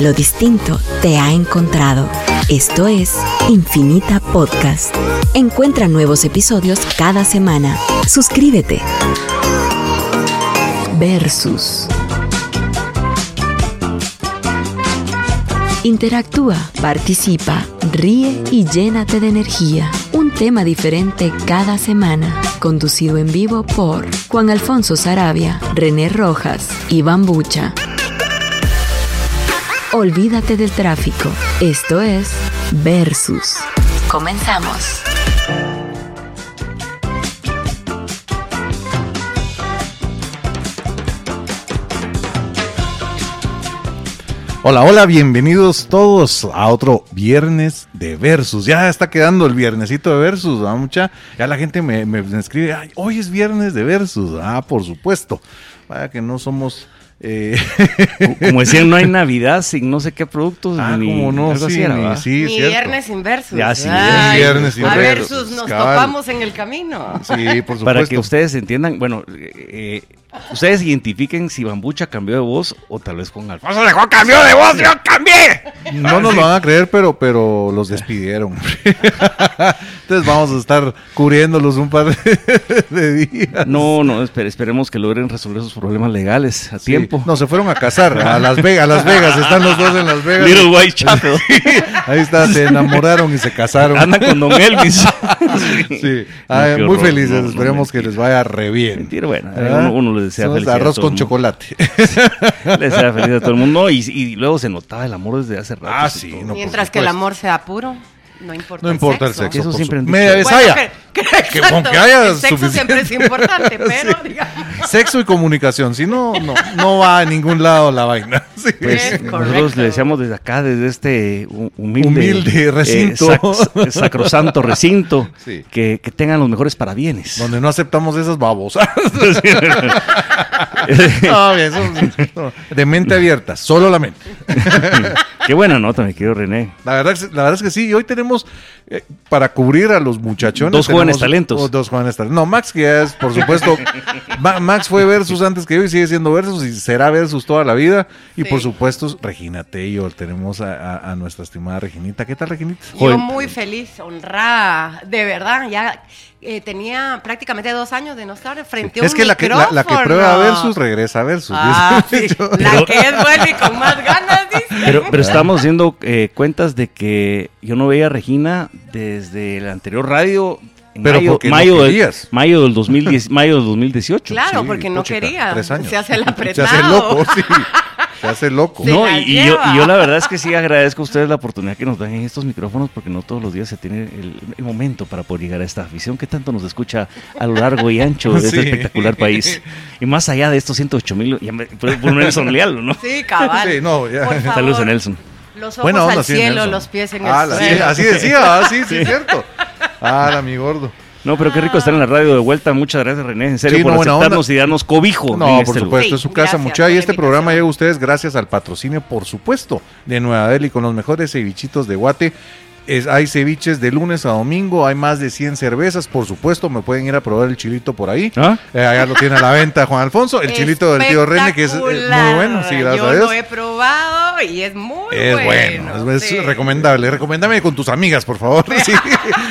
Lo distinto te ha encontrado. Esto es Infinita Podcast. Encuentra nuevos episodios cada semana. Suscríbete. Versus. Interactúa, participa, ríe y llénate de energía. Un tema diferente cada semana. Conducido en vivo por Juan Alfonso Sarabia, René Rojas, Iván Bucha. Olvídate del tráfico. Esto es Versus. Comenzamos. Hola, hola, bienvenidos todos a otro viernes de Versus. Ya está quedando el viernesito de Versus, ¿va mucha? Ya la gente me, me- me escribe, "Ay, hoy es viernes de Versus. Ah, por supuesto. Vaya que no somos... eh, Como decían, no hay Navidad sin no sé qué productos. ah, ni- como no, algo sí, así era, ni- ¿verdad? sí, Ni cierto. viernes inversos. Ya, sí, viernes sin A versos, versus nos cabal. topamos en el camino. Sí, por supuesto. Para que ustedes entiendan, bueno, eh, eh, ustedes identifiquen si Bambucha cambió de voz o tal vez Juan Alfonso de Juan cambió de voz, yo cambié. No nos lo van a creer, pero, pero los despidieron. Entonces vamos a estar cubriéndolos un par de, de días. No, no, espere- esperemos que logren resolver sus problemas legales a Sí. tiempo. No, se fueron a casar a Las Vegas, a Las Vegas, están los dos en Las Vegas. Little White Chapel. Ahí está, se enamoraron y se casaron. Anda con Don Elvis. Sí, No, Ay, qué muy horror, felices, no, no, esperemos que les vaya re bien. Mentira, bueno, eh, ¿Verdad? uno- uno les desea Ah, Somos felicidad a Arroz todo el con mundo. chocolate. Les sea feliz a todo el mundo. Y, y luego se notaba el amor desde hace rato. Ah, y sí, todo. no, por Mientras que el supuesto. amor sea puro, no importa. No importa el sexo. Eso por siempre han su- dicho. Media vez Bueno, haya. que- que exacto, con que haya el sexo siempre es suficiente. importante, pero digamos. Sexo y comunicación, si no, no, no va a ningún lado la vaina. Sí. Pues Es nosotros correcto. le deseamos desde acá, desde este hu- humilde, Humilde eh, recinto. sac- sacrosanto recinto, Sí. que, que tengan los mejores parabienes. donde no aceptamos esas babosas. Eh, No, eso- no, de mente abierta, solo la mente. Qué buena nota, mi querido René. La verdad, es- la verdad es que sí, y hoy tenemos eh, para cubrir a los muchachones. Dos jóvenes tenemos- talentos. oh, dos jóvenes talentos. No, Max, que ya es, por supuesto, Ma- Max fue versus antes que yo y sigue siendo versus y será versus toda la vida. Y por Sí. supuesto, Regina Tello, tenemos a, a- a nuestra estimada Reginita. ¿Qué tal, Reginita? Joder. Yo muy feliz, honrada, de verdad, ya eh, tenía prácticamente dos años de no estar frente a un Es que la que, la, la que micrófono. prueba versus regresa versus. Ah, dice. sí, la que es buena y con más ganas, dice. Pero, ah. pero estamos haciendo eh, cuentas de que yo no veía a Regina desde el anterior radio. en Pero mayo, porque no mayo, del, querías. mayo, del 2010, mayo del 2018. Claro, Sí, porque no puchica, quería. tres años. Se hace el Se apretado. hace loco, sí. Se hace loco. Sí. No, la y, y yo, lleva. y yo la verdad es que sí agradezco a ustedes la oportunidad que nos dan en estos micrófonos porque no todos los días se tiene el, el momento para poder llegar a esta afición que tanto nos escucha a lo largo y ancho de este Sí. espectacular país. Y más allá de estos 108 mil, ya me- por, por Nelson Leal, ¿no? Sí, cabal. Sí, no, ya. Por favor, Saludos a Nelson. Los ojos Buena onda, al sí, cielo, Nelson. los pies en Ah, el la- sí, suelo. así decía, ah, sí, sí, es cierto. Ah, mi gordo. No, pero qué rico estar en la radio de vuelta. Muchas gracias, René, en serio, Sí, por no, buena aceptarnos onda. y darnos cobijo. en No, por este lugar. supuesto, Sí, es su casa, gracias muchacha. por Y la este programa invitación. llega a ustedes gracias al patrocinio, por supuesto, de Nueva Delhi con los mejores cevichitos de Guate. Es- hay ceviches de lunes a domingo, hay más de 100 cervezas, por supuesto, me pueden ir a probar el chilito por ahí. ¿Ah? Eh, allá lo tiene a la venta Juan Alfonso, el chilito del tío René, que es eh, muy Espectacular. bueno, sí, gracias Yo a Dios. lo he probado y es muy Es bueno. bueno, es, es sí. recomendable. Recoméndame con tus amigas, por favor. Sí.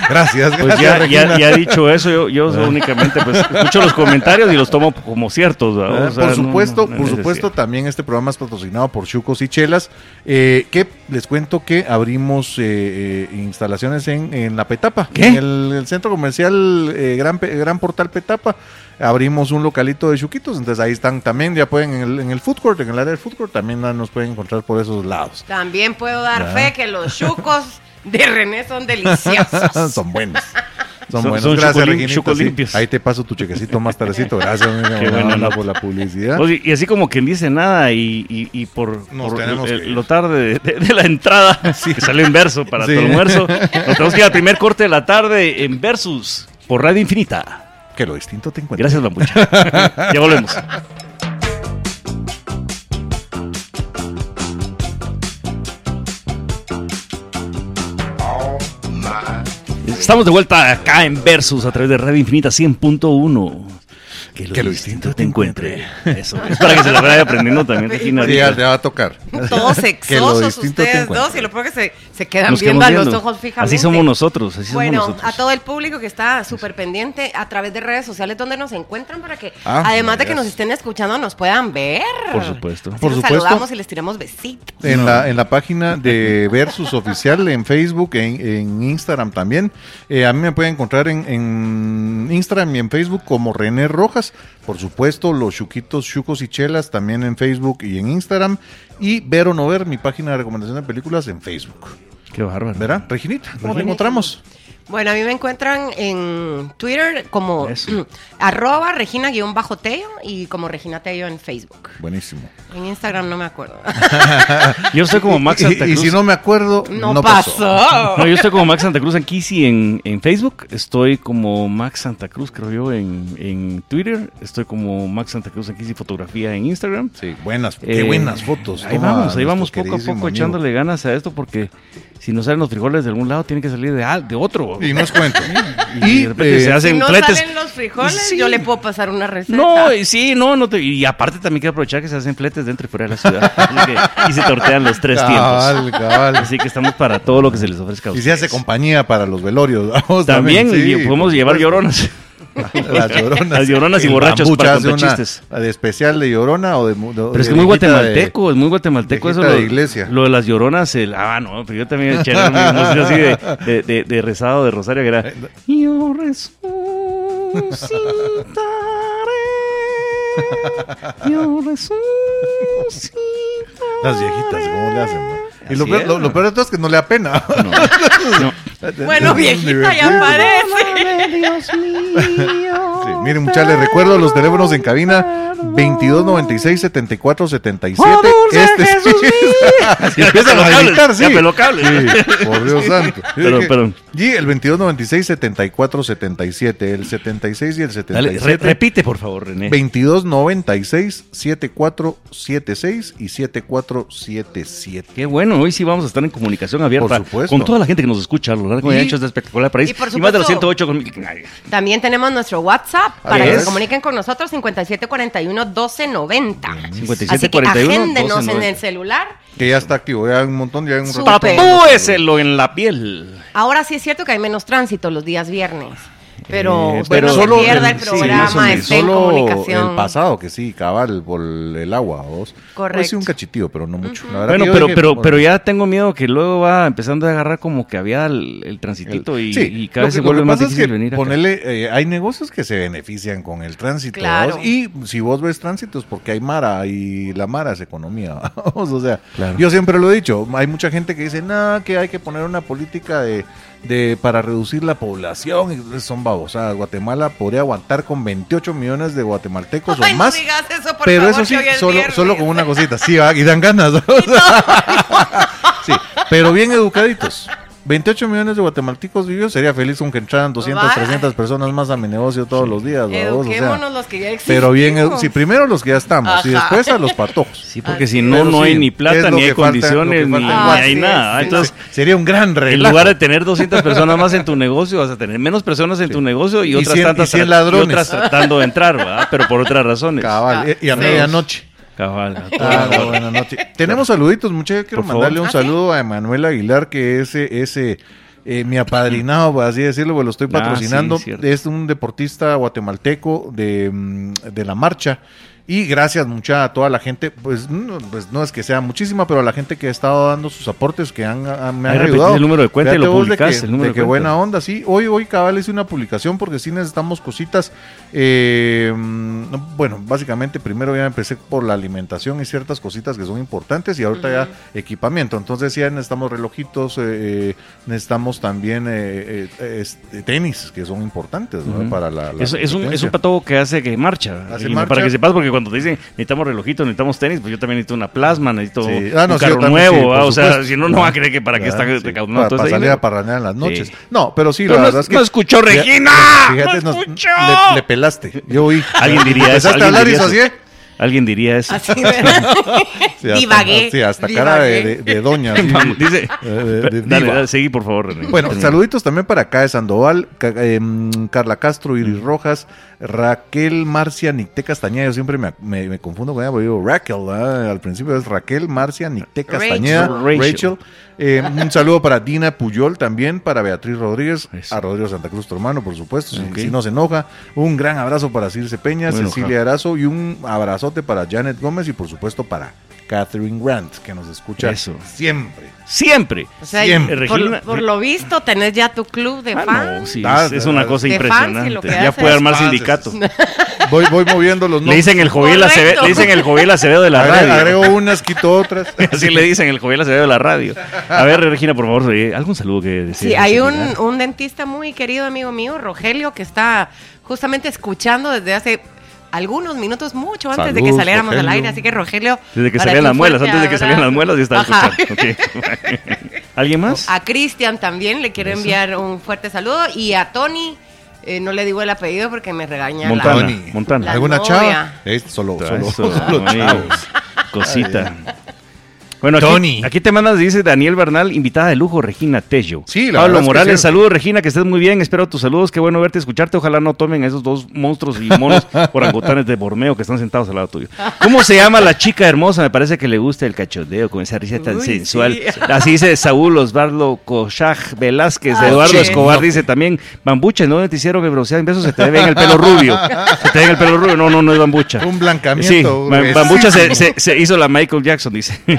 Gracias, Pues gracias, ya, Regina. Ah. ya, ya dicho eso, yo, yo únicamente pues, escucho los comentarios y los tomo como ciertos. ¿verdad? O sea, Ah, por no- no- supuesto, no hay por necesidad. supuesto, también este programa es patrocinado por Chucos y Chelas, eh, que les cuento que abrimos eh, eh, instalaciones en, en la Petapa, ¿Qué? en el, el centro comercial eh, Gran, Pe- Gran Portal Petapa. Abrimos un localito de chuquitos, entonces ahí están también, ya pueden en el, en el food court, en el área del food court, también nos pueden encontrar por esos lados. También puedo dar Ya. fe que los chucos de René son deliciosos. son buenos. Son, Son- buenos. son Gracias, chocolim- Reginita, chocolimpios. sí. Ahí te paso tu chequecito más tardecito. Gracias, amiga, Qué buena onda nota. por la publicidad. Pues, y y así como quien dice nada y, y- y por, Nos por tenemos el- que el- ir. lo tarde de, de la entrada, que sale en verso para Sí. tu almuerzo, nos tenemos que ir al primer corte de la tarde en Versus por Radio Infinita. Que lo distinto te encuentre. Gracias, Bambucha. ya volvemos. Estamos de vuelta acá en Versus a través de Radio Infinita 100.1. Que lo, Que lo distinto, distinto te encuentre. Eso, es para que se lo vaya aprendiendo también, Regina. Sí, ya ahorita. te va a tocar. Todos Que lo sexosos distinto te ustedes encuentra. dos y lo peor que se, se quedan Nos viendo quedamos a los viendo. ojos fijamente. Así somos nosotros, así somos Bueno, nosotros. a todo el público que está súper pendiente a través de redes sociales donde nos encuentran para que, Ah, además de que yes. nos estén escuchando, nos puedan ver. Por supuesto. Así Por los supuesto. saludamos y les tiramos besitos. En, la, en la página de Versus Oficial, en Facebook, en, en Instagram también. Eh, a mí me pueden encontrar en, en Instagram y en Facebook como René Rojas. Por supuesto, los Chuquitos, Chucos y Chelas también en Facebook y en Instagram. Y Ver o No Ver, mi página de recomendación de películas en Facebook. Qué bárbaro. ¿Verdad? Reginita, ¿cómo te Reginita. encontramos? Bueno, a mí me encuentran en Twitter como Eso. arroba regina-tello y como Regina Tello en Facebook. Buenísimo. En Instagram no me acuerdo. Yo estoy como Max Y- y- Santa y, Cruz. si no me acuerdo, No, no, pasó. pasó. Ah. No, yo estoy como Max Santa Cruz en Kisi en, en Facebook. Estoy como Max Santa Cruz, creo yo, en, en Twitter. Estoy como Max Santa Cruz en Kisi Fotografía en Instagram. Sí, buenas, Eh, qué buenas fotos. Ahí toma vamos, ahí vamos nuestro poco a poco queridísimo amigo. echándole ganas a esto porque si no salen los frijoles de algún lado, tienen que salir de, al- de otro. Y eh, no es cuento. Y de repente se hace- Si no fletes. salen los frijoles, Sí. yo le puedo pasar una receta. No, y sí, no, no te- y aparte también hay que aprovechar que se hacen fletes dentro y fuera de la ciudad. Así que- y se tortean los tres Cabal, tiempos. cabal. Así que estamos para todo lo que se les ofrezca. a Y se hace ustedes. compañía para los velorios. vamos, También, y sí. Pues podemos llevar lloronas. Las lloronas. Las lloronas y El borrachos Bambucha para hace contar una chistes. De especial de llorona o de. mu- de- Pero es de que muy viejita de- guatemalteco, es muy guatemalteco eso. viejita Lo, de iglesia. lo de las lloronas, el, ah, no, pero yo también eché una música así de, de, de- de rezado de Rosario, que era. Yo resucitaré. Yo resucitaré. Las viejitas, ¿cómo le hacen? man? Y lo Así peor, es, lo- man. lo peor de todo es que no le apena. No. Bueno, viejita ya parece. Sí, miren, muchachos, les recuerdo los teléfonos en cabina 2296-7477. Oh, Este es- Y empiezan Ya a peló editar, cables, sí. ya peló cables. Sí, por Dios santo. Perdón, perdón. Y el 2296-7477, el 76 y el 77. Dale, re- repite, por favor, René. 2296-7476 y 7477. Qué bueno, hoy sí vamos a estar en comunicación abierta Por supuesto. con toda la gente que nos escucha a lo largo y Y- ancho de espectacular país. y por más de los supuesto- 108 con... Ay, También tenemos nuestro WhatsApp Así para que es. se comuniquen con nosotros 5741 1290. 57 Así que 41 agéndenos 12 en 90. el celular. Que ya está activo, ya hay un montón, ya hay un Súper. ratito. Tatúeselo en la piel. Ahora sí es cierto que hay menos tránsito los días viernes. Pero, Eh, usted pero no se solo pierda el el- sí, más o programa, menos. esté en el comunicación. pasado, que sí, cabal, por el agua. Vos. Correcto. Pues sí, un cachitío, pero no mucho. La verdad Bueno, que yo pero, dije, pero, bueno, pero ya tengo miedo que luego va empezando a agarrar como que había el, el transitito el- y, sí, y cada lo vez se que- lo vuelve que más pasa es difícil que venir acá. ponele, eh, hay negocios que se benefician con el tránsito. Claro. ¿vos? Y si vos ves tránsitos, porque hay Mara y la Mara es economía. ¿vos? O sea, Claro. yo siempre lo he dicho. Hay mucha gente que dice, nada, que hay que poner una política de, de para reducir la población. y Son babosadas. Guatemala podría aguantar con 28 millones de guatemaltecos o Ay, no pues más. digas eso, por pero favor, eso que sí, hoy es solo, viernes. solo con una cosita. Sí, va, y dan ganas. ¿no? sí, pero bien educaditos. 28 millones de guatemaltecos vivió. Sería feliz con que entraran 200, Vaya. 300 personas más a mi negocio todos los días. babos, o sea, Eduquémonos los que ya existen. pero bien, edu- sí, primero los que ya estamos y Ajá. después a los patojos. Sí, porque Así si no, Pero no sí, hay ni es plata, lo ni hay que falta- lo condiciones, ni, que ni falta en hay Guatemala. nada. Así es, Ah, Entonces, Sí, Sería un gran en relajo. lugar de tener 200 personas más en tu negocio, vas a tener menos personas en tu negocio y Y otras 100 y tantas 100 tra- ladrones. y otras tratando de entrar, ¿verdad? Pero por otras razones. Cabal, y, y a Ah, Sí. medianoche. Cabal, a todo Ah, favor. buenas noches. Tenemos saluditos, muchachos. Quiero Por favor. mandarle un Ah, saludo a Emanuel Aguilar, que ese, ese, eh, mi apadrinado, por así decirlo, pues lo estoy Ah, patrocinando. sí, cierto. es un deportista guatemalteco de, mm, de la marcha. Y gracias mucha a toda la gente, pues no, pues no es que sea muchísima, pero a la gente que ha estado dando sus aportes, que han, a- me Ahí han repetís ayudado. el número de cuenta y Fíjate lo vos publicás, De que, el número de de que cuenta. buena onda, sí. Hoy, hoy cabal hice una publicación porque sí necesitamos cositas. eh, mm, bueno, básicamente primero ya empecé por la alimentación y ciertas cositas que son importantes y ahorita ya equipamiento. Entonces ya necesitamos relojitos, eh, eh, necesitamos también eh, eh, este, tenis que son importantes ¿no? Ujú. para la, la Es, es un, es un competencia. patojo que hace que marcha. Hace Y marcha. Para que sepas, porque cuando te dicen necesitamos relojitos, necesitamos tenis, pues yo también necesito una plasma, necesito Sí. Ah, no, un sí, carro yo también, nuevo. sí, por ¿va? o sea, supuesto. si no, no va a creer que para qué Ah, está sí. este cabrón, Para, todo para ese salir dinero. a parranear en las noches. Sí. No, pero sí, Pero la no- verdad es que. no escuchó, Fí- Regina, no nos- escuchó. le, le pelaste. Yo oí. Alguien diría Empezaste eso, a alguien hablar y diría eso. así, ¿eh? Alguien diría eso. Así, ¿verdad? Sí, hasta- Divagué. Sí, hasta cara de, de- de doña. sí. Vamos, dice. Eh, de- de dale, diva. dale, seguí, por favor, René. Bueno, Termina. saluditos también para Cae Sandoval, Ca- eh, mm, Carla Castro, Iris Rojas, Raquel Marcia Nicté Castañeda. Yo siempre me, me- me confundo con ella, porque digo Raquel, ah, al principio es Raquel Marcia Nicté Castañeda. Rachel. Rachel. Eh, un saludo para Dina Puyol también, para Beatriz Rodríguez, Eso. a Rodrigo Santa Cruz, tu hermano, por supuesto, si- Ok. si, no se enoja. Un gran abrazo para Circe Peña, Bueno, Cecilia Arazo y un abrazote para Janet Gómez y por supuesto para Catherine Grant, que nos escucha Eso. siempre. Siempre. O sea, Siempre. por, Regina- por lo visto, tenés ya tu club de Ah, fans. no, sí, Ah, es, es una cosa de fans, impresionante. y lo que ya hace puede es armar fans, sindicato. Voy, voy moviendo los Le nombres. dicen el Joel Acevedo, Correcto. le dicen el Joel Acevedo de la Agre- radio. Agrego, unas, quito otras. Así le dicen el Joel Acevedo de la radio. A ver, Regina, por favor, eh, algún saludo que decir. Sí, hay un, un dentista muy querido amigo mío, Rogelio, que está justamente escuchando desde hace algunos minutos, mucho antes de que Saludos, saliéramos al Rogelio. aire. Así que, Rogelio. Desde que para salían ti las un muelas, fuerte antes de que salían las abrazo. muelas, ya estaba Ajá. escuchando. Ok. ¿Alguien más? A Cristian también le quiero Eso. enviar un fuerte saludo. Y a Tony, eh, no le digo el apellido porque me regaña. la- Montana. Tony. Montana. La ¿Alguna novia. chava? Eh, solo, Eso, solo, solo amigos. chavos. Cosita. Bueno, aquí, Tony. aquí te mandas, dice Daniel Bernal, invitada de lujo, Regina Tello. Sí, la verdad Pablo es que Morales, sí. saludos, Regina, que estés muy bien. Espero tus saludos. Qué bueno verte, escucharte. Ojalá no tomen a esos dos monstruos y monos orangutanes de Borneo que están sentados al lado tuyo. ¿Cómo se llama la chica hermosa? Me parece que le gusta el cachondeo con esa risa tan Uy, sensual. sí. Así dice Saúl Osvaldo Koshaj Velázquez. Ah, Eduardo sí. Escobar dice también: Bambucha, no te hicieron el bronceado en besos, se te ve bien el pelo rubio. Se te ve bien el pelo rubio. No, no, no es Bambucha. Un blancamiento, Sí, Ba- güey. Bambucha se, se- se hizo la Michael Jackson, dice.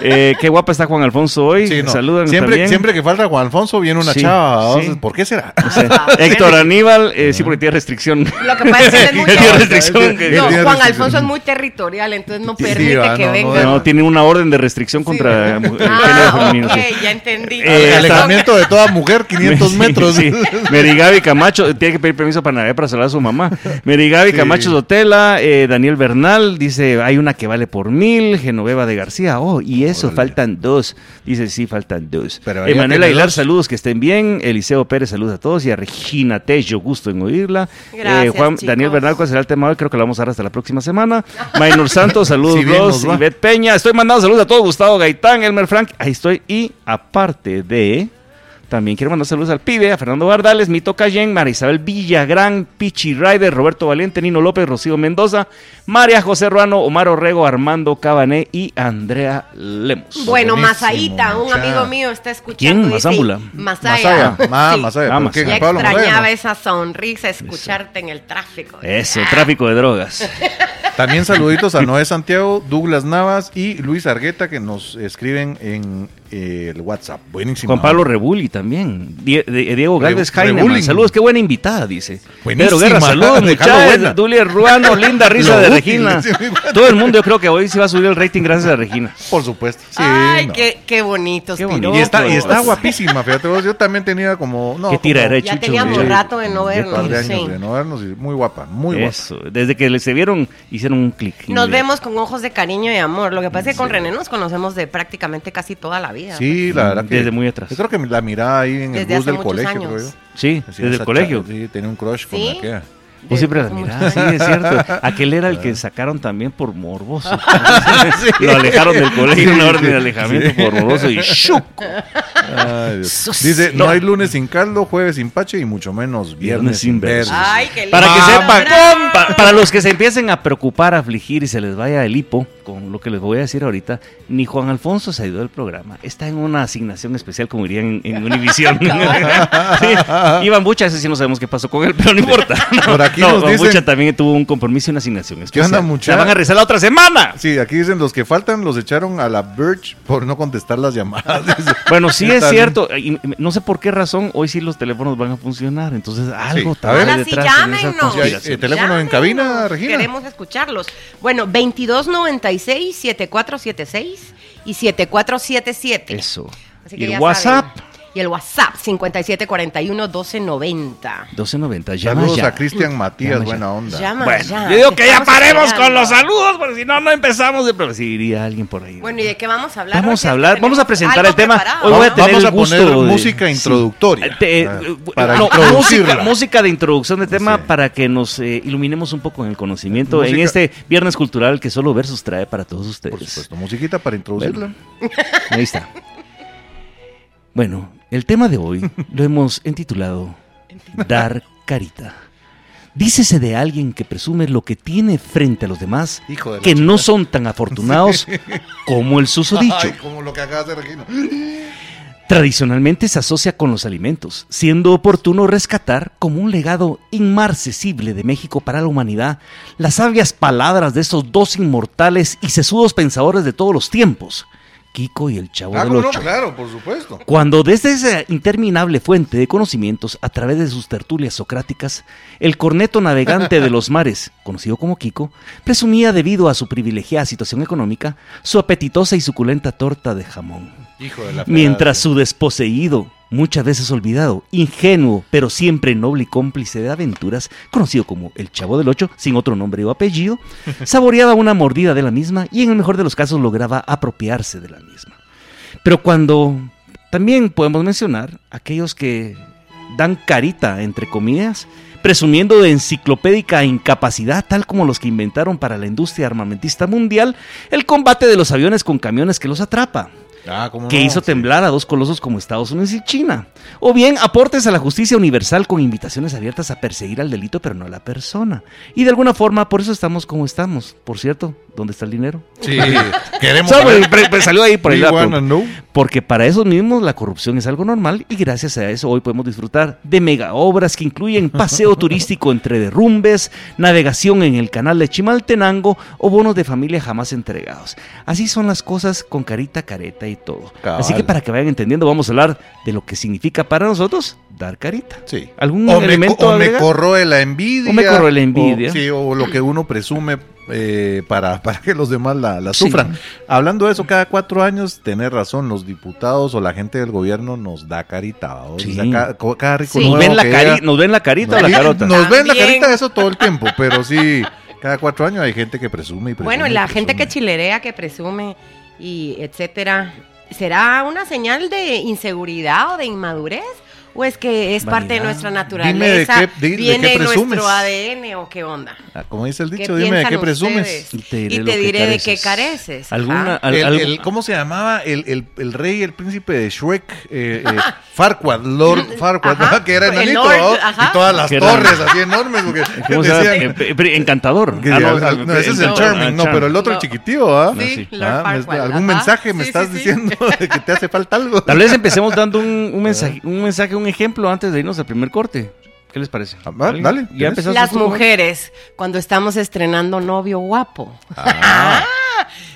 Eh, qué guapa está Juan Alfonso hoy. Sí, no. Saludan siempre, también. siempre que falta Juan Alfonso viene una Sí, chava. sí. ¿Por qué será? Sí. Héctor Aníbal, eh, sí, porque tiene restricción. Lo que pasa es que él es muy. Él tiene No, restricción. que- Él tiene No, Juan restricción. Alfonso es muy territorial, entonces no Sí, permite ah, que no, no, venga. No, tiene una orden de restricción Sí. contra mu- eh, género Ah, femenino, sí. ok, ya entendí. Eh, Alejamiento de toda mujer, 500 Sí, metros. sí. Merigaby Camacho, eh, tiene que pedir permiso para navegar para saludar a su mamá. Merigaby Sí. Camacho Sotela, eh, Daniel Bernal, dice, hay una que vale por mil, Genoveva de García, oh, y eso, Órale. faltan dos. Dice, sí, faltan dos. Pero había Emanuel que Aguilar, dos. saludos, que estén bien. Eliseo Pérez, saludos a todos. Y a Regina Tello, gusto en oírla. Eh, Gracias, Juan, chicos. Daniel Bernal, ¿cuál será el tema hoy? Creo que lo vamos a dar hasta la próxima semana. Maynor Santos, saludos. Si bien Ross, nos va. Ivette Peña, estoy mandando saludos a todos. Gustavo Gaitán, Elmer Frank, ahí estoy. Y aparte de... También quiero mandar saludos al pibe, a Fernando Bardales, Mito Cayen, María Isabel Villagrán, Pichi Ryder, Roberto Valiente, Nino López, Rocío Mendoza, María José Ruano, Omar Orrego, Armando Cabané y Andrea Lemos. Bueno, Buenísimo, Masaita, un mucha. amigo mío está escuchando. ¿Quién? dice, Masámbula. Masaya. Masaya, ma- Sí. Masaya, ¿por Vamos. qué? Ya Pablo Masaya, extrañaba no. esa sonrisa escucharte en el tráfico. Eso, tráfico de drogas. También saluditos a Noé Santiago, Douglas Navas y Luis Argueta que nos escriben en eh, el WhatsApp. Buenísimo. Juan Pablo Rebuli también. Die- de- Diego Galvez Re- Jaime. Rebulin. Saludos, qué buena invitada, dice. Buenísima, Pedro Guerra, saludos, dejando buena. muchachos. Dulia Ruano, linda risa Lo de útil, Regina. sí, muy bueno. Todo el mundo, yo creo que hoy sí va a subir el rating gracias a Regina. Por supuesto. Sí, Ay, no. qué, qué bonitos Qué bonito. Y está, y piropos. está guapísima, fíjate vos, yo también tenía como... No, Qué tira como- derecha, Ya Chucho, teníamos sí. rato de no Un par de vernos. años sí. de no vernos y muy guapa, muy guapa. Eso, desde que se vieron, hicieron un clic. Nos vemos con ojos de cariño y amor. Lo que pasa es que con René nos conocemos de prácticamente casi toda la vida. Sí, la verdad que. Desde muy atrás. Yo creo que la mirada ahí en pues. Desde el hace bus del muchos colegio, años. creo yo. Sí, Así, desde el esa colegio. cha- Sí, tenía un crush con ¿Sí? aquella. Vos siempre la Mucho mirabas, sí, años. es cierto. Aquel era el que sacaron también por morboso. Lo alejaron del colegio, una orden de alejamiento por morboso y ¡shuc! Ay, Dios. Dice, no hay lunes sin caldo, jueves sin pache y mucho menos viernes sin versos. Ay, qué lindo. Para que sepan, Bravo. pa- para los que se empiecen a preocupar, a afligir y se les vaya el hipo, con lo que les voy a decir ahorita, ni Juan Alfonso se ayudó del programa. Está en una asignación especial, como dirían en, en Univisión. sí. Y Bambucha, ese sí no sabemos qué pasó con él, pero no importa. No, Por aquí no, nos Bambucha dicen- también tuvo un compromiso y una asignación especial. onda, mucha? La van a rezar la otra semana. Sí, aquí dicen los que faltan los echaron a la Birch por no contestar las llamadas. Dice. Bueno, sí Está es bien. cierto. y no sé por qué razón hoy sí los teléfonos van a funcionar. Entonces algo Sí, a ver. hay Ahora sí, detrás en esa llámenos. Sí, hay, eh, conspiración. teléfono en cabina, Regina. Queremos escucharlos. Bueno, 2296-7476 y 7477. Eso. Así que Y el ya WhatsApp. saben. Y el WhatsApp 5741-1290. 12.90. Llama Saludos ya. a Cristian Matías, Llama ya. buena onda. Llama Bueno, ya. yo digo que ya Estamos paremos esperando. con los saludos, porque si no, no empezamos. De... Pero si iría alguien por ahí. Bueno, ¿y de qué vamos a hablar? Vamos Roger? a hablar, vamos a Tenemos presentar algo el tema. preparado, Hoy voy a ¿no? Vamos tener a el gusto poner de- música introductoria, Te- para- eh, para no, introducirla. música, música de introducción de tema Sí. para que nos eh, iluminemos un poco en el conocimiento en Música- este viernes cultural que solo Versus trae para todos ustedes. Por supuesto, musiquita para introducirla. Bueno, ahí está. Bueno, el tema de hoy lo hemos intitulado Dar carita. Dícese de alguien que presume lo que tiene frente a los demás Hijo de la que chica. no son tan afortunados como el susodicho. Ay, como lo que acabas de Regina. Tradicionalmente se asocia con los alimentos, siendo oportuno rescatar como un legado inmarcesible de México para la humanidad las sabias palabras de esos dos inmortales y sesudos pensadores de todos los tiempos, Kiko y el Chavo Ah, del cómo no, Ocho. claro, por supuesto. Cuando desde esa interminable fuente de conocimientos a través de sus tertulias socráticas, el corneto navegante de los mares, conocido como Kiko, presumía debido a su privilegiada situación económica su apetitosa y suculenta torta de jamón. Hijo de la Mientras su desposeído, muchas veces olvidado, ingenuo, pero siempre noble y cómplice de aventuras, conocido como el Chavo del Ocho, sin otro nombre o apellido, saboreaba una mordida de la misma y en el mejor de los casos lograba apropiarse de la misma. Pero cuando también podemos mencionar aquellos que dan carita, entre comillas, presumiendo de enciclopédica incapacidad, tal como los que inventaron para la industria armamentista mundial el combate de los aviones con camiones que los atrapa Ah, cómo que no, hizo sí. temblar a dos colosos como Estados Unidos y China. O bien aportes a la justicia universal con invitaciones abiertas a perseguir al delito pero no a la persona. Y de alguna forma por eso estamos como estamos. Por cierto, ¿dónde está el dinero? Sí, queremos O sea, saber. pues, pues, salió ahí por ahí We la wanna pregunta. know. Porque para esos mismos la corrupción es algo normal y gracias a eso hoy podemos disfrutar de mega obras que incluyen paseo turístico entre derrumbes, navegación en el canal de Chimaltenango o bonos de familia jamás entregados. Así son las cosas con carita, careta y todo. Cabal. Así que para que vayan entendiendo vamos a hablar de lo que significa para nosotros dar carita. Sí. ¿Algún o me, elemento co- o me agregar? corroe la envidia. O me corroe la o- envidia. sí, o lo que uno presume eh, para, para que los demás la, la Sí. sufran. Hablando de eso, cada cuatro años, tenés razón, los diputados o la gente del gobierno nos da carita. ¿va? O sea, Sí. cada, co- cada rico Sí. nuevo Nos ven, la que cari- llega- nos ven la carita nos- o la carota. Nos ven la También. carita de eso todo el tiempo, pero sí, cada cuatro años hay gente que presume y presume. Bueno, y y la gente que presume. chilerea, que presume y etcétera, ¿será una señal de inseguridad o de inmadurez? ¿O es que es parte de Vanidad. nuestra Dime de naturaleza? qué- di- de ¿Viene qué en nuestro presumes. ADN o qué onda? Ah, Como dice el ¿Qué dicho, dime de piensan qué presumes. ustedes? diré Y lo te que diré de qué careces. careces, ¿Alguna, ajá. al- El- algo- el- ¿Cómo se llamaba? El, el- el rey, el príncipe de Shrek, eh, eh, Farquaad, Lord Farquaad, Ajá, ¿no? que era el enanito, Lord, ¿no? ajá. y todas las Que era- torres así enormes. Porque ¿Cómo se llama? decían- Eh, eh, Encantador. que- Ah, no, al- no, ese es el no, Charming, no, Charming. pero el otro No. chiquitito, ¿ah? Sí, sí. Lord Ah, me- Farquaad, ¿Algún ajá. mensaje me Sí, estás sí, sí. diciendo de que te hace falta algo? Tal vez empecemos dando un, un mensaje, un mensaje, un ejemplo antes de irnos al primer corte. ¿Qué les parece? Ah, va, ¿Alguien? dale, Ya tenés. empezaste Las tú, mujeres, cuando estamos estrenando novio guapo. Ah,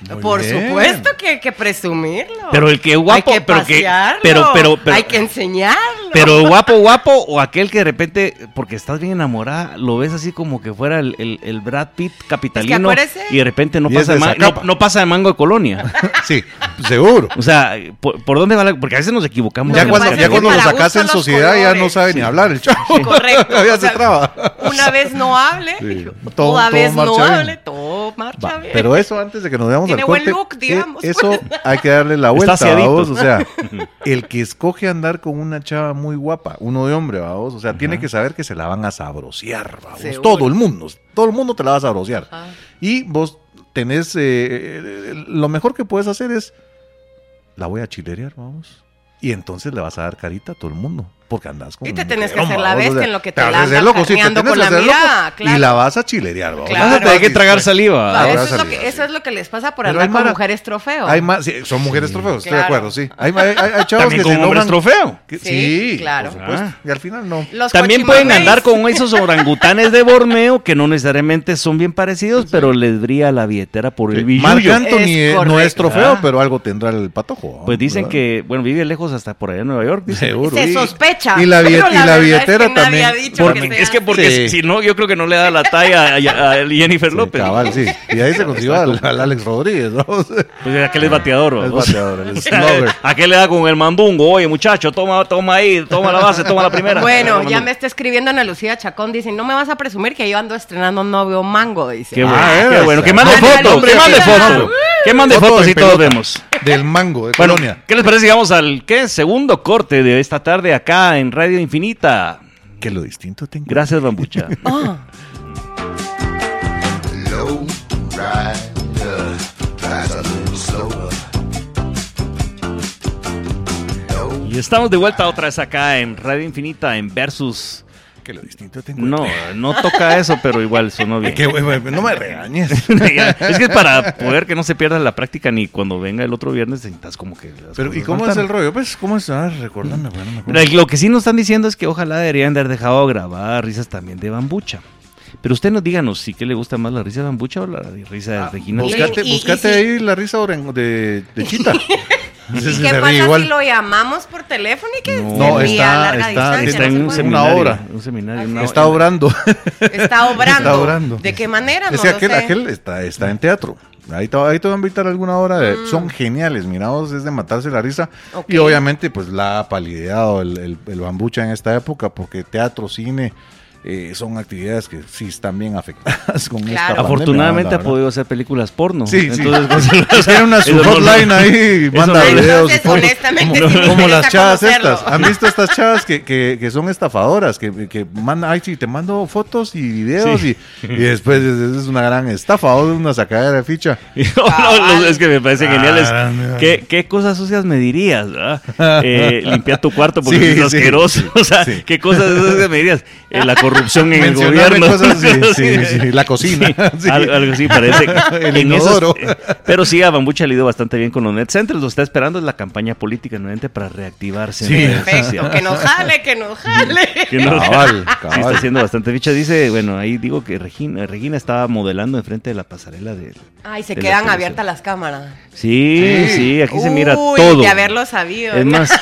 muy Por bien. supuesto que, que presumirlo. ¿no? Pero el que es guapo, hay que pero que pasearlo, pero pero pero, hay que enseñarlo. pero guapo guapo o aquel que de repente porque estás bien enamorada lo ves así como que fuera el, el- el Brad Pitt capitalino acuérdese- y de repente no Y es pasa de de ma- no, Zacapa. no pasa de mango de colonia. Sí, seguro. O sea, ¿por, por dónde va la- porque a veces nos equivocamos. Lo Ya que cuando, pasa ya es que cuando lo para sacas gusto en los sociedad ya no colores. sabe ni hablar el chavo. Correcto, ya o se sea, traba. Una vez no hable, Sí. Todo- toda todo vez no marcha bien. hable, todo marcha Va, bien. pero eso antes de que nos veamos Tiene al buen corte, look, eh, digamos, eso pues. hay que darle la vuelta, Está aseadito. vos, o sea, el que escoge andar con una chava muy guapa, uno de hombre, vos, o sea, tiene que saber que se la van a sabrosear, vos, Seguro. todo el mundo, todo el mundo te la va a sabrosear. Ajá. Y vos tenés, eh, eh, lo mejor que puedes hacer es, la voy a chilerear, vamos, y entonces le vas a dar carita a todo el mundo. Porque andas con Y una te tenés que mujerón, hacer la vamos, bestia en lo que te la haces andan el loco, sí, te carneando tenés con que la hacer el loco mirada, Y claro. la vas a chilerear, vamos. Claro. Vas a tener que tragar saliva saliva. Va, Ah, eso, vas es a lo salir, que, eso sí. es lo que les pasa por Pero andar hay con mara- mujeres trofeo. Hay más, sí, son mujeres trofeos, estoy de Claro. acuerdo, sí. Hay, ma- hay, hay chavos También que con se hombres enojan. Ah. trofeo. que- Sí, sí, claro. Por supuesto. Y al final no. Los También pueden cochimames. andar con esos orangutanes de Borneo que no necesariamente son bien parecidos, pero les brilla la billetera por el Sí. Marc billullo. Anthony Es eh, no correcto. es trofeo, Ah. pero algo tendrá el patojo. ¿no? Pues dicen ¿Verdad? que, bueno, vive lejos hasta por allá en Nueva York. dicen. Seguro. Se Y- fecha. Y la, billet- Pero y la verdad es billetera que nadie también. ha dicho Porque- que Porque, sea es que porque Sí. si no, yo creo que no le da la talla a, a Jennifer Sí, López. Cabal, sí. Y ahí se consiguió al, al Alex Rodríguez, ¿no? O sea, Pues aquel es bateador. Es vamos. bateador, el O sea, slugger. aquel le da con el mandungo. Oye, muchacho, toma, toma ahí, toma la base, toma la primera. Bueno, ya Mandungo. me está escribiendo Ana Lucía Chacón. Dice: No me vas a presumir que yo ando estrenando novio mango. Dice. Qué Ah, bueno, eh, qué bueno. Que esa. mande Ah, fotos, hombre, que mande sí, fotos. claro. Que mande Foto fotos en y todos pelota. vemos. Del mango de Bueno, Colonia. ¿qué les parece? si Vamos al ¿qué? segundo corte de esta tarde acá en Radio Infinita. Que lo distinto tengo. Gracias, Bambucha. Ah. Low rider drives a little slower. Low y estamos de vuelta otra vez acá en Radio Infinita en Versus. Que lo distinto tengo. No, no toca eso, pero igual sonó bien. Que, güey, güey, no me regañes. Ya, es que para poder que no se pierda la práctica ni cuando venga el otro viernes necesitas como que... las Pero, ¿y cosas cómo van es el tan- rollo? Pues, ¿cómo es? Ah, recuérdame, bueno, me acuerdo. Mira, Lo que sí nos están diciendo es que ojalá deberían de haber dejado grabadas risas también de bambucha. Pero usted nos díganos si que le gusta más la risa de bambucha o la risa de Ah, Regina. Buscate, Y- y- buscate y si- ahí la risa oren- de, de Chita. ¿Y Ese sí qué se ríe pasa igual. si lo llamamos por teléfono y que No, se ría está- a larga está- Está distancia? No en se un puede. seminario. Una hora. Un seminario. Así una es. Está hora. obrando. Está obrando. Está obrando. ¿De qué manera? No Ese lo aquel, sé. aquel está, está en teatro. Ahí te, ahí te voy a invitar alguna hora. de- Son geniales, mirados, es de matarse la risa. Mm. Ok. Y obviamente, pues la ha palideado el, el, el bambucha en esta época, porque teatro, cine, eh, son actividades que sí están bien afectadas con esta Claro. pandemia, Afortunadamente la ha verdad. podido hacer películas porno. Sí, sí. Entonces, pues, Tiene una su Eso no- hotline ahí, eso manda no- videos. Entonces, y fotos. honestamente, como, sí me como interesa las chavas conocerlo. estas. ¿Han visto estas chavas que, que, que son estafadoras? Que, que mandan, ay, sí, te mando fotos y videos Sí. y, y después es, es una gran estafa o una sacadera de ficha. No, no, es que me parece genial. es- Ah, no. ¿Qué, qué cosas sucias me dirías? verdad? Eh, limpiar tu cuarto porque Sí, es sí, asqueroso. sí, o sea, sí. ¿qué cosas sucias me dirías? Eh, la corrupción en el Mencionarme gobierno. cosas, sí, sí, sí, la cocina, sí. Algo, algo así parece. El En esos- inodoro. eh, pero sí, a Bambucha le ha ido bastante bien con los net centers. Lo está esperando es la campaña política nuevamente para reactivarse. en Sí. redes Perfecto, sociales. que nos jale, que nos jale. Que no- Cabal, Sí, cabal. está haciendo bastante ficha. Dice, bueno, ahí digo que Regina, Regina estaba modelando enfrente de la pasarela de... Ay, se de la quedan televisión. abiertas las cámaras. Sí, Sí. sí, aquí se mira Uy, todo. de haberlo sabido. Es más, eh,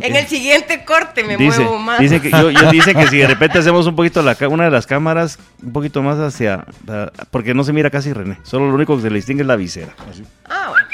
en el siguiente corte me dice, muevo más. dice que, yo, yo dice que si de repente hacemos un poquito la, ca- una de las cámaras, un poquito más hacia, a- porque no se mira casi René, solo lo único que se le distingue es la visera. Ah, bueno.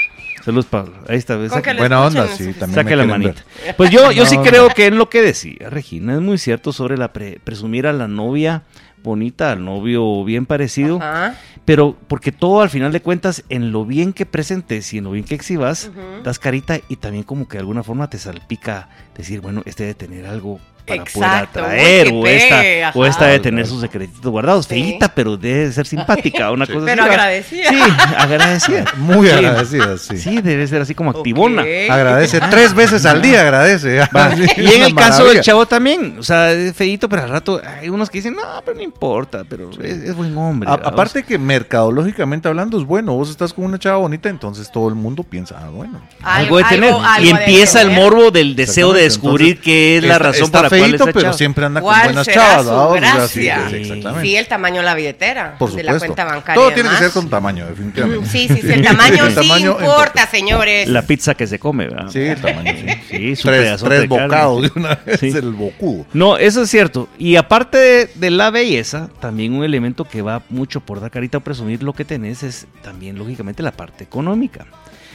Saludos, Pablo. Ahí está, ve, Con saca- que lo Buena escuchen onda, es sí, suficiente. también. saca me la quieren manita. ver. Pues yo, yo sí No, no. creo que es lo que decía Regina, es muy cierto sobre la pre- presumir a la novia bonita, al novio bien parecido. Ajá. Pero porque todo al final de cuentas, en lo bien que presentes y en lo bien que exhibas, Ujú. das carita y también como que de alguna forma te salpica decir, bueno, este debe tener algo para Exacto, poder atraer uy, o qué esta, pe, o esta ajá. debe tener sus secretitos guardados. Sí. Feíta, pero debe ser simpática, una cosa Pero así. ¿verdad? agradecida. Sí, agradecida. Muy Sí. agradecida, sí. Sí, debe ser así como activona. Ok. Agradece tres veces al día, agradece. Va, Sí, Y en una el caso del maravilla. chavo también, o sea, es feíto, pero al rato hay unos que dicen, no, pero no importa, pero es, es buen hombre. A- ¿verdad? aparte que mercadológicamente hablando es bueno, vos estás con una chava bonita, entonces todo el mundo piensa, ah, bueno. algo de tener. algo y ha de empieza el tener. morbo del deseo de Exactamente, descubrir entonces, qué es la está- razón está para la cual feíto, esta pero chava. siempre anda con ¿Cuál buenas será chavas, su ¿va? O sea, gracia? sí, sí, exactamente. Sí, el tamaño de la billetera, Por de la supuesto. cuenta bancaria. Todo tiene que ser además. con tamaño, Mm, definitivamente. Sí, sí, sí, el tamaño El sí tamaño importa, señores. La pizza que se come, ¿verdad? Sí, el tamaño, sí. Sí, su tres pedazote tres de carne. bocados de una vez, Sí. el bocudo. No, eso es cierto. Y aparte de, de la belleza, también un elemento que va mucho por dar carita o presumir lo que tenés es también, lógicamente, la parte económica.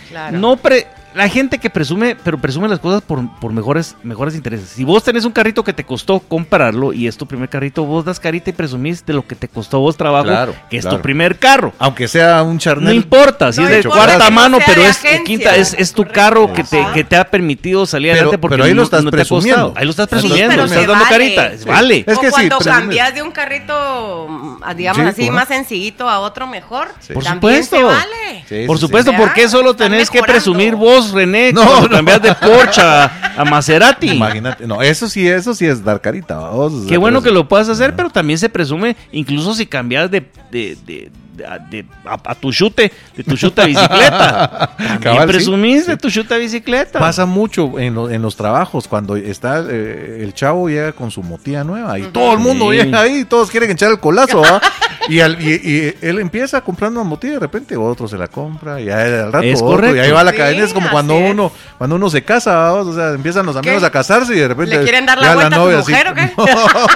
Claro. No pre- la gente que presume, pero presume las cosas por, por mejores, mejores intereses. Si vos tenés un carrito que te costó comprarlo y es tu primer carrito, vos das carita y presumís de lo que te costó a vos trabajo, Claro, que es claro. tu primer carro. Aunque sea un No charnel. importa, si No es de importa cuarta que no mano, sea pero de es agencia. quinta, es, es tu Correcto. carro que te, Ajá. que te ha permitido salir Pero- adelante porque pero ahí lo no, estás no te ha presumiendo. costado. Ahí lo estás Pero sí, presumiendo, pero le estás se dando vale. carita. Sí. Vale. Es o que sí, cuando presumes. cambias de un carrito, mm, digamos Sí, así, ajá. más sencillito a otro mejor, Por también supuesto. se vale. Sí, Por sí, sí. supuesto, sí. ¿por qué solo Están tenés que mejorando. presumir vos, René, No, cuando no. cambias de Porsche a, a Maserati? Imagínate. No, eso sí, eso sí es dar carita. vamos, o sea, Qué bueno que pero- lo puedas hacer, pero también se presume, incluso si cambias de, de- de- de- a- de- a, a tu chute, de tu chute a bicicleta. También Cabal, sí, presumís de sí. tu chute a bicicleta. Pasa mucho en, lo- en los trabajos, cuando está eh, el chavo llega con su motilla nueva y todo el mundo Sí. llega ahí, todos quieren echar el colazo, ¿va? Y, al- y- y él empieza comprando una motilla de repente, otro se la compra, y al al rato Es otro, y ahí correcto. va la Sí, cadena. Es como cuando así es. uno cuando uno se casa, ¿vamos? o sea, empiezan los amigos ¿Qué? a casarse y de repente. ¿Le quieren dar la ya vuelta a tu novia así- mujer o qué? No,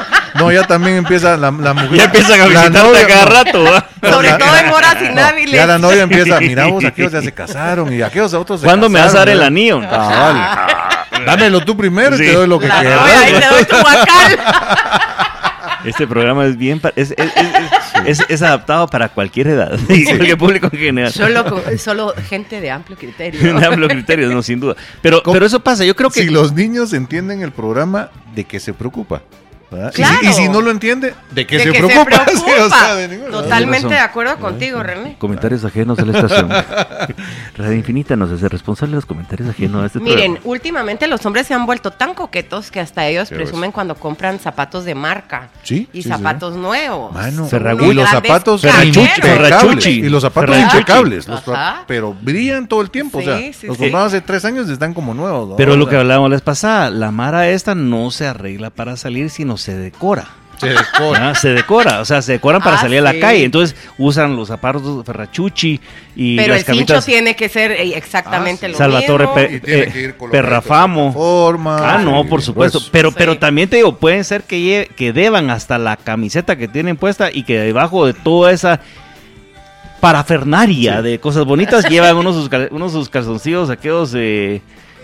no, ya también empieza la, la mujer. Ya empiezan a la visitarte novia- a cada no, rato, ¿va? Sobre la- todo en horas no, inhábiles. ya la novia empieza, mira vos, aquellos ya se casaron y aquellos otros se ¿Cuándo me vas a dar casaron, el ¿verdad? anillo? Ah, vale. Dámelo tú primero y Sí. te doy lo que La quieras. novia, ahí te doy tu guacal. Este programa es bien. pa- Es, es- es- es- es adaptado para cualquier edad. Y cualquier público en general. Solo, con- solo gente de amplio criterio. De amplios criterios, no, sin duda. Pero, ¿Cómo? pero eso pasa. Yo creo que. si los niños entienden el programa, ¿de qué se preocupa? ¿verdad? Y si- Claro. Y, si, no lo entiende, ¿de qué De se que preocupa? se Sí, preocupa. o sea, de ninguna- Totalmente razón. de acuerdo contigo, René. Comentarios ajenos de la estación. Radio Infinita nos hace responsable de los comentarios ajenos a este Miren, últimamente los hombres se han vuelto tan coquetos que hasta ellos Qué presumen cuando compran zapatos de marca. Sí, Y sí, zapatos nuevos. Mano, Ferragul. y los Grandes zapatos cajeros. Ferrachuchi, impecables. Ferrachuchi. Y los zapatos Ferrachuchi. impecables. los Ajá. zap- pero brillan todo el tiempo. o sea, Sí, sí, los sí. compramos hace tres años y están como nuevos. ¿no? Pero O lo que sea, hablábamos la vez pasada, la mara esta no se arregla para salir, sino se decora. se descola. ¿verdad? Se decora, o sea, se decoran para Ah, salir a sí. la calle. Entonces usan los zapatos Ferrachuchi y Pero las el cincho camisas tiene que ser eh, exactamente Ah, sí. lo Salvatore mismo. Pe- Y tiene eh, que ir colocadito, Perrafamo. Forma. pues. Ah, no, por y supuesto. grueso. Pero, Sí. pero también te digo, pueden ser que, lle- que deban hasta la camiseta que tienen puesta y que debajo de toda esa parafernaria Sí. de cosas bonitas llevan unos sus, cal- unos sus calzoncillos aquellos eh,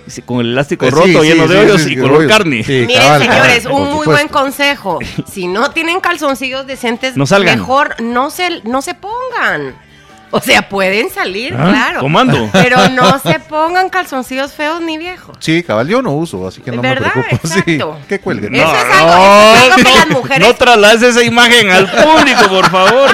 sí, con el elástico Pues sí, roto sí, lleno de sí, hoyos sí, y sí, color rollos. carne. Sí, Miren, cabal, cabal, señores, Ah, por un muy supuesto. buen consejo. Si no tienen calzoncillos decentes, No salgan. mejor no se, no se pongan. O sea, pueden salir, Ah, claro. comando. Pero no se pongan calzoncillos feos ni viejos. Sí, cabal, yo no uso, así que no ¿Verdad? me preocupo. Sí, Exacto. que cuelguen. Eso es algo- eso es algo que las mujeres- no traslades esa imagen al público, por favor.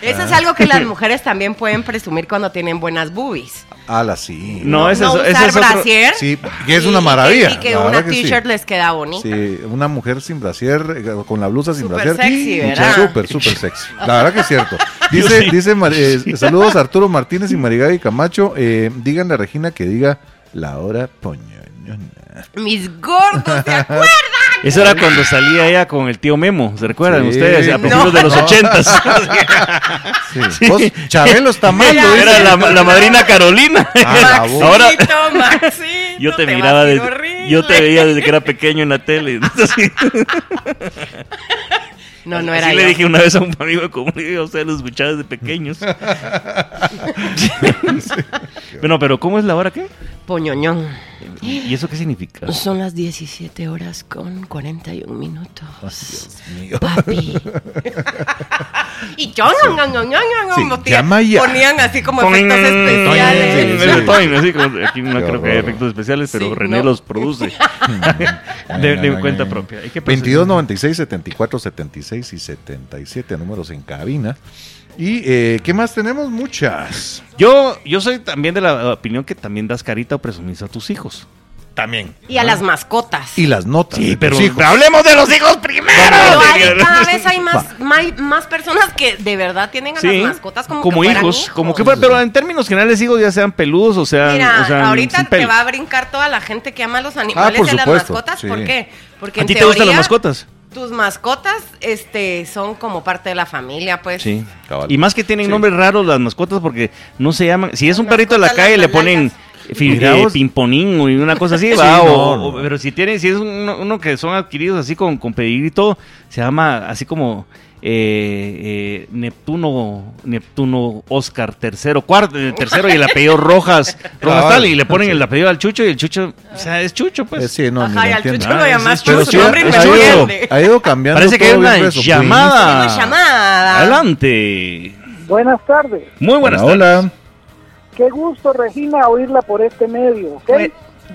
Eso es algo que Ah. las mujeres también pueden presumir cuando tienen buenas boobies. Ala, Ah, sí. No, ese no es, ese usar es otro. brasier. Sí, que es y- una y- maravilla. Y que la una verdad que sí. t-shirt les queda bonita. Sí, una mujer sin brasier, eh, con la blusa sin Súper brasier. sexy, Sí, ¿verdad? Súper, súper sexy. La verdad que es cierto. Dice, dice Mar- eh, saludos a Arturo Martínez y Marigaby Camacho. Eh, díganle a Regina que diga la hora poñoñona. Mis gordos, ¿de acuerdo? Eso era cuando salía ella con el tío Memo, ¿se recuerdan Sí. ustedes? A principios No. de los No. ochentas. Sí. Vos, Chabelo está mal. Mira, dice. Era la, la madrina Carolina. Ah, la voz. Ahora Maxito, Maxito, yo te vas a miraba ir desde, yo te horrible. veía desde que era pequeño en la tele. Así, No, no así era le yo. dije una vez a un amigo de común, digo, ustedes lo escuchaba desde pequeños. bueno, pero ¿cómo es la hora qué? Poñoñón. ¿Y eso qué significa? Son las 17 horas con 41 Oh, minutos. mío. Papi. y yo, no, no, no, no, no, Sí, no, llama ya. Ponían así como Toing, efectos toing, especiales. sí, sí. toing, así como- aquí no Qué creo que horror. haya efectos especiales, pero Sí, René no. los produce Ah, de, de cuenta propia. ¿Y qué pasa? 22, 96, 74, 76 y 77 números en cabina. ¿Y eh, qué más tenemos? Muchas. Yo, yo soy también de la opinión que también das carita o presumís a tus hijos. También. Y a las mascotas. Y las notas. de Sí, tus pero hijos. hablemos de los hijos primero. Pero hay- cada vez hay más, mai- más personas que de verdad tienen a Sí, las mascotas como, como que hijos, fueran como que fuera- pero en términos generales hijos ya sean peludos o sean, Mira, o sean ahorita sin te pelo. va a brincar toda la gente que ama a los animales Ah, por y a las supuesto, mascotas. sí. ¿Por qué? Porque ¿A en ti te gustan teoría, las mascotas? Tus mascotas este, son como parte de la familia, pues. Sí. Cabal. Y más que tienen nombres raros las mascotas porque no se llaman, si es un Las perrito de la mascotas, calle las le ponen fi- Mira eh, vos. pimponín o una cosa así, Sí, va, no, o- no. o- pero si tiene si es uno, uno que son adquiridos así con con pedigrí y todo, se llama así como eh, eh, Neptuno Neptuno Oscar tercero cuarto eh, tercero y el apellido Rojas Rojas Cabal. tal y le ponen el apellido al chucho y el chucho o sea es chucho pues Eh, sí, no, Ajá, ni lo y pues, al entiendo. chucho lo Ah, llamás sí, pero chucho, sí, su ha- nombre me ha, ido, entiende. ha ido cambiando Parece que todo hay una bien grueso, Queen. llamada. Tenemos llamada. Adelante. Buenas tardes. Muy Hola, buenas tardes. hola. Qué gusto, Regina, oírla por este medio. ¿ok? Pues,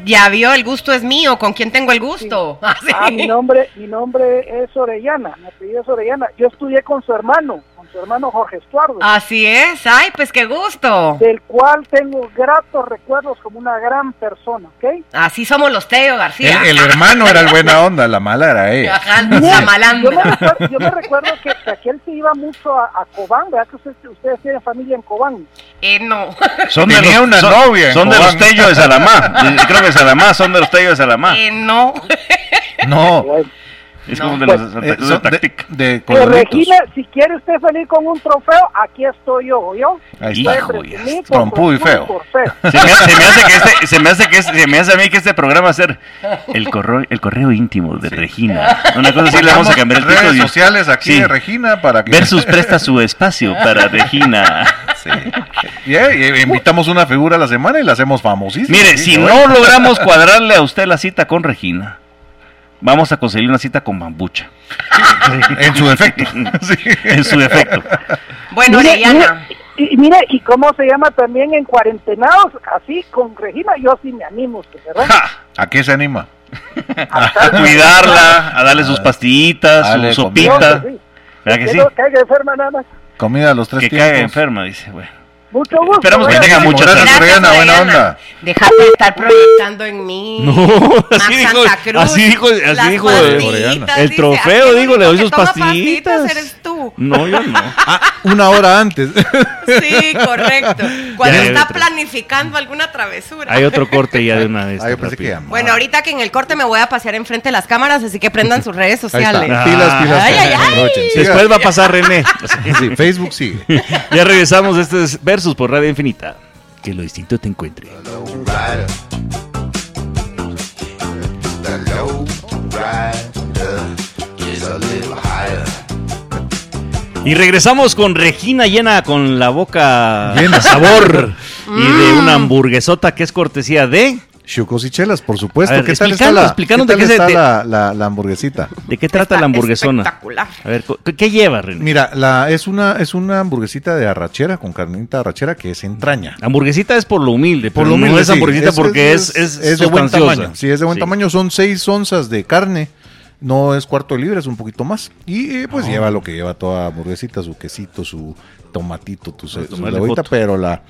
ya vio, el gusto es mío. ¿Con quién tengo el gusto? Ah, sí. Ah, mi nombre, mi nombre es Orellana, mi apellido es Orellana. Yo estudié con su hermano, con su hermano Jorge Estuardo, Ah. Así es. Ay, pues qué gusto. del cual tengo gratos recuerdos como una gran persona, Pues, ¿ok? Así somos los Teo García. El, el hermano era el buena onda, la mala era ella. Ajá, la Yo me malandra. recuerdo, yo me recuerdo que, que aquel se iba mucho a, a Cobán, ¿verdad? Que ustedes, ustedes tienen familia en Cobán. Eh, no. Son Tenía una son- novia en Son de Cobán. los Tellos de Salamá. Y Creo que Salamá son de los Tellos de Salamá. Eh, no. No, Bueno, Es No, como de pues, los Eh, de, son de- Tactic. de Que coloritos. Regina, si quiere usted salir con un trofeo, aquí estoy yo, yo. Ahí está. Hijo, ya está. trompudo y feo. Se me, se me hace que este, se me hace que este- se me hace a mí que este programa va a ser el correo, el correo íntimo de Regina. Una cosa así le vamos a cambiar el redes título. sociales aquí Sí. de Regina para que Versus presta su espacio para Regina. Sí. Y, eh, invitamos una figura a la semana y la hacemos famosísima. Mire, Sí, si ¿no? no logramos cuadrarle a usted la cita con Regina, vamos a conseguir una cita con Bambucha. En su defecto. Sí. En su defecto. Bueno, Mire, Orellana, mire, y, y mire, y cómo se llama también en cuarentenados, así con Regina, yo sí me animo, usted, ¿verdad? Ja, ¿A qué se anima? A a estar con- cuidarla, a darle sus pastillitas, Dale, su Yo sopita. que sí, ¿Verdad que que sí? no caiga enferma nada más. Comida a los tres Que tiempos. caiga enferma, dice. Bueno. Mucho gusto. ¿eh? Esperamos que ¿verdad? tenga mucho Gracias, tiempo. Orellana, buena onda. Déjate de estar proyectando en mí. Max así dijo, Santa Cruz, así dijo, las así dijo pastillitas, Orellana. dice, el aquí trofeo, el digo, le doy único sus que toma pastitas pastillitas. eres tú. No, yo no. Ah, una hora antes. Sí, correcto. Cuando Ya, está otro. planificando alguna travesura. Hay otro corte ya de una vez. Ah, yo pensé que rápido. llamaba. Bueno, ahorita que en el corte me voy a pasear enfrente de las cámaras, así que prendan sus redes Ahí está. sociales. Pilas, Ah. pilas, pilas. Ay, ay, ay. Aprovechen. Siga. Después va a pasar René. Sí, Facebook sigue. Ya regresamos. Este es Versus por Radio Infinita. Que lo distinto te encuentre. low rider. The low rider is a little higher. Y regresamos con Regina llena con la boca Llena. Mm. de sabor y de una hamburguesota que es cortesía de. Chucos y chelas, por supuesto. A ver, ¿Qué tal está explicanos, la, explicanos ¿qué tal de qué se- está de- la, la- la hamburguesita? ¿De qué trata la hamburguesona? Espectacular. A ver, co- ¿qué, qué lleva, René? Mira, la, es, una, es una hamburguesita de arrachera, con carnita de arrachera que es entraña. Hamburguesita es por lo humilde, Por pero lo menos no es hamburguesita porque es, es, de buen sustanciosa. tamaño. Sí, es de buen Sí. tamaño. Son 6 onzas de carne. No es cuarto de libra, es un poquito más. Y eh, pues lleva lo que lleva toda hamburguesita, su quesito, su tomatito, tu, su, su tomarle cebollita, foto. pero la,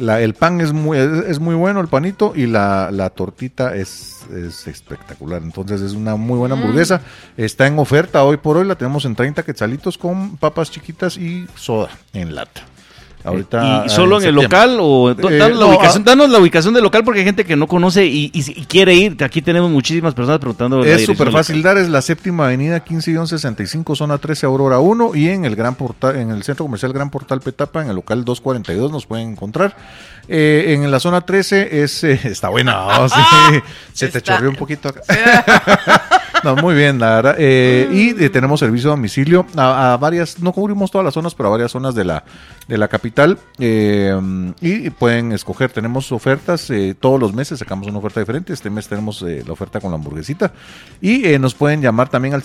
la- el pan es muy, es, es muy bueno, el panito, y la, la tortita es, es espectacular. Entonces es una muy buena Mm. hamburguesa. Está en oferta hoy por hoy, la tenemos en 30 quetzalitos con papas chiquitas y soda en lata. Ahorita, Eh, eh, ¿Y solo en el septiembre. local o do- Eh, danos, la no, ubicación, ah. danos la ubicación del local porque hay gente que no conoce y, y si- y quiere ir? Aquí tenemos muchísimas personas preguntando. Es la dirección súper del local. fácil dar, es la séptima avenida 15 y 11, 65, zona 13, Aurora 1 y en el gran portal, en el centro comercial Gran Portal Petapa, en el local 242 nos pueden encontrar. Eh, en la zona 13 es, eh, está buena, oh, sí. se te Está- chorreó un poquito acá. No, muy bien, la verdad. Eh, y eh, tenemos servicio a domicilio a, a varias, no cubrimos todas las zonas, pero a varias zonas de la, de la capital. Eh, y pueden escoger, tenemos ofertas eh, todos los meses, sacamos una oferta diferente. Este mes tenemos eh, la oferta con la hamburguesita. Y eh, nos pueden llamar también al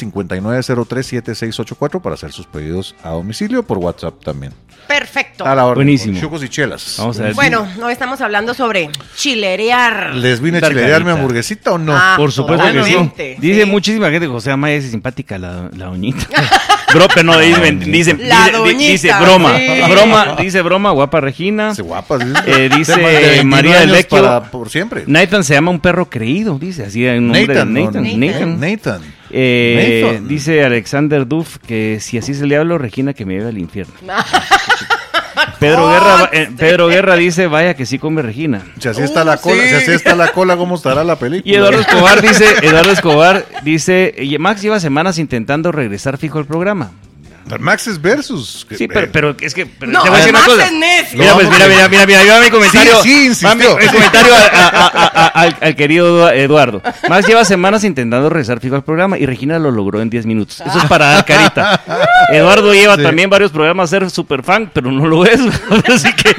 5903-7684 para hacer sus pedidos a domicilio por WhatsApp también. Perfecto. A la orden. Buenísimo. con Chucos y chelas. Vamos a ver. Bueno, hoy estamos hablando sobre chilerear. ¿Les vine a Darganita. chilear mi hamburguesita o no? Ah, Por supuesto que sí. Totalmente, sí. Dice muchísima gente, José Amaya es simpática la, la doñita. Bro, pero no, dice, dice, La dice- doñita, dice broma, sí. broma, dice broma, guapa Regina. Dice guapas. Eh, dice Temas de 21 María del años Vecchio. para Por siempre. Nathan se llama un perro creído, dice, así hay un nombre de Nathan, Nathan. ¿no? Nathan. Nathan. Eh, Nathan. Dice Alexander Duff que si así es el diablo, Regina que me lleve al infierno. Pedro Guerra, eh, Pedro Guerra dice, vaya que sí come Regina. Si así está la Uh, cola, sí. si así está la cola, ¿cómo estará la película? Oh, Y Eduardo Escobar dice, Eduardo Escobar dice, "Y Max lleva semanas intentando regresar fijo al programa. Max es versus. Eh, que- Sí, pero, pero es que pero No, te voy a decir una Max cosa. es necio. Mira, pues, mira, mira, mira, mira, ahí va mi comentario. Sí, sí, insistió. Va mi- mi comentario a- a- a- a- al, al querido Eduardo. Max lleva semanas intentando regresar fijo al programa y Regina lo logró en 10 minutos. Eso es para dar carita. Eduardo lleva Sí. también varios programas a ser super fan, pero no lo es. Así que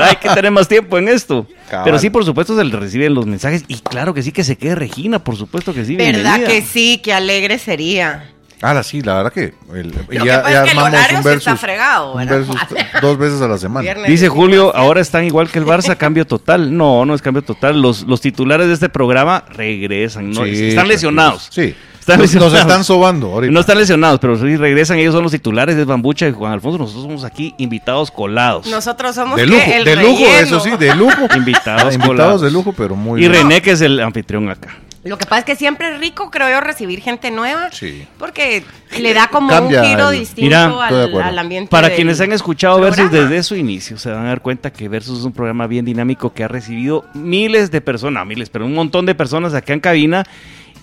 hay que tener más tiempo en esto. Cabal. Pero sí, por supuesto, se le reciben los mensajes y claro que sí que se quede Regina, por supuesto que sí. ¿Verdad bienvenida. que sí? Qué alegre sería. Ah, sí, la verdad que. el- Lo que pasa es que el horario sí está fregado, un ¿verdad? versus dos veces a la semana. Viernes. Dice Julio, ahora están igual que el Barça, cambio total. No, no es cambio total. Los, los titulares de este programa regresan. ¿no? Sí, están lesionados. Sí. Están nos, nos lesionados. están sobando ahorita. No están lesionados, pero sí regresan. Ellos son los titulares de Bambucha y Juan Alfonso. Nosotros somos aquí invitados colados. Nosotros somos de que lujo, el de lujo, relleno. eso sí, de lujo. Invitados colados. Invitados de lujo, pero muy y bien. René, que es el anfitrión acá. Lo que pasa es que siempre es rico, creo yo, recibir gente nueva. Sí. Porque le da como Cambia un giro el- distinto Mira, estoy de al, acuerdo. al ambiente. Para del quienes han escuchado Versus programa. desde su inicio, se van a dar cuenta que Versus es un programa bien dinámico que ha recibido miles de personas, no, miles, pero un montón de personas acá en cabina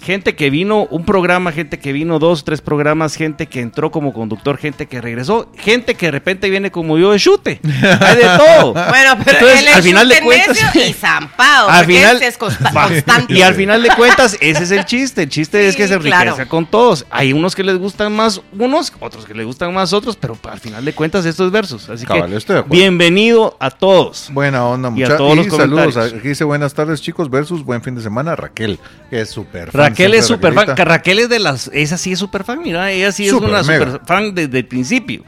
Gente que vino un programa, gente que vino dos, tres programas, gente que entró como conductor, gente que regresó, gente que de repente viene como yo de chute. Hay de todo. Bueno, pero Entonces, él es al final de chute cuentas- necio y zampado. Al porque él final- es consta- Va. constante. Y al final de cuentas, ese es el chiste. El chiste es que Sí, se enriquezca claro. con todos. Hay unos que les gustan más unos, otros que les gustan más otros, pero al final de cuentas estos versos. Así Cabal, que estoy de acuerdo. bienvenido a todos. Buena onda, Y a muchachos. todos los saludos. comentarios. Aquí dice buenas tardes, chicos, versus buen fin de semana. Raquel, que es súper fan, Raquel siempre es super fan. Raquelita. Raquel es de las. Esa sí es super fan, mira. Ella sí es Súper, una mega. super fan desde el principio.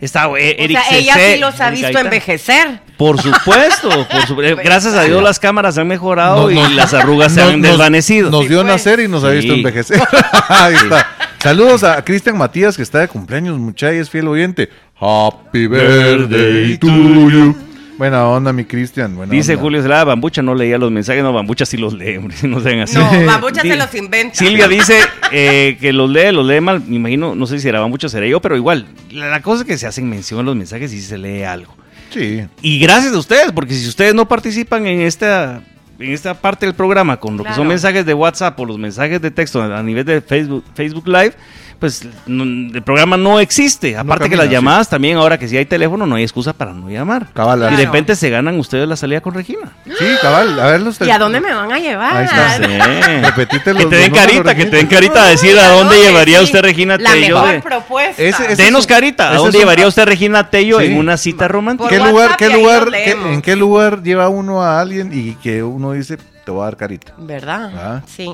Está eh, O Eric sea, ella Cecé, sí los ha Erika visto Gaitán. envejecer. Por supuesto, por su- eh, gracias a Dios las cámaras han mejorado No, no. y las arrugas se Nos- han nos- desvanecido. Nos Sí, vio pues. nacer y nos ha visto Sí. envejecer. Ahí está. Saludos a Cristian Matías, que está de cumpleaños, muchacha, y es fiel oyente. Happy birthday to you. Buena onda, mi Cristian. buena Dice onda. Julio Eslada, Bambucha no leía los mensajes, no, Bambucha sí los lee, hombre, no sean así. No, Bambucha Di- se los inventa. Silvia dice eh, que los lee, los lee mal, me imagino, no sé si era Bambucha, seré yo, pero igual, la, la cosa es que se hacen mención en los mensajes y se lee algo. Sí. Y gracias a ustedes, porque si ustedes no participan en esta, en esta parte del programa con lo que son Claro. mensajes de WhatsApp o los mensajes de texto a nivel de Facebook, Facebook Live, pues no- el programa no existe. Aparte que camina, las llamadas también, ahora que si hay teléfono, no hay excusa para no llamar. Cabal, Y así- de Claro. repente se ganan ustedes la salida con Regina. Sí, cabal. A ver los ¿Y a dónde me van a Ahí llevar? está. Repetite Que los te den números, carita, que Regina. te den carita a decir a dónde Uy, llevaría sí. usted Regina La Tello. mejor de- propuesta. Ese- ese- Denos es un- carita, ¿a ese dónde es un- llevaría usted Regina Tello Sí. en una cita romántica? Por ¿Qué WhatsApp lugar, qué y ahí lugar, los qué- leemos. en qué lugar lleva uno a alguien y que uno dice, te voy a dar carita? ¿Verdad? Ah. Sí.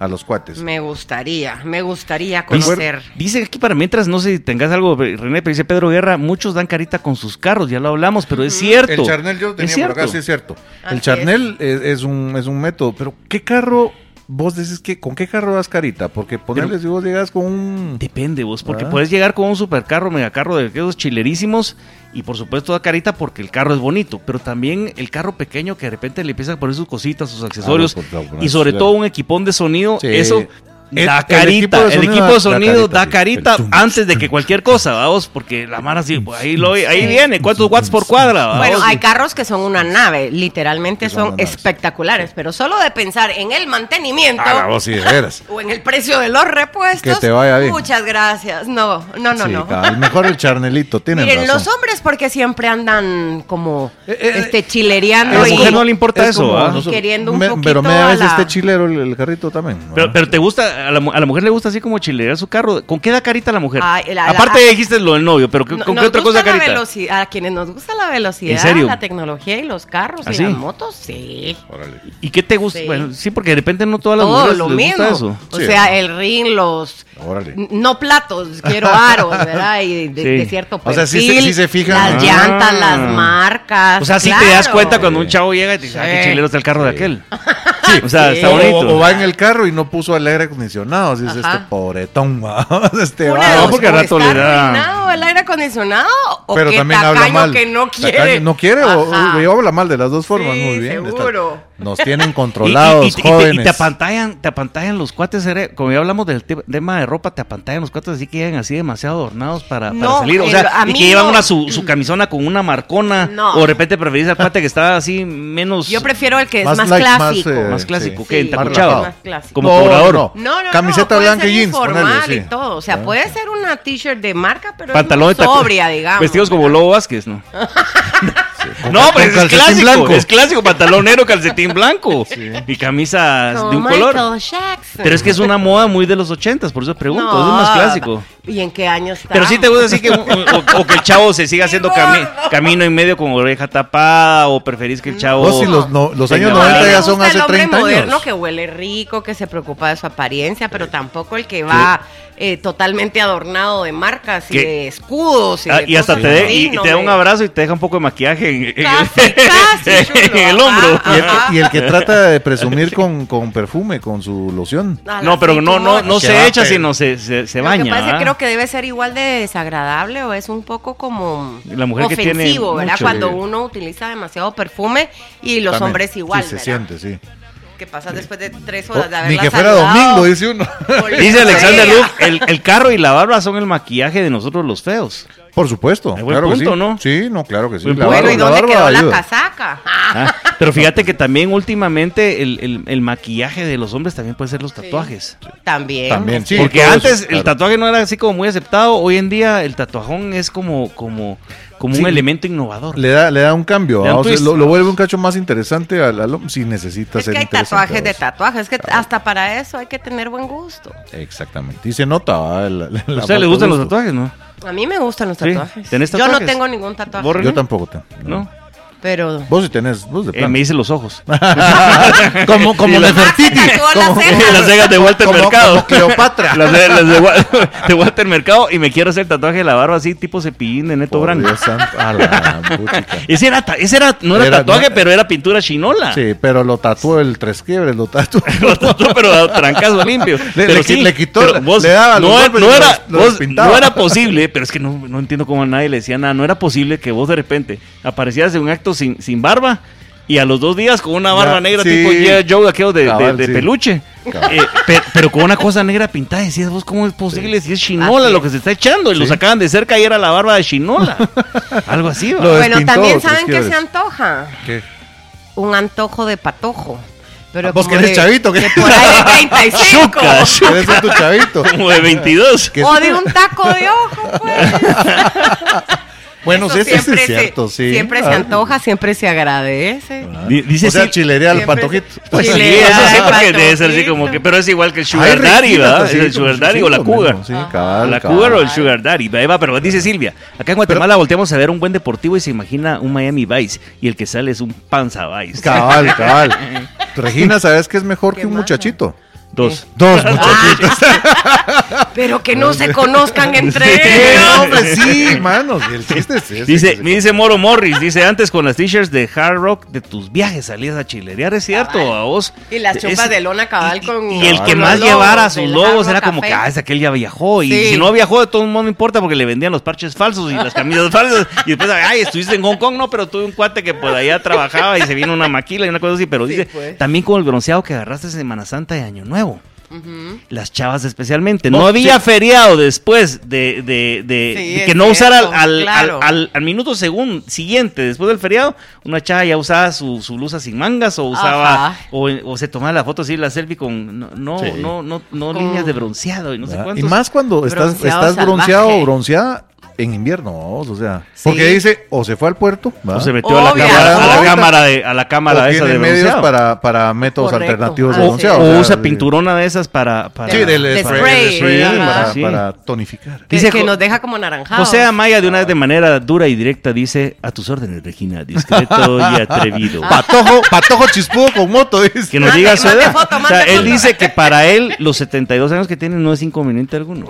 A los cuates. Me gustaría, me gustaría Dice- conocer. Dice aquí para mientras, no sé si tengas algo, René, pero dice Pedro Guerra, muchos dan carita con sus carros, ya lo hablamos, pero es cierto. El charnel yo lo Es tenía por acá, cierto. sí es cierto. Así el charnel es, es un, es un método, pero ¿qué carro vos decís que con qué carro das carita? Porque ponerle si vos llegas con un... Depende vos, porque Ah. puedes llegar con un supercarro, megacarro de esos chilerísimos y por supuesto da carita porque el carro es bonito, pero también el carro pequeño que de repente le empiezan a poner sus cositas, sus accesorios Ah, no, por favor, y sobre claro. todo un equipón de sonido, Sí. eso El- da el carita, el equipo de sonido da carita, carita sí. El zoom, antes de que cualquier cosa, vamos, porque la mara sí, pues, ahí, lo, ahí viene, ¿cuántos watts por cuadra? ¿va Bueno, vos? hay carros que son una nave, literalmente Ah, Que son son una nave, sí. espectaculares, pero solo de pensar en el mantenimiento Ah, la voz sí, de veras. o en el precio de los repuestos. Que te vaya bien. Muchas gracias. No, no, no, Sí, no. cabal, mejor el charnelito, tienen Miren, razón. los hombres porque siempre andan como Eh, eh, este A chilereando la Es y mujer como- eh, no le importa es eso, ¿ah? como ¿va? nosotros- Queriendo un me- poquito Pero me a da la- este chilero el, el carrito también. ¿no? Pero, pero te gusta, a la, mu- a la mujer le gusta así como chilear su carro. ¿Con qué da carita la mujer? Ay, la- la- Aparte dijiste lo del novio, pero ¿qué- No- ¿con qué nos otra gusta cosa da la carita? velocidad, a quienes nos gusta la velocidad, ¿En serio? la tecnología y los carros ¿Ah, y sí? las motos, sí. Órale. ¿Y qué te gusta? Sí. Bueno, sí, porque de repente no todas las Todo mujeres lo les mismo. gusta eso. O Sí. sea, el ring, los Órale. n- no platos, quiero aros, ¿verdad? Y de, Sí. de cierto O sea, perfil. sí se- sí se fijan. Las Ah. llantas, las marcas. O sea, sí te Ah, claro. das cuenta cuando Sí. un chavo llega y te dice, ah, qué Sí. chilero está el carro de aquel. Sí, O sea, Sí. está bonito. O, o va en el carro y no puso el aire acondicionado. Así es Ajá. este pobretón. ¿va? Este Una va. de No, dos, porque al o rato le está da- arruinado el aire acondicionado o pero que también habla tacaño mal. que no quiere. Tacaño No quiere o, Ajá. o habla mal de las dos formas. Sí, Muy bien. seguro. Está- Nos tienen Y- y- controlados, y, te- y te- jóvenes. Y te apantallan, te apantallan los cuates, eh, como ya hablamos del te- tema de ropa, te apantallan los cuates así que llegan así demasiado adornados para, para No, salir. O el- sea, a y mí que llevan no. una su, su camisona con una marcona. No. O de repente preferís al cuate que está así menos... Yo prefiero el que es Más más, like, más, clásico. eh, más Sí. clásico Sí, que el que encapuchado. es más clásico. Como No, cobrador. no. No, no, Camiseta no, puede blanca y ser jeans, ponele, informal sí. y todo. O sea, puede ser una t-shirt de marca, pero Pantalón de es muy taco- sobria, digamos. Vestidos como Lobo Vázquez, ¿no? Con- No, con pero es calcetín clásico. blanco. Es clásico, pantalón negro, calcetín blanco. Y camisas Como de un Michael color. Jackson. Pero es que es una moda muy de los ochentas, por eso pregunto. es No. más clásico. ¿Y en qué año está? Pero sí te gusta así que, o, o- o que el chavo se siga haciendo cami- gordo. camino en medio con oreja tapada, o preferís que el chavo. Vos si los, no- los años Señor. A mí 90 me ya gusta son hace el hombre 30 moderno años. que huele rico, que se preocupa de su apariencia, pero tampoco el que va eh, totalmente adornado de marcas y ¿Qué? de escudos. Y, Ah, de y hasta cosas te, de- así, y- y no te da un me- abrazo y te deja un poco de maquillaje en, en- Casi, casi, en chulo, el ajá, hombro. Y el, Ajá. que, y el que trata de presumir con, con perfume, con su loción. A la No, pero no, no, no Se se va, echa, pero- sino se, se, se Lo baña. que pasa es ¿ah? que creo que debe ser igual de desagradable o es un poco como La mujer que tiene ofensivo, ¿verdad? mucho- Cuando uno utiliza demasiado perfume y los También. hombres igual, Sí, se ¿verdad? siente, sí. Que pasa después de tres Oh, horas de haberla Ni que fuera domingo, dice uno. Dice Alexander Luke, el, el carro y la barba son el maquillaje de nosotros los feos. Por supuesto. Hay buen claro que punto, sí. ¿no? Sí, no, claro que sí. Buen La punto. Bueno, barba- ¿y la dónde barba quedó la ayuda. casaca? Ah, Ah, Pero fíjate que también últimamente el, el- el maquillaje de los hombres también puede ser los tatuajes. También. También, sí. Porque todo eso, antes claro. el tatuaje no era así como muy aceptado, hoy en día el tatuajón es como, como, como Sí. un elemento innovador. Le da, le da un cambio, Le da ¿va? un O sea, twist. lo, lo vuelve un cacho más interesante al, al- si necesita Es ser que hay interesante, tatuajes de ¿va? tatuajes, es que hasta para eso hay que tener buen gusto. Exactamente. Y se nota, ¿va? La- la- la ¿A usted falta le gustan de los gusto. tatuajes, no? A mí me gustan los Sí, tatuajes. ¿tenés Yo tatuajes? no tengo ningún tatuaje, ¿Vos, René? Yo tampoco. te- No. pero Vos sí tenés, vos de Eh, plano. me hice los ojos. como como Y la- Nefertiti. Ah, se tatuó las Como- cejas. las cejas de Walter como- Mercado. como Cleopatra. Las de, las de Wa- de Walter Mercado y me quiero hacer tatuaje de la barba así tipo cepillín de Neto Por Branco. Dios santo, a la puchica. Ese era, ta- ese era, no era, Era- tatuaje, no- pero era pintura chinola. Sí, pero lo tatuó el tres quiebres, lo tatuó. Lo tatuó, pero a trancazo limpio. Le- Pero le qui- sí, le quitó, pero le daba los no, era- golpes y no era, los- los vos- pintaba. no era posible, pero es que no, no entiendo cómo a nadie le decía nada. No era posible que vos de repente aparecieras en un acto sin, sin barba y a los dos días con una barba Ya, negra sí. tipo G.I. Joe de aquellos de, de- Cabal, de sí. peluche. Cabal. Eh, pe- pero con una cosa negra pintada decías vos, ¿cómo es posible si es chinola Así lo que se está echando? Y lo Sí. sacaban de cerca y era la barba de chinola. Algo así, ¿va? Lo de- bueno, despintó, también pues, saben que ¿quieres? se antoja un antojo de patojo. Pero Ah, ¿Vos como querés de- chavito? ¿Qué? de por ahí de 35. Chuca, Debe ser tu chavito. Como de 22. Que- o de un taco de ojo, pues. bueno, sí, Eso eso sí siempre es se- cierto, sí. Siempre se Ah, antoja, siempre se agradece. Di- Dice o sea, Sil- chilería al Siempre pantojito. se- Pues sí, Chile, eso sí, ay, porque patojito. debe ser así como que, pero es igual que el Hay sugar daddy, resitas, ¿verdad? así, Es como el sugar daddy sí, o la lo mismo, cougar. Sí, Ah. cabal, la cabal. cougar o el sugar daddy, ahí va, pero dice Silvia, acá en Guatemala volteamos a ver un buen deportivo y se imagina un Miami Vice y el que sale es un panza Vice. Cabal, cabal. Regina, ¿sabes qué es mejor Qué que un mala. muchachito? Dos. Dos muchachitos. Pero que no se conozcan entre Eh, ellos. hombre, sí, manos. y El chiste es ese, que Dice, se- me dice Moro Morris, dice antes con las t-shirts de Hard Rock de tus viajes salías a chilerear, es cierto, Cabal. a vos. Y las chupas Es- de lona cabal y- con. Y, el que con más los llevara logos sus del logos Hard era Rock como que, Café. ah, es aquel ya viajó. Y Sí. si no viajó, de todo el mundo no importa porque le vendían los parches falsos y las camisas falsas. Y después, ay, estuviste en Hong Kong, no, pero tuve un cuate que por allá trabajaba y se vino una maquila y una cosa así. Pero Sí, dice, pues. también con el bronceado que agarraste en Semana Santa de Año Nuevo. Ujú. Las chavas especialmente. No Oh, había sí. feriado después de, de- de- Sí, de es que no usara al, cierto, al- claro. al- al- al minuto segun- siguiente, después del feriado, una chava ya usaba su, su blusa sin mangas o usaba Ajá. o, o se tomaba la foto así, la selfie con no, no, Sí. no, no, no Con- líneas de bronceado y no sé ¿verdad? cuántos. Y más cuando estás, Bronceado estás salvaje. bronceado o bronceada en invierno, vamos, o sea. Sí. Porque dice, o se fue al puerto, ¿va? O se metió a la, Obvio. cámara, a la ¿ah? Obvio. cámara de, a la cámara o esa tiene de medios bronceado. para, para métodos Correcto. alternativos de Ah, sí. bronceado. o sea, usa de- pinturona de esas para, para- Sí, del De spray, spray, del spray, ajá. para, Sí. para tonificar. Que- Dice que Jo- nos deja como naranjados. José Amaya de una vez de manera dura y directa dice a tus órdenes Regina discreto y atrevido Patojo, patojo chispudo con moto, dice. Que nos Ah. Mande- diga su mande edad. foto, o sea, mande él foto. dice que para él los 72 años que tiene no es inconveniente alguno.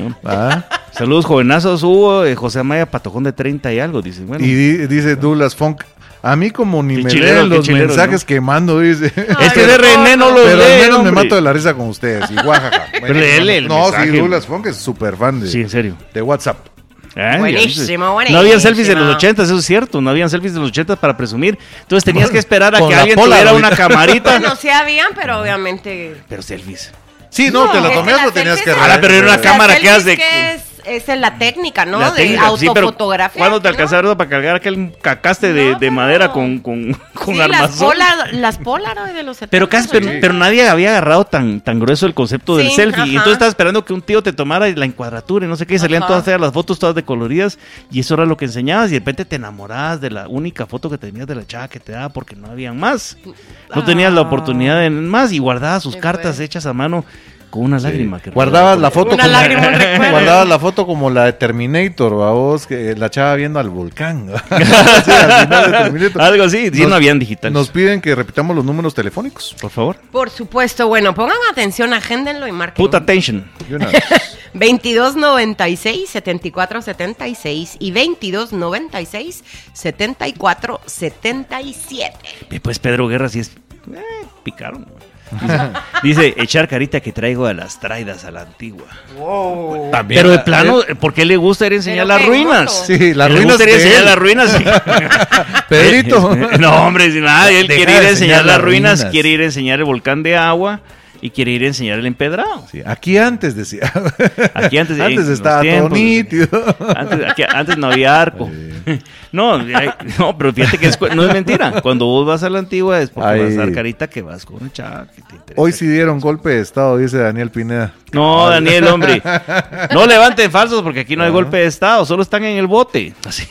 No. Ah, Saludos, jovenazos. Hubo eh, José Amaya Patojón de 30 y algo. Dice, bueno. Y di- dice Douglas Funk, a mí como ni Qué me chilero, leen qué los chilero, mensajes que mando, dice. es que Ay, este de no, René no no. lo Pero al lee, menos me hombre. mato de la risa con ustedes. Y guajaja. Bueno, Léele el no, mensaje. sí, Douglas Funk es súper fan de, Sí, en serio. de WhatsApp. Ay, Buenísimo, Dios. buenísimo. Ah, No habían selfies de los 80, eso es cierto. No habían selfies de los 80 para presumir. Entonces tenías que esperar a Con que la alguien Polaroid. tuviera una camarita. Bueno, sí habían, pero obviamente. Pero selfies. Sí, no, No, te la es que tomé, la lo tenías que selfie- Ahora, pero era una la rever- cámara que selfie has de- es, esa es la técnica, ¿no? La de técnica, sí, pero autofotografía. ¿Cuándo te ¿no? alcanzaron para cargar aquel cacaste de, No, de pero- madera con, con, con Sí, las, armazón? polar, las Polaroid de los 70. Pero casi, pero, pero nadie había agarrado tan, tan grueso el concepto del Sí, selfie. Y ajá. entonces estaba esperando que un tío te tomara la encuadratura y no sé qué. Y salían Ajá. todas feas las fotos, todas decoloridas. Y eso era lo que enseñabas. Y de repente te enamorabas de la única foto que tenías de la chava que te daba porque no habían más. No tenías la Ah. oportunidad de más. Y guardabas sus Sí, cartas fue. hechas a mano con una lágrima. que- Guardabas la foto Una como, lágrima, un recuerdo. guardabas la foto como la de Terminator, ¿va? vos, que la chava viendo al volcán. ¿va? Sí, al final de Terminator. Algo así. Sí, Nos- no habían digitales. Nos piden que repitamos los números telefónicos. Por favor. Por supuesto, bueno, pongan atención, agéndenlo y marquen. Puta attention. de una vez. 2296-7476 y 2296-7477. Y pues Pedro Guerra sí es. eh, picaron. Dice- Dice, echar carita que traigo a las traidas a la antigua. También. Pero de plano, ¿por qué le gusta ir a enseñar Pero las qué ruinas? mono. Sí, las Le ruinas gusta ir a de enseñar él. las ruinas. Pedrito. no, hombre, si nada, él Deja quiere de ir enseñar a enseñar las las ruinas, ruinas. quiere ir a enseñar el volcán de agua y quiere ir a enseñar el empedrado. Sí, aquí antes decía. Aquí antes, en antes los estaba tiempos, todo nítido. Antes, aquí- antes no había arco. Muy bien. No, ay, no, pero fíjate que es cu- no es mentira. Cuando vos vas a la antigua es porque Ay. vas a dar carita que vas con una chava que te interesa. Hoy sí dieron golpe de estado, dice Daniel Pineda. No, Daniel, hombre. No levanten falsos porque aquí no hay golpe de estado, solo están en el bote. Así.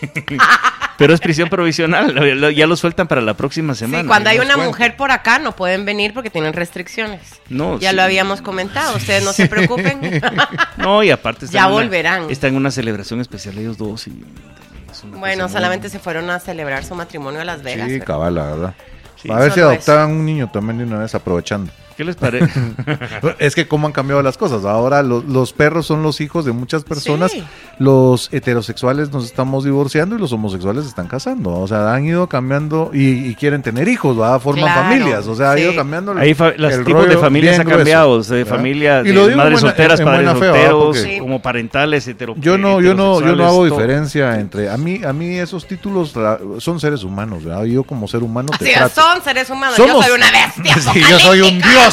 Pero es prisión provisional, lo- lo- ya lo sueltan para la próxima semana. Sí, cuando ahí hay nos una cuentan. mujer por acá no pueden venir porque tienen restricciones. No, Oh, ya sí. lo habíamos comentado, ustedes no se preocupen. No, y aparte están en Ya una- volverán. Está en una celebración especial ellos dos y es una bueno, cosa muy- solamente se fueron a celebrar su matrimonio a Las Vegas. Sí, pero- cabal, la verdad. Sí, a ver si solo adoptaban un niño también de una vez, aprovechando. ¿Qué les parece? Es que cómo han cambiado las cosas. Ahora lo- los perros son los hijos de muchas personas. Sí. Los heterosexuales nos estamos divorciando y los homosexuales se están casando. O sea, han ido cambiando y, y quieren tener hijos, ¿va? Forman Claro, familias. O sea, ha ido sí. cambiando el- Ahí fa- los el tipos de rollo familias bien han grueso, cambiado, o sea, de ¿verdad? familias, Y lo de digo madres en buena- solteras, en padres buena fe, ¿verdad? solteros, Porque- Sí. como parentales, hetero, Yo no, yo no, yo no heterosexuales, hago todo. diferencia entre a mí, a mí esos títulos la- son seres humanos, ¿verdad? Yo como ser humano te Sí, trato. son seres humanos. Yo Somos- soy una bestia. Sí, yo soy un dios.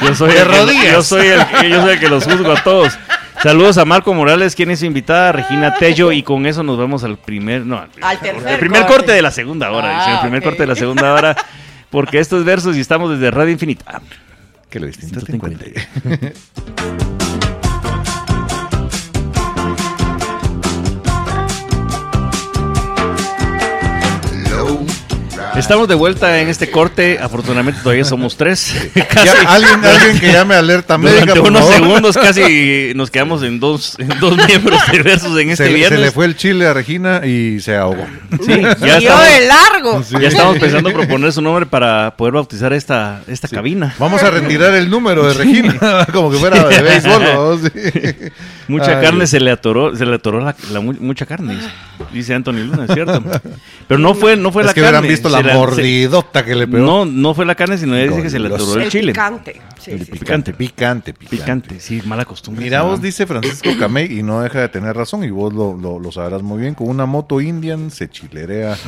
Yo soy, De el que, rodillas. yo, soy el, yo soy el que los juzgo a todos. Saludos a Marco Morales, quien es su invitada, Regina Tello, y con eso nos vamos al primer, no, al primer, Al corte, tercer al primer corte. corte de la segunda hora, Ah, dice, el primer ok. corte de la segunda hora, porque estos versos y estamos desde Radio Infinita. Que lo distinto te 150. encuentre. low Estamos de vuelta en este corte, afortunadamente todavía somos tres. Casi- Ya, alguien, alguien que llame alerta médica. Durante por unos favor. segundos casi nos quedamos en dos, en dos miembros de versos en este se, le- se viernes. le fue el chile a Regina y se ahogó. Sí, ya Ya yo estamos, de largo. Sí. ya estamos pensando proponer su nombre para poder bautizar esta, esta cabina. Vamos a retirar el número de Regina, como que fuera de béisbol. ¿no? Sí. Pues Mucha Ay, carne se le atoró, se le atoró la, la mu- mucha carne, dice- dice Anthony Luna, es cierto. Pero no fue, no fue Es la que carne. hubieran visto se la se- mordidota que le pegó. No, no fue la carne, sino dice que se le Goloso. atoró el, El chile. picante. Sí, sí, sí. picante, picante, picante. Picante, sí, mala costumbre. Mira, ¿no? vos dice Francisco Camey y no deja de tener razón y vos lo, lo- lo sabrás muy bien. Con una moto Indian se chilerea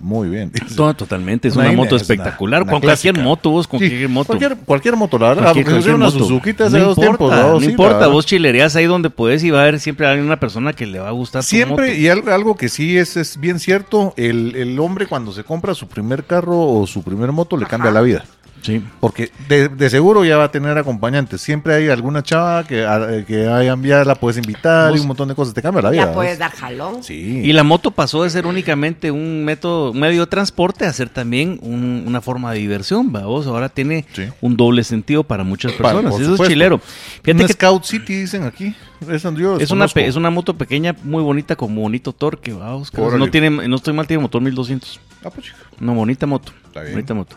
muy bien. dice. To- Totalmente, es Una una, Ine- moto es una- espectacular. una con cualquier clásica. moto, vos, con Sí, cualquier moto. Cualquier, cualquier moto, la verdad. Cualquier- Ah, porque yo cualquier soy una moto. Suzuquita hace no dos importa, tiempos. No sí, la importa, verdad. vos chilerías ahí donde puedes y va a haber siempre hay una persona que le va a gustar tu Siempre, moto. y algo, algo que sí es, es bien cierto, el, el hombre cuando se compra su primer carro o su primer moto le cambia la vida. Sí. Porque de, de seguro ya va a tener acompañantes. Siempre hay alguna chava que, a- que haya enviado, la puedes invitar y un montón de cosas. Te cambia la vida. Ya puedes ¿ves? dar jalón. Sí. Y la moto pasó de ser únicamente un método, un medio de transporte a ser también un- una forma de diversión, ¿va vos? Ahora tiene Sí. un doble sentido para muchas Para- personas. por Eso es supuesto. chilero. Fíjate Un que Scout City dicen aquí. Es, donde yo es una, desconozco. pe- es una moto pequeña, muy bonita, con bonito torque, ¿va vos? Carlos? No Órale. tiene, no estoy mal, tiene motor 1200. Ah, pues, chico. Una bonita moto. Está bien. Bonita moto.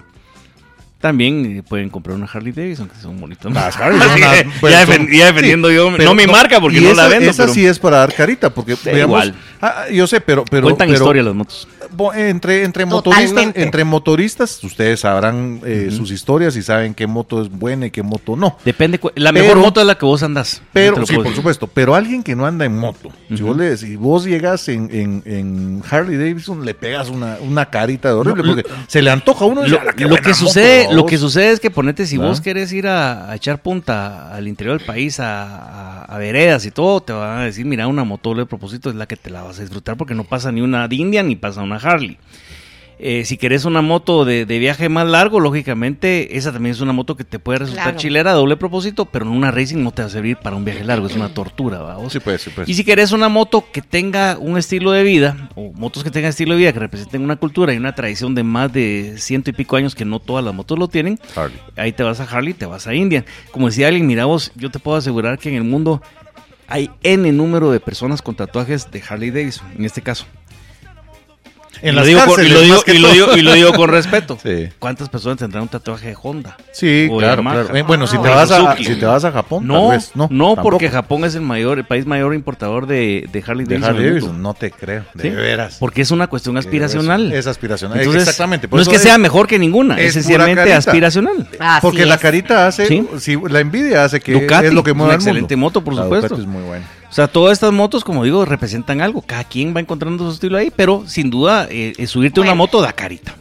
También eh, pueden comprar una Harley Davidson, que son bonitas. Las Harley son Así unas- que pues, ya, son- defen- ya defendiendo yo. Pero no mi marca, porque y no esa- la vendo. Esa pero sí es para dar carita, porque digamos, igual. ah, yo sé, pero pero, cuentan pero- historias las motos. bo- entre entre motoristas, Totalmente. entre motoristas, ustedes sabrán eh, sus historias y saben qué moto es buena y qué moto no. Depende. cu- La Pero- mejor moto es la que vos andas. Yo te Pero lo sí, puedo por decir. supuesto. Pero alguien que no anda en moto, si Ujú. vos le, si vos llegas en, en, en Harley Davidson le pegas una, una carita de horrible No, porque se le antoja a uno. y dice, "Ala, qué Lo, lo buena que moto, sucede, ¿vos?". lo que sucede es que ponete, si ¿Va? vos querés ir a, a echar punta al interior del país, a, a- a veredas y todo, te van a decir, mira, una moto de propósito es la que te la vas a disfrutar porque no pasa ni una de India ni pasa una Harley. Eh, si querés una moto de, de viaje más largo, lógicamente esa también es una moto que te puede resultar Claro. chilera, doble propósito, pero en una racing no te va a servir para un viaje largo, es una tortura, ¿va? O sea, Sí, pues, sí, pues. y si querés una moto que tenga un estilo de vida, o motos que tengan estilo de vida, que representen una cultura y una tradición de más de ciento y pico años que no todas las motos lo tienen, Harley. ahí te vas a Harley, te vas a Indian. Como decía alguien, mira vos, yo te puedo asegurar que en el mundo hay N número de personas con tatuajes de Harley Davidson, en este caso. Y En lo las digo con- y cárceles, lo digo- más que y lo todo. digo- y lo digo con respeto. Sí. ¿Cuántas personas tendrán un tatuaje de Honda? Sí, O de claro, Yamaha. claro. Eh, bueno, si Ah, te o vas a Suzuki. si te vas a Japón, No, tal vez, no, tampoco. porque Japón es el mayor, el país mayor importador de, de Harley de Harley Davidson. del mundo. Davidson, no te creo, de ¿Sí? veras. Porque es una cuestión aspiracional. Es aspiracional, Entonces, exactamente. por No es eso que sea mejor que ninguna, es, es pura sencillamente carita. aspiracional. Así Porque la es. carita hace, Sí. si- la envidia hace que Ducati, es lo que mueve una al mundo. excelente moto, por La supuesto. Ducati es muy buena. O sea, todas estas motos, como digo, representan algo. Cada quien va encontrando su estilo ahí, pero sin duda, eh, eh, subirte a una Bueno. moto da carita.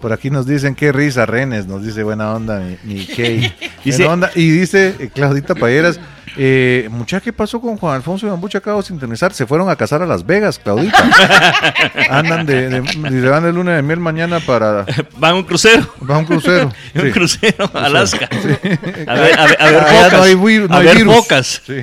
Por aquí nos dicen qué risa Renes, nos dice buena onda mi, mi Key. Dice- Buena onda. Y dice eh, Claudita Payeras, Eh, mucha, ¿qué pasó con Juan Alfonso y Bambucha? Acabo de sintonizar. Se fueron a casar a Las Vegas, Claudita. Andan de, de- y se van de luna de miel mañana para, Van a un crucero. para un crucero. Un Sí. crucero a Alaska. A ver, a ver, a ver Allá focas. no hay vir- no a hay ver virus. focas. Sí.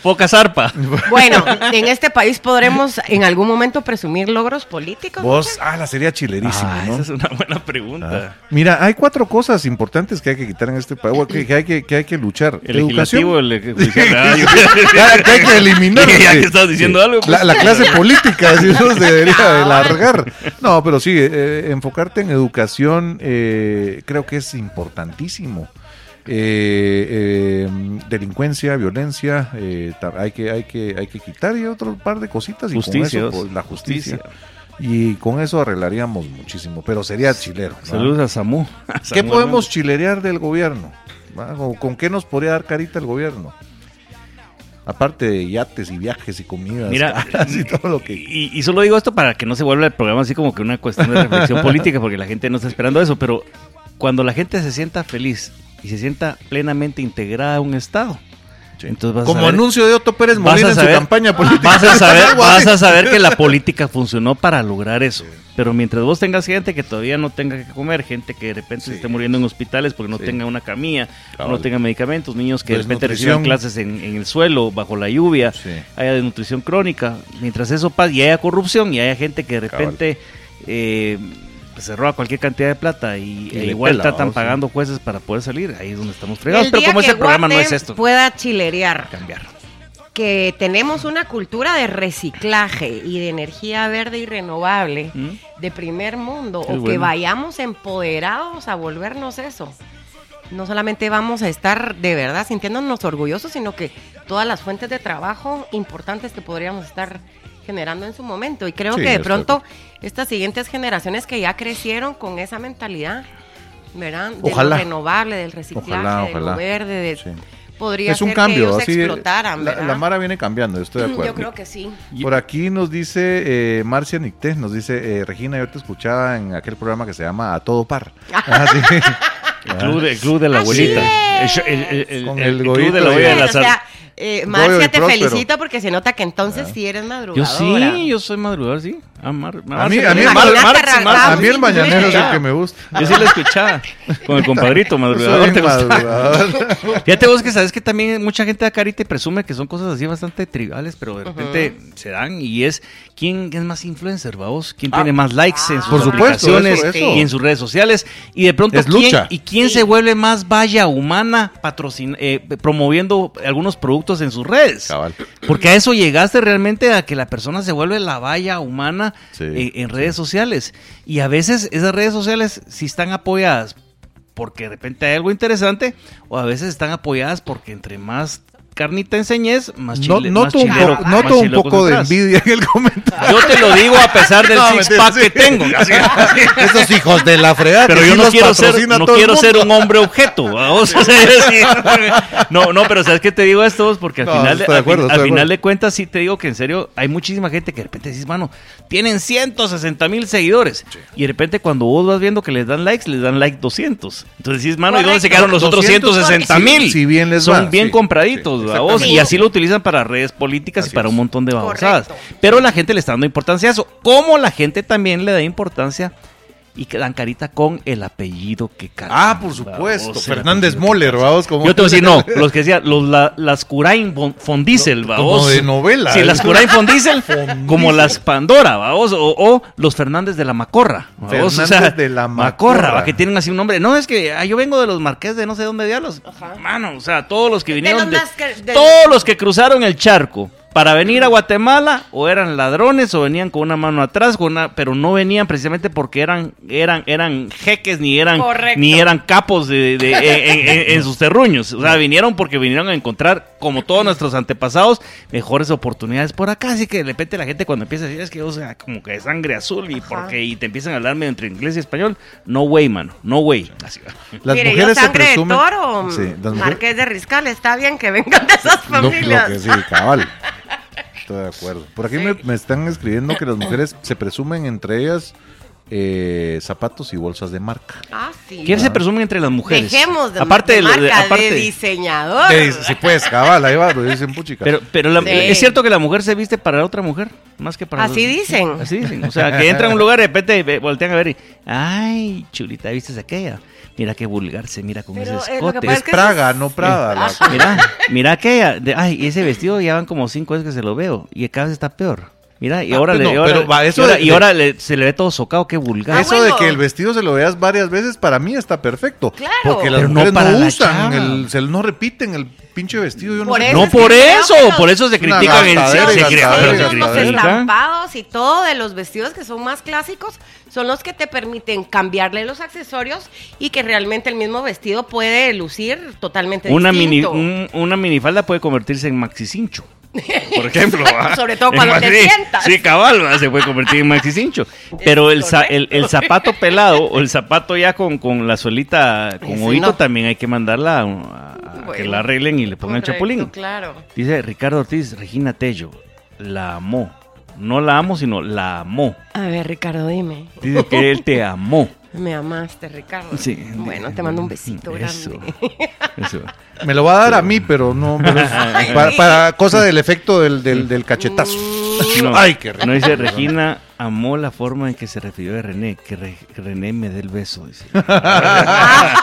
Focas arpa. Bueno, en este país podremos en algún momento presumir logros políticos. Vos, ah, la sería chilerísimo, Ah, ¿no? Esa es una buena Ah. pregunta. Mira, hay cuatro cosas importantes que hay que quitar en este país, o que, que hay, que, que hay que luchar. El legislativo, el judicial. Ah, yo- Ya, que hay que eliminar. Ya que sí. estás diciendo algo, pues. La, la clase política, así eso se debería de largar. No, pero sí, eh, enfocarte en educación eh, creo que es importantísimo. Eh, eh, delincuencia, violencia, eh, ta- hay que hay que hay que quitar y otro par de cositas y Justicia, con eso, pues, la justicia. Y con eso arreglaríamos muchísimo, pero sería chilero. ¿no? Saludos a Samu. ¿Qué podemos chilerear del gobierno? ¿Va? ¿O ¿Con qué nos podría dar carita el gobierno? Aparte de yates y viajes y comidas Mira, caras y todo lo que... Y, y solo digo esto para que no se vuelva el programa así como que una cuestión de reflexión política, porque la gente no está esperando eso, pero cuando la gente se sienta feliz y se sienta plenamente integrada a un Estado, entonces vas a Como saber- anuncio de Otto Pérez vas a Molina en su saber- campaña política. Vas a, saber, Algo vas así. a saber que la política funcionó para lograr eso. Pero mientras vos tengas gente que todavía no tenga que comer, gente que de repente se esté muriendo en hospitales porque no Sí. tenga una camilla, o no Cabal. tenga medicamentos, niños que de repente reciban Desnutrición. clases en, en el suelo, bajo la lluvia, Sí. Eh, haya desnutrición crónica. Mientras eso pase y haya corrupción y haya gente que de repente eh, pues, se roba cualquier cantidad de plata y, Y e le igual pela, tratan vamos, sí. pagando jueces para poder salir, ahí es donde estamos El fregados. Pero día como que ese programa no Guate es esto, Pueda chilerear. cambiar. que tenemos una cultura de reciclaje y de energía verde y renovable ¿Mm? de primer mundo Es o que bueno. vayamos empoderados a volvernos eso. No solamente vamos a estar de verdad sintiéndonos orgullosos, sino que todas las fuentes de trabajo importantes que podríamos estar generando en su momento. Y creo Sí, que de estoy de pronto estas siguientes generaciones que ya crecieron con esa mentalidad, ¿verdad? De Ojalá. lo renovable, del reciclaje, Ojalá, de ojalá. lo verde, de, Sí. podría Es un ser que cambio, ellos así explotaran, la, ¿verdad? la Mara viene cambiando, yo estoy de acuerdo. Mm, Yo creo que sí. Por aquí nos dice eh, Marcia Nictés, nos dice, eh, Regina, yo te escuchaba en aquel programa que se llama A Todo Par. Ah, sí. El club, de, el club de la Así abuelita. es. El, eh, el- el- Con el el club goito de la de- abuela de la Ah, Bueno, o sal- sea, eh, Goyo y Marcia, te Próspero. felicita porque se nota que Ah. entonces sí eres Yo madrugadora. sí, yo soy madrugador, sí. Ah, Mar- Mar- A mí- Mar- a mí- Mar- Imagínate, Mar- arrancamos. Mar- A mí el mañanero es el que me gusta. Yo sí la escuchaba. Con el compadrito Soy madrugador. un ¿te gusta? madrugador. Fíjate vos que sabes que también mucha gente da carita y presume que son cosas así bastante triviales, pero de repente se dan y es quién es más influencer, vamos, quién tiene más likes en sus Ah. Por supuesto, aplicaciones eso, eso. y en sus redes sociales y de pronto Es quién lucha. y quién se vuelve más valla humana patrocin eh, promoviendo algunos productos en sus redes. Cabal. Porque a eso llegaste realmente a que la persona se vuelve la valla humana Sí, eh, en, redes sociales. Y a veces esas redes sociales si están apoyadas porque de repente hay algo interesante o a veces están apoyadas porque entre más carnita enseñes, más No- chile, más noto un, chilero- po- más noto un chileco poco de estás. envidia en el comentario. Yo te lo digo a pesar del No, six mentira, pack sí. que tengo. Así- así- Esos hijos de la fregada. pero que yo sí no los quiero ser, patrocina no todo el quiero ser mundo. un hombre objeto. vamos, o sea, sí. no, no, pero sabes que te digo esto vos? porque al No, final, de, estoy de acuerdo, al estoy fin- al de final acuerdo. de cuentas sí te digo que en serio hay muchísima gente que de repente dices, mano, tienen 160 mil seguidores y de repente cuando vos vas viendo que les dan likes, les dan like 200. Entonces dices, mano, ¿y dónde se Correcto. quedaron los otros 200, 160 mil? si- si bien les son va, bien sí, compraditos, sí, ¿va vos? y exactamente. así lo utilizan para redes políticas y Así para es. un montón de babosadas. Correcto. Pero la gente le está dando importancia a eso. Como la gente también le da importancia y que dan carita con el apellido que carga. Ah, por supuesto. Vamos, el Fernández apellido que Moller, carga. vamos. Como Yo te voy a decir, no, los que decían, los, la- las Curain von, von Diesel, Como vamos. de novela. ¿eh? Sí, las Curain von Diesel, como las Pandora, vamos, o, o los Fernández de la Macorra, vamos. O sea, Fernández de la Macorra, Macorra. va, que tienen así un nombre. No, es que ah, yo vengo de los Marqués de no sé dónde diablos. Mano, o sea, todos los que vinieron, los de- más que- de- todos los que cruzaron el charco. Para venir a Guatemala, o eran ladrones, o venían con una mano atrás, con una, pero no venían precisamente porque eran, eran, eran jeques, ni eran, Correcto. ni eran capos de, de- en, en- en sus terruños. O sea, vinieron porque vinieron a encontrar, como todos nuestros antepasados, mejores oportunidades por acá. Así que de repente la gente cuando empieza a decir, es que o sea, como que de sangre azul y porque y te empiezan a hablar medio entre inglés y español, no way, mano, no way. Así va. Las Mire, mujeres yo se sangre presumen. de toro, Sí, las mujeres- Marqués de Riscal, está bien que vengan de esas Lo- familias. Lo, que sí, cabal. Estoy de acuerdo. Por aquí me, me están escribiendo que las mujeres se presumen entre ellas eh, zapatos y bolsas de marca. Ah, sí. ¿Quién se presume entre las mujeres? Dejemos de, aparte de lo de- marca, de aparte- diseñador. Eh, si puedes, cabal, ahí va, lo dicen puchica. Pero, pero la- Sí. es cierto que la mujer se viste para la otra mujer, más que para Así dicen. Así dicen. O sea, que entra a un lugar y de repente ve- voltean a ver y. ¡Ay, chulita, viste aquella! Mira qué vulgar se mira con Pero, eh, lo ese que escote. pasa es es que Praga, se- no Prada. la- Mira, mira aquella. De- ay, ese vestido ya van como cinco veces que se lo veo. Y cada vez está peor. Mira, y Ah, ahora, pues le, no, y ahora- pero va, eso y ahora, de- y ahora le- se le ve todo socado, qué vulgar. Ah, Eso bueno. de que el vestido se lo veas varias veces, para mí está perfecto. Claro. Porque las Pero no mujeres no, para la usan, chava. el- se- no repiten el pinche vestido. Yo no Por sé- eso no es que por creo eso, que los- por eso se Una critican en gastadera se y gastadera y cri- se Los gastadera. los Rica. critican. estampados y todo de los vestidos que son más clásicos son los que te permiten cambiarle los accesorios y que realmente el mismo vestido puede lucir totalmente Una, mini, distinto. un- una minifalda puede convertirse en maxi cincho. Por ejemplo, ¿va? Sobre todo En cuando te Madrid. sientas. Sí, cabal, ¿va? se puede convertir en maxi cincho. Pero el, za- el, el zapato pelado o el zapato ya con, con la suelita, con Ese oído, no. también hay que mandarla a, a que Bueno. la arreglen y le pongan Correcto, chapulín. Claro. Dice Ricardo Ortiz, Regina Tello, la amó. No la amo, sino la amó. A ver, Ricardo, dime. Dice que él te amó. Me amaste, Ricardo. Sí. Bueno, te mando un besito Eso. grande. Eso. Me lo va a dar a mí, pero no. pero es para, para cosa del efecto del, del, del cachetazo. Mm. No, Ay, qué rico. no dice Regina amó la forma en que se refirió a René, que Re- René me dé el beso. dice. Ah.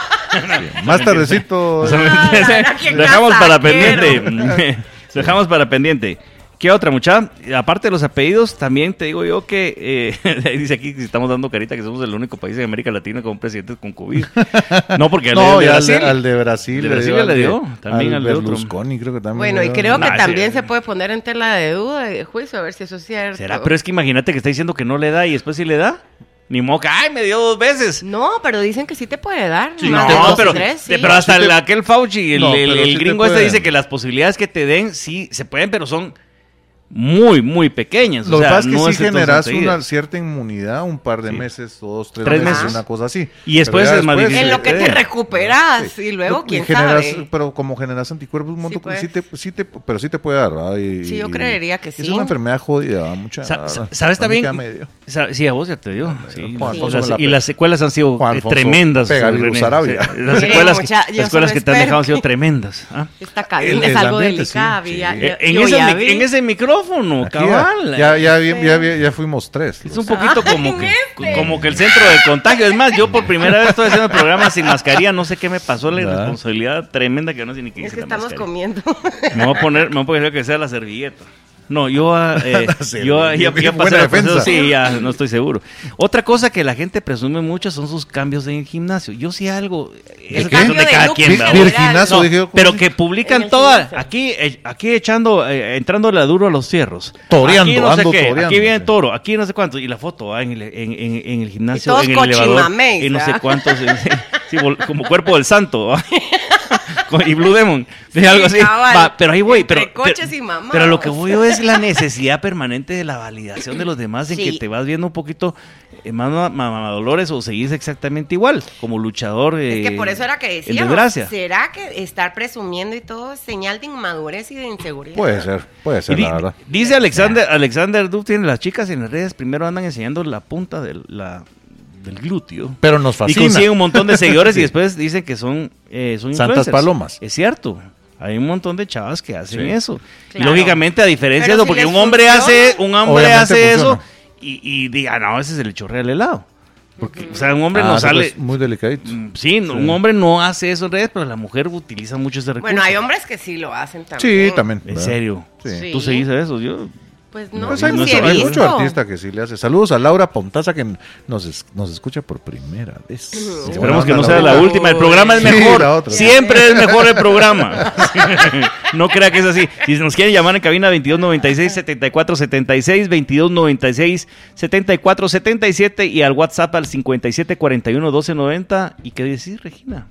Más tardecito. eh. qué dejamos para casajero. pendiente. dejamos para pendiente. ¿Qué otra, muchacha? Aparte de los apellidos, también te digo yo que eh, dice aquí que estamos dando carita que somos el único país en América Latina con presidentes con COVID. No, porque al No, de ya al de Brasil- Brasil. Al de Brasil, De Brasil ya le dio, al de- también al de otro. Berlusconi, creo que también. Bueno, le y dio. creo Nah, que sí. también se puede poner en tela de duda y de juicio a ver si eso es cierto. ¿Será? Pero es que imagínate que está diciendo que no le da y después sí le da. Ni moca, ay, me dio dos veces. No, pero dicen que sí te puede dar. Sí, más no, de dos o pero, tres, sí. te- pero hasta Sí te- el- aquel Fauci, el, No, el- pero el sí te gringo este pueden. dice que las posibilidades que te den sí se pueden, pero son muy, muy pequeñas. Lo o que sea, pasa es que no sí es entonces generas enseguida. una cierta inmunidad, un par de meses, dos, tres, Tres meses, meses. una cosa así. Y después Pero ya es más difícil en lo que Sí. te recuperas y luego Tú- quién generas- sabe. Pero como generas anticuerpos, un Sí, montón, sí pues. te, sí te- pero sí te puede dar, ¿verdad? Y- Sí, yo y- creería que Es sí. una enfermedad jodida, ¿verdad? mucha. Sa- sa- ¿Sabes a mí también? que a medio. Sa- Sí, a vos ya te dio. Sí, Juan las- Alfonso las- me la y pela. las secuelas han sido Juan eh, Alfonso tremendas. pega René. virus Arabia. Sí, Las Mire, secuelas, que, mucha- las yo secuelas soy que te han dejado han experta. sido tremendas. ¿ah? Esta cabina El- es el algo ambiente, delicada. sí, vi- sí. ya- Eh, ya- En, yo ese, ya mi- vi. en ese micrófono, Aquí cabal. Ya, ya, eh. ya, ya, ya- ya fuimos tres. Es un poquito como que, este. como que el centro de contagio. Es más, yo por primera vez estoy haciendo el programa sin mascarilla. No sé qué me pasó, la ¿Verdad? irresponsabilidad tremenda que no sé ni qué Es hice que la estamos mascarilla. comiendo. Me voy a poner, me voy a poner que sea la servilleta. No, yo, ah, eh, La servilleta. yo ah, ya, ya Buena pasé la defensa. proceso, sí, ya no estoy seguro. Otra cosa que la gente presume mucho son sus cambios en el gimnasio. Yo sí algo, eso qué? que son Cambio de de cada look quien. Vi- general. ¿verdad? Virginazo, No, dije yo, ¿cómo pero se- que publican En el toda, gimnasio. aquí, eh, aquí echando, eh, entrándole a duro a los fierros. Toreando, aquí no sé ando qué, toreando. Aquí viene toro, aquí no sé cuánto. Y la foto va en, el, en, en- en el gimnasio, todos en el elevador. cochimameis, Y no sé ¿verdad? cuántos, en- sí, vol- como cuerpo del santo. ah. ¿va? Con- y Blue Demon, de algo así. cabal. Va, pero ahí voy, pero, Entre pero, coches y mamados. pero lo que voy yo es la necesidad permanente de la validación de los demás en Sí. que te vas viendo un poquito eh, más ma- mamadolores o seguís exactamente igual, como luchador. Es que eh, por eso era que en decíamos. desgracia. ¿Será que estar presumiendo y todo es señal de inmadurez y de inseguridad? Puede ser, puede Y ser, di- la verdad. Dice Alexander, Alexander Dub tiene las chicas en las redes, primero andan enseñando la punta del, la- del glúteo. Pero nos Y fascina. consiguen un montón de seguidores y después dicen que son, eh, son Santas influencers. palomas. Es cierto. Hay un montón de chavas que hacen Sí. eso. Y Claro. Lógicamente, a diferencia Pero de eso, si porque les un hombre funciona. hace, un hombre Obviamente hace eso funciona. y, y diga, "Ah, no, ese se le chorrea el helado. Porque, o sea, un hombre Ah, no sí, sale. pues, Muy delicadito. Mm, Sí, no, un hombre no hace eso en redes, pero la mujer utiliza mucho ese recurso. Bueno, hay hombres que sí lo hacen también. Sí, también. En ¿verdad? serio. Sí. Sí. Tú se dices eso, yo. Pues no, Pues yo hay, sí mucho, he hay visto. mucho artista que sí le hace. Saludos a Laura Pontaza que nos, es- nos escucha por primera vez. Esperemos que no Buena sea la onda, última. El programa es Sí, mejor. la otra. Siempre es mejor el programa. no crea que es así. Si nos quieren llamar en cabina 2296-7476, 2296-7477 y al WhatsApp al 5741-1290. ¿Y qué decir, Regina?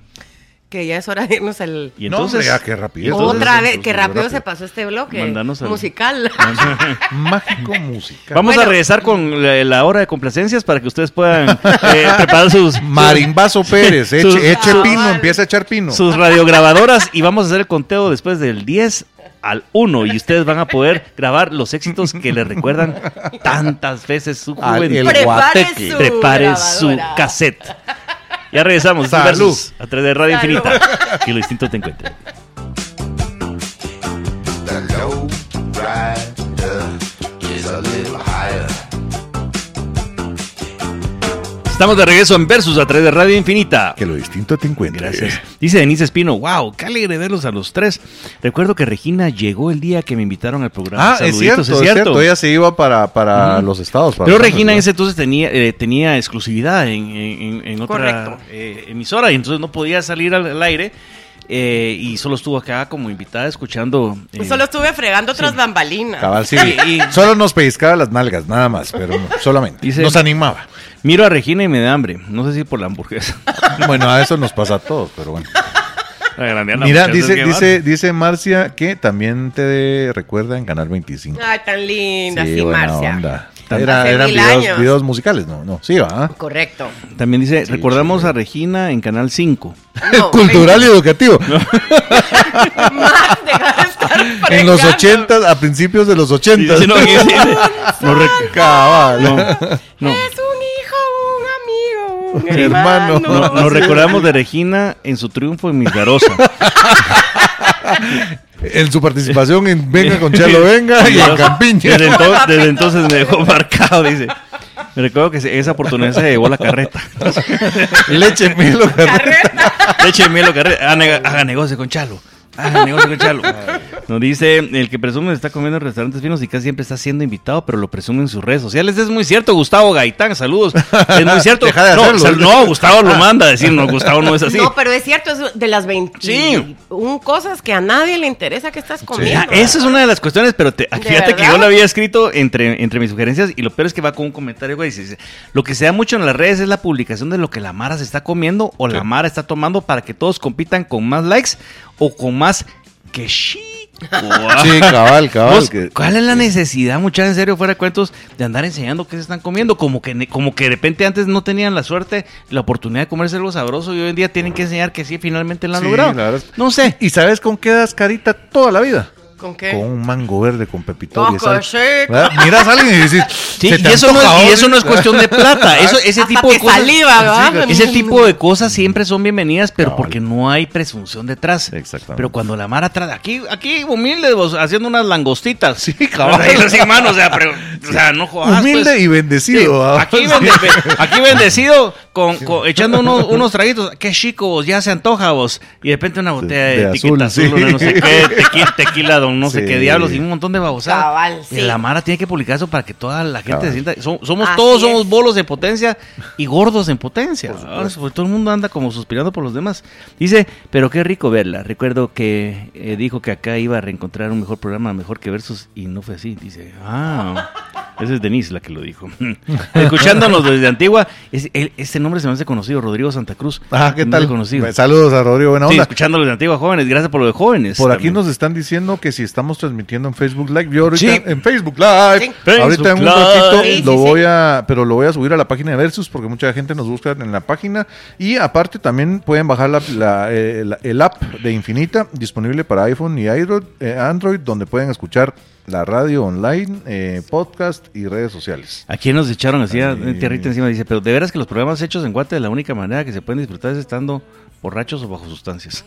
Que ya es hora de irnos al. Y No, entonces... hombre, ah, qué rapidez. y entonces- Otra vez, entonces, que rápido se rápido. pasó este bloque Mándanos al- musical. Mágico musical. Vamos a Bueno. regresar con la, la hora de complacencias para que ustedes puedan eh, preparar sus, Marimbazo Pérez, eche, Sus- eche Ah, pino, vale. empieza a echar pino. sus radiograbadoras y vamos a hacer el conteo después del 10 al 1 y ustedes van a poder grabar los éxitos que les recuerdan tantas veces su Al- juventud. el guateque. Prepare su grabadora. cassette. Ya regresamos. Salud. Versus A través de Radio Salud. Infinita. Que lo distinto te encuentre. The low rider is a little higher. Estamos de regreso en Versus a través de Radio Infinita. Que lo distinto te eh. encuentre. Gracias. Dice Denise Espino, wow, qué alegre verlos a los tres. Recuerdo que Regina llegó el día que me invitaron al programa. Ah, es Saluditos, cierto, es cierto, Ella se iba para, para los estados. para Pero Londres, Regina en ¿no? ese entonces tenía, eh, tenía exclusividad en, en- en otra Correcto. eh, emisora y entonces no podía salir al, al aire eh, y solo estuvo acá como invitada escuchando. eh, Pues Solo estuve fregando otras bambalinas. Cabal, sí. Solo nos pellizcaba las nalgas, nada más, pero no, solamente. Dice- Nos animaba. Miro a Regina y me da hambre. No sé si por la hamburguesa. Bueno, a eso nos pasa a todos, pero bueno. La grandea la Mira, hamburguesa, dice, qué dice, dice Marcia que también te recuerda en Canal 25. Ay, tan Ah, linda, sí, buena Marcia. onda. Hace Era- eran mil videos, años. videos musicales, ¿no? No, sí, va. Correcto. bárbaro. También dice, Sí, recordamos sí. a Regina en Canal 5. No, Cultural y educativo. Más, deja de estar En los fregando. 80, a principios de los 80. Sí, no, sí, sí. No rec- Cabal. no, no. Es un hijo, un amigo, un Hermano. hermano. No, nos recordamos de Regina en su triunfo en Milagrosa. En su participación en Venga con Chalo Venga y en Campiña. Desde, ento- desde entonces me dejó marcado, dice. Me recuerdo que se- esa oportunidad se llevó la carreta. Leche Milo. Carreta. Leche, miel o carreta. Haga, neg- haga negocio con Chalo. Haga negocio con Chalo. Nos dice, el que presume está comiendo en restaurantes finos y casi siempre está siendo invitado, pero lo presume en sus redes sociales. Es muy cierto, Gustavo Gaitán, saludos. Es muy cierto. Deja de no, hacerlo. sal- no, Gustavo lo manda a decir, no, Gustavo no es así. No, pero es cierto, es de las 21 Sí. cosas que a nadie le interesa que estás Mira, comiendo. eso es una de las cuestiones, pero te, fíjate que verdad? yo lo había escrito entre, entre mis sugerencias y lo peor es que va con un comentario que dice, lo que se da mucho en las redes es la publicación de lo que la Mara se está comiendo o la Sí. Mara está tomando para que todos compitan con más likes o con más que sí. Sí, cabal, cabal. Vos, que- ¿Cuál es la necesidad, muchachos, en serio, fuera de cuentos, de andar enseñando qué se están comiendo? Como que, ne- como que de repente antes no tenían la suerte, la oportunidad de comerse algo sabroso y hoy en día tienen que enseñar que sí, finalmente lo han Sí, logrado. la verdad es- No sé. ¿Y sabes con qué das carita toda la vida? ¿Con qué? Con un mango verde con pepito. y Ojo, sal. sí. ¿Verdad? Miras a alguien y dices, Sí, "Se y, te eso no antoja es, y hoy". eso no es cuestión de plata. Eso, ese Hasta tipo de te cosas. saliva, ¿verdad? Ese tipo de cosas siempre son bienvenidas, pero Cabal. porque no hay presunción detrás. Exactamente. Pero cuando la Mara trae. Aquí, aquí humilde, vos, haciendo unas langostitas. Sí, cabal. Ahí los hermanos, o sea, pero, o sea, no jodas. Humilde pues. y Sí, bendecido. ah". ¿verdad? aquí, bende- be- aquí bendecido, con, con- echando unos, unos traguitos. Qué chico, vos, ya se antoja vos. Y de repente una botella de de, etiqueta azul, azul, sí. una no sé qué, tequi- tequila, don no sé Sí. qué diablos, y un montón de babosadas. Cabal, sí. Y La Mara tiene que publicar eso para que toda la gente Cabal. se sienta. so- somos Así todos, somos es. bolos de potencia y gordos en potencia. Ahora, sobre todo el mundo anda como suspirando por los demás. Dice, pero qué rico verla. Recuerdo que eh, dijo que acá iba a reencontrar un mejor programa, mejor que Versus, y no fue así. Dice, ah. Esa es Denise la que lo dijo. Escuchándonos desde Antigua, es- el- este nombre se me hace conocido, Rodrigo Santa Cruz. Ah, ¿qué No tal? lo conocí. Pues, Saludos a Rodrigo, buena Sí, onda. escuchándolo desde Antigua, jóvenes. Gracias por lo de jóvenes. Por aquí también. nos están diciendo que si estamos transmitiendo en Facebook Live, yo ahorita Sí. en Facebook Live, Sí. Facebook ahorita en un Live. ratito Sí, sí, lo sí. voy a, pero lo voy a subir a la página de Versus porque mucha gente nos busca en la página y aparte también pueden bajar la, la- eh, la- el app de Infinita disponible para iPhone y Android, eh, Android, donde pueden escuchar la radio online, eh, podcast y redes sociales. ¿A quién nos echaron así a Ay. tierrita encima? Dice, pero de veras que los programas hechos en Guate, la única manera que se pueden disfrutar es estando borrachos o bajo sustancias.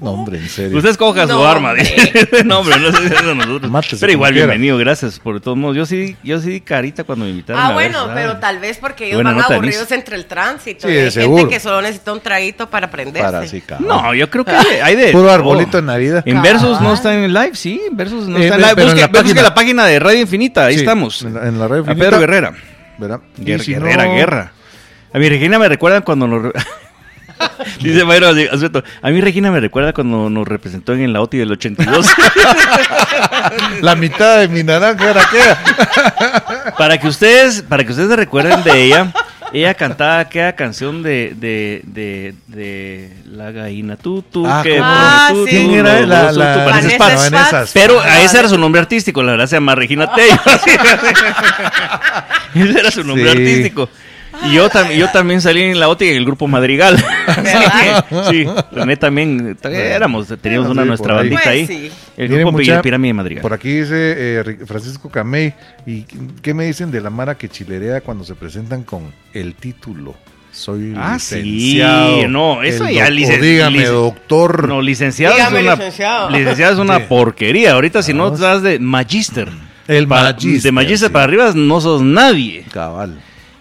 No, hombre, en serio. Usted Pues escoja su No, arma. hombre. dice. no, hombre, no sé si es a nosotros. Mátese pero igual, como quiera. bienvenido, gracias. Por de todos modos, yo sí, yo sí di carita cuando me invitaron. Ah, a bueno, ver, pero ¿sabes? tal vez porque ellos Buena van nota, aburridos Denise. entre el tránsito. Sí, y hay seguro. gente que solo necesita un traguito para prenderse. Para sí, cabrón. No, yo creo que hay de. Ah. Puro arbolito todo. en Navidad. En Versus Ah. no está en live, sí. en Versus no Eh, está en ve- live. pero en Busque, la busque página. la página de Radio Infinita, ahí Sí, estamos. En la, en la red A Infinita, Pedro Guerrera. ¿verdad? Y Guerra, si no- guerrera, guerra. A mi Regina me recuerda cuando nos... re- Dice Mayra así, Azueto, a mí Regina me recuerda cuando nos representó en la OTI del 82 La mitad de mi naranja era aquella. para que ustedes para que ustedes se recuerden de ella ella cantaba aquella canción de de, de, de la gallina tú tú Ah, que ¿cómo? Ah, tú, sí. tú, ¿Quién era? los La- dos, tú, la- tú pareces Vanessa paz. Spatz. Vanessa. pero a ese era su nombre artístico la verdad se llama Regina Tello ese era su nombre Sí. artístico Y yo, tam- yo también salí en la OTI en el grupo Madrigal. ¿Verdad? sí, también también eh, éramos, teníamos Sí, una nuestra por ahí. bandita ahí. Pues sí. El Tiene grupo mucha- Pi- Pirámide Madrigal. Por aquí dice eh, Ri- Francisco Camey, ¿y qué- qué me dicen de la Mara que chilerea cuando se presentan con el título? Soy Ah, sí, licenciado. no, eso El ya doc- o licen- Dígame, licen- doctor. No, licenciado Dígame, es una, licenciado. licenciado es una Sí. porquería. Ahorita si no Vamos. estás de magister. el pa- magister, de magister sí. para arriba no sos nadie. Cabal.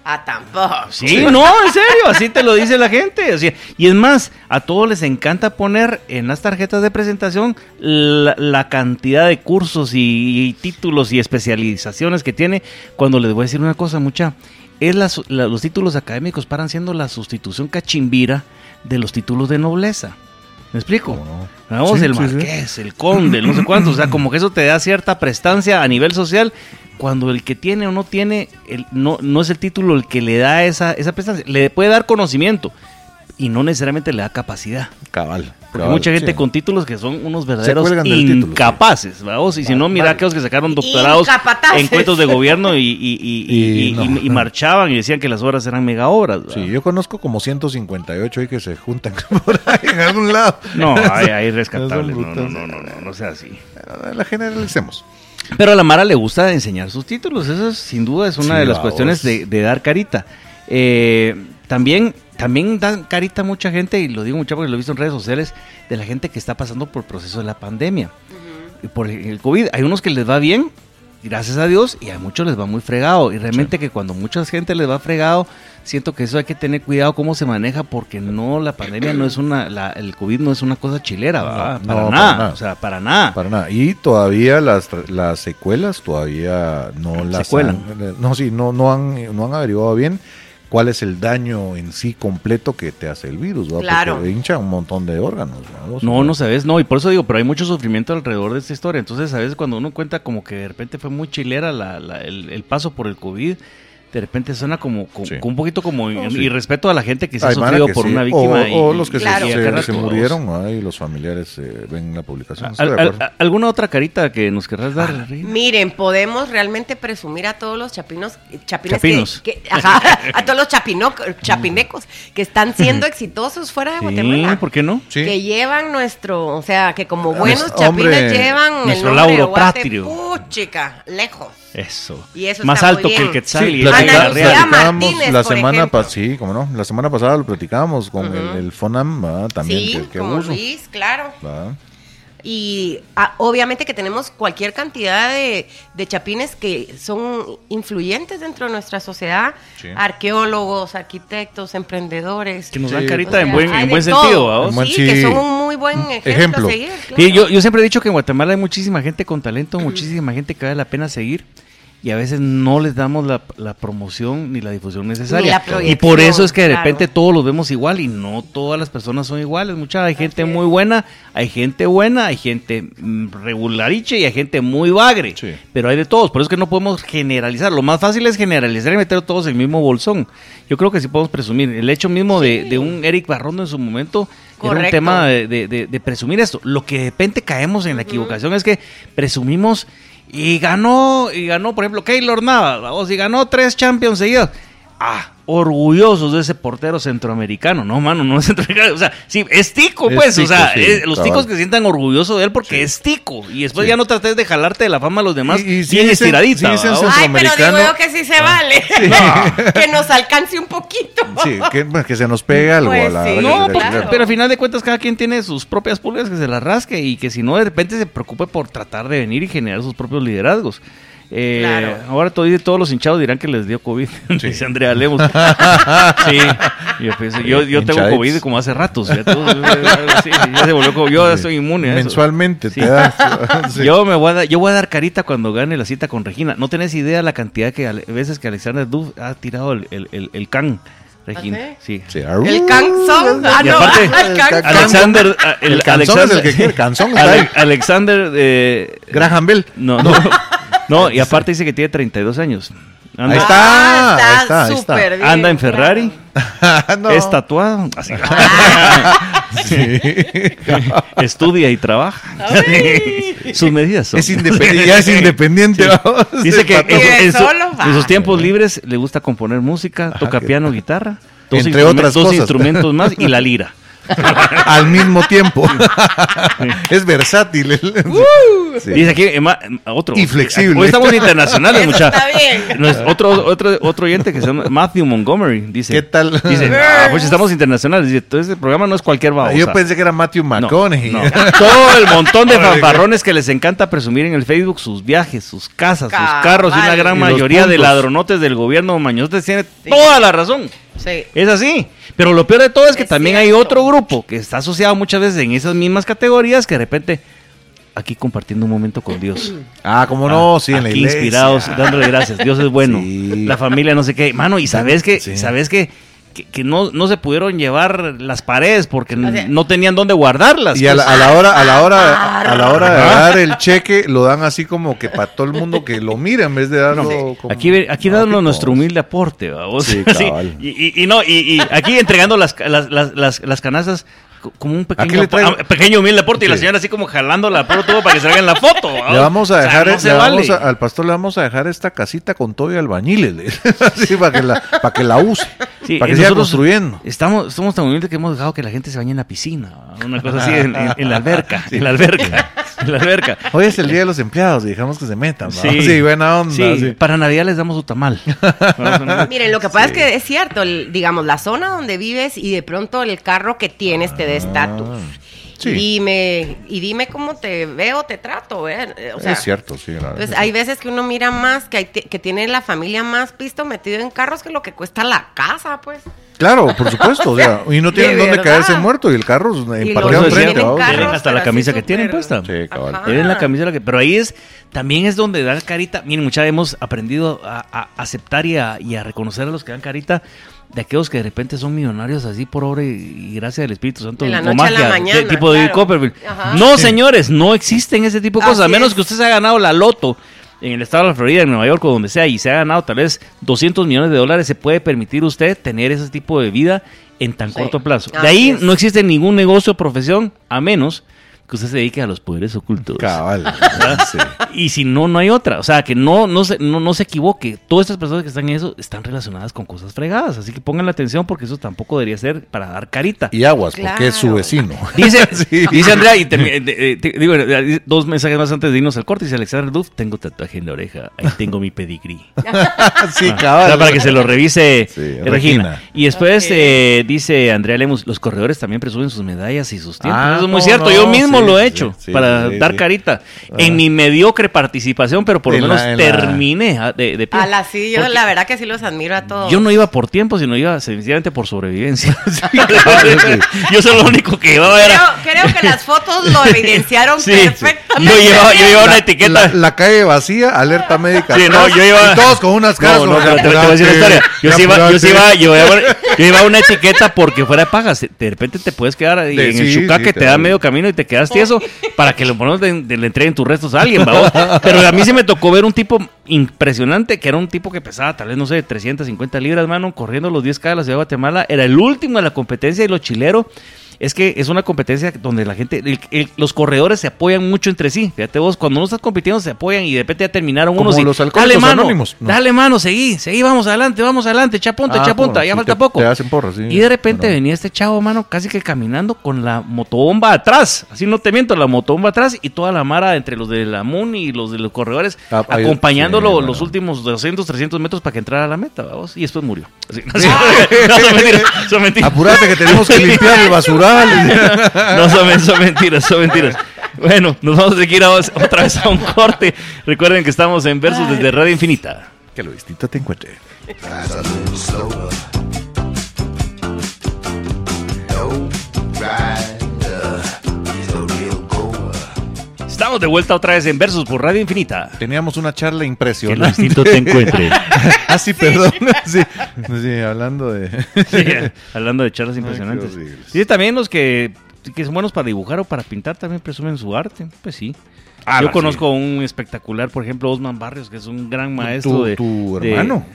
Ah, tampoco. Sí, no, en serio, así te lo dice la gente. o sea, y es más, a todos les encanta poner en las tarjetas de presentación la, la cantidad de cursos y, y títulos y especializaciones que tiene. Cuando les voy a decir una cosa, mucha, es la su- la- los títulos académicos paran siendo la sustitución cachimbira de los títulos de nobleza. ¿Me explico? ¿Cómo no? Vamos, Sí, el sí, sí. marqués, el conde, el no sé cuánto. O sea, como que eso te da cierta prestancia a nivel social. Cuando el que tiene o no tiene, el- no, no es el título el que le da esa, esa prestancia. Le puede dar conocimiento y no necesariamente le da capacidad. Cabal. Porque cabal, mucha gente sí. con títulos que son unos verdaderos cuelgan del título, sí. incapaces, vamos. Y si no, mira aquellos que sacaron doctorados Incapataces. en cuentos de gobierno y, y- y- y- Y y- no. y- y marchaban y decían que las obras eran mega obras. ¿verdad? Sí, yo conozco como 158 ahí que se juntan por ahí en algún lado. No, hay, hay Son rescatables. No, no, brutas. no, no, no, no sea así. La generalicemos. Pero a la Mara le gusta enseñar sus títulos. Eso es, sin duda es una Sí, de las vamos. cuestiones de, de dar carita. Eh, también, también dan carita a mucha gente, y lo digo mucho porque lo he visto en redes sociales, de la gente que está pasando por el proceso de la pandemia. Y Por el COVID. Hay unos que les va bien, gracias a Dios, y a muchos les va muy fregado. Y realmente que cuando mucha gente les va fregado, siento que eso hay que tener cuidado cómo se maneja, porque no, la pandemia no es una, la- el COVID no es una cosa chilera, ¿va? No, para, no, para nada. nada. O sea, para nada. Para nada. Y todavía las, tra- las secuelas todavía no las Secuelan. han- eh, no, sí, no, no han, eh, no han averiguado bien cuál es el daño en sí completo que te hace el virus, ¿va? Claro. Porque hincha un montón de órganos, Pues, ¿va? No, no sabes, no, y por eso digo, pero hay mucho sufrimiento alrededor de esta historia. Entonces, a veces cuando uno cuenta como que de repente fue muy chilera la- la- el, el paso por el COVID, de repente suena como, como- Sí. como un poquito como No, sí. y respeto a la gente que se ha Hay mara sufrido que por sí, una o- víctima. O, y- los que y se- Claro. a se, cada se rato. murieron, ¿va? y los familiares eh, ven la publicación. Estoy de Al- al- acuerdo. ¿Alguna otra carita que nos querrás dar? Ah, Reina? Miren, podemos realmente presumir a todos los chapinos, eh, chapines Chapinos. Que, que- ajá, a todos los chapino- chapinecos que están siendo exitosos fuera de Guatemala. Sí, ¿por qué no? Sí. Que llevan nuestro, o sea, que como buenos Nuestro- hombre, chapines llevan nuestro el nombre de lauro Guate, patrio. puchica, lejos. Eso. Y eso Más está muy alto que el bien. Quetzal Sí, y el Ana platica- Real. Lucía platicábamos Martínez, la por semana ejemplo. pasada, sí, como no, la semana pasada lo platicábamos con el, Ujú. el Fonam, ¿va? también, sí, que, que como abuso, Luis, claro. ¿va? Y ah, obviamente que tenemos cualquier cantidad de, de chapines que son influyentes dentro de nuestra sociedad, Sí. arqueólogos, arquitectos, emprendedores. Que nos dan Sí. O carita sea, en buen, hay en de buen todo. sentido, ¿va En vos? buen- Sí, Sí. que son un muy buen ejemplo, Ejemplo. a seguir. claro. Mm. Sí, yo, yo siempre he dicho que en Guatemala hay muchísima gente con talento, muchísima gente que vale la pena seguir y a veces no les damos la, la promoción ni la difusión necesaria. Ni la y por proyección, eso es que de claro. repente todos los vemos igual y no todas las personas son iguales. Mucha hay gente muy buena, hay gente buena, hay gente mm, regulariche y hay gente muy bagre. Sí. Pero hay de todos, por eso es que no podemos generalizar. Lo más fácil es generalizar y meter todos en el mismo bolsón. Yo creo que sí podemos presumir. El hecho mismo de, de un Eric Barrondo en su momento era un Correcto. tema de, de- de- de presumir esto. Lo que de repente caemos en la equivocación es que presumimos y ganó, y ganó, por ejemplo, Keylor Navas, vamos, y ganó tres Champions seguidos. Ah, orgullosos de ese portero centroamericano. No, mano, no es centroamericano. O sea, sí, es tico, Es pues. o tico, sea, sí, es- los cabal. ticos que se sientan orgullosos de él porque Sí. es tico. Y después Sí. ya no trates de jalarte de la fama a los demás. Y- y sí bien dicen- estiradita. sí dicen sen- ¿va? Ay, pero digo centroamericano. yo que sí Ah. se vale. que nos alcance un poquito. Sí, que, bueno, que se nos pega algo a Pues la sí. a la- No, a la- pues, claro. pero al final de cuentas cada quien tiene sus propias pulgas que se las rasque y que si no de repente se preocupe por tratar de venir y generar sus propios liderazgos. Eh, Claro. Ahora todo- todos los hinchados dirán que les dio COVID, dice Andrea Lemos. sí, yo, pienso- yo, yo tengo Hinchaditos. COVID como hace rato. o sea, todo- eh, sí, ya se volvió como- yo ahora estoy inmune. a eso. Mensualmente Sí. te das. sí. Yo me voy a dar, yo voy a dar carita cuando gane la cita con Regina. No tenés idea la cantidad que ale- veces que Alexander Duff ha tirado el, el, el- el can, Regina. ¿Ah, Sí. Sí, El canzón. Ah, Y no, aparte, el canzón. Alexander, a- el, El canzón es Alexander- el que quiere, el canzón está ahí. Ale- Alexander eh, Graham Bell. no, no, no, y aparte dice que tiene 32 años. Anda, Ahí está. ahí está, ahí Ah, súper está. bien, anda en claro. Ferrari, No. es tatuado. Así. Sí. Estudia y trabaja. Sus medidas son. es independiente, ya es independiente. vamos. Dice que en, Vive en su- solo, en sus va. tiempos libres le gusta componer música, toca que- piano, guitarra, dos, Ah, Entre instrumen- otras dos cosas. instrumentos más y la lira. al mismo tiempo. es versátil. Sí. Dice aquí eh, ma- eh, otro. Y flexible. Hoy estamos internacionales, Eso muchachos. está bien. Otro, otro, otro oyente que se llama Matthew Montgomery dice. ¿Qué tal? Dice, "Ah, pues estamos internacionales. Dice, entonces el programa no es cualquier babosa. Ah, Yo pensé que era Matthew No, McConaughey. no. Todo el montón de fanfarrones que les encanta presumir en el Facebook sus viajes, sus casas, sus Cabal. carros y una gran Y los mayoría de puntos. ladronotes del gobierno mañotes tiene toda la razón. Sí. Es así. Pero lo peor de todo es que Es también hay cierto. otro grupo que está asociado muchas veces en esas mismas categorías que de repente aquí compartiendo un momento con Dios. Ah, como no, sí, en la Aquí iglesia. inspirados, dándole gracias. Dios es bueno. Sí. La familia no sé qué. Mano, y sabes que, Sí. sabes que, que, que no, no se pudieron llevar las paredes porque O sea- no tenían dónde guardarlas. pues. Y a la, a la hora, a la hora, a la hora de Ah. dar el cheque, lo dan así como que para todo el mundo que lo mira en vez de darlo. como- Aquí, ve- aquí Ah, dándonos qué nuestro cosa. humilde aporte, vamos. Sí, Así, cabal. y, y- y no, y, y aquí entregando las, ca- las, las, las- las canastas co- como un Aquí le pequeño, traigo- apo- a- pequeño humilde aporte y la Sí. señora así como jalando la puro tubo para que salga en la foto. ¿va? Le vamos O a sea, dejar, e, no le se vamos vale. a- al pastor le vamos a dejar esta casita con todo y albañiles, le- así, para que la, para que la use, Sí, para eh, que siga nosotros construyendo. Estamos, somos tan humildes que hemos dejado que la gente se bañe en la piscina, ¿va? una cosa así, en, en- en la alberca, en la alberca, en la alberca. Hoy es el día de los empleados y dejamos que se metan. ¿va? Sí, buena onda. sí, sí. Para Navidad les damos su tamal. Miren, lo que pasa es que es cierto, el- digamos, la zona donde vives y de pronto el carro que tienes te da estatus. Ah, sí. Y Dime, y dime cómo te veo, te trato, ¿eh? Eh, O sea, es cierto, sí. la verdad. pues, hay veces que uno mira más, que, hay ti- que tiene la familia más pisto metido en carros que lo que cuesta la casa, pues. Claro, por supuesto. o sea, y no de tienen dónde verdad. caerse muerto y el carro eh, Y empateado los que enfrente. tienen ¿va? carros, Tienen hasta la pero así camisa que súper- tienen puesta. Sí, cabal. Ajá. Tienen la camisa que... Pero ahí es, también es donde dan carita. Miren, mucha hemos aprendido a, a aceptar y a, y a reconocer a los que dan carita de aquellos que de repente son millonarios así por obra y, y gracia del Espíritu Santo. De la o noche a la magia, mañana, de- tipo de claro. Copperfield. Ajá. No, señores, no existen ese tipo de cosas. a Así menos es. que usted se haya ganado la loto en el estado de la Florida, en Nueva York o donde sea, y se ha ganado tal vez 200 millones de dólares, se puede permitir usted tener ese tipo de vida en tan Sí. corto plazo. De Así ahí es. no existe ningún negocio o profesión, a menos que usted se dedique a los poderes ocultos. Cabal. sí. Y si no, no hay otra. O sea, que no, no, se, no, no se equivoque. Todas estas personas que están en eso están relacionadas con cosas fregadas. Así que pongan la atención porque eso tampoco debería ser para dar carita. Y aguas, porque es su Claro. vecino. Dice, Sí. dice Andrea, y termi- de- de- te- digo, eh, dos mensajes más antes de irnos al corte. Dice Alexander Duff, tengo tatuaje en la oreja, ahí tengo mi pedigrí. sí, O cabal. sea, para que se lo revise Ah, Sí, eh, Regina. Regina. Y después Ok. eh, dice Andrea Lemus, los corredores también presumen sus medallas y sus tiempos. Ah, Eso es muy no, cierto, no, yo mismo sí, lo he sí, hecho sí, para sí, dar sí. carita. En mi mediocre participación, pero por lo En la- menos en la- terminé ah, de, de pie. A la sí, yo Porque la verdad que sí los admiro a todos. yo no iba por tiempo, sino iba sencillamente por sobrevivencia. sí. yo soy lo único que llevaba creo, era... creo que las fotos lo evidenciaron Sí, perfectamente. Yo llevaba, yo llevaba una La- etiqueta. La, la calle vacía, alerta médica. Sí, no, atrás, yo iba- y todos con unas caras. No, no, como, pero te, te voy a decir una historia. Yo sí iba, yo sí iba, yo iba- yo iba una etiqueta porque fuera de pagas. De repente te puedes quedar ahí De- en sí, el chucaque, sí, te da claro. medio camino y te quedas tieso para que lo menos de- de- le entreguen tus restos a alguien, ¿va vos? Pero a mí se me tocó ver un tipo impresionante que era un tipo que pesaba tal vez, no sé, 350 libras, mano, corriendo los 10K de la ciudad de Guatemala. Era el último de la competencia y lo chilero. Es que es una competencia donde la gente, el- el- los corredores se apoyan mucho entre sí. Fíjate vos, cuando no estás compitiendo se apoyan y de repente ya terminaron Como unos y, los alcohólicos dale mano, anónimos, ¿no? dale mano, seguí, seguí, vamos adelante, vamos adelante, Ah, chapunta, chapunta, cómo no, ya sí, falta te- poco. te hacen porras, sí, y de repente pero- venía este chavo, mano, casi que caminando con la motobomba atrás, así no te miento, la motobomba atrás y toda la mara entre los de la MUN y los de los corredores Ah, ahí- acompañándolo sí, bueno. los últimos 200, 300 metros para que entrara a la meta, vamos, y después murió. Así, así- no, son mentiras, son mentiras. Apurate que tenemos que limpiar el basural. No, son, men- son mentiras, son mentiras. Bueno, nos vamos a seguir ahora- otra vez a un corte. Recuerden que estamos en Versus desde Red Infinita. que lo distinto te encuentre. That's a little slower. No rider. He's a real goer. Estamos de vuelta otra vez en Versus por Radio Infinita. Teníamos una charla Que el impresionante. instinto te encuentre. ah, sí, perdón. Sí, sí, hablando de. Sí, hablando de charlas impresionantes. Ay, qué horribles. Y también los que, que son buenos para dibujar o para pintar también presumen su arte. Pues sí. Ah, Yo sí. conozco a un espectacular, por ejemplo, Osman Barrios, que es un gran maestro Tu- de... tu de- hermano.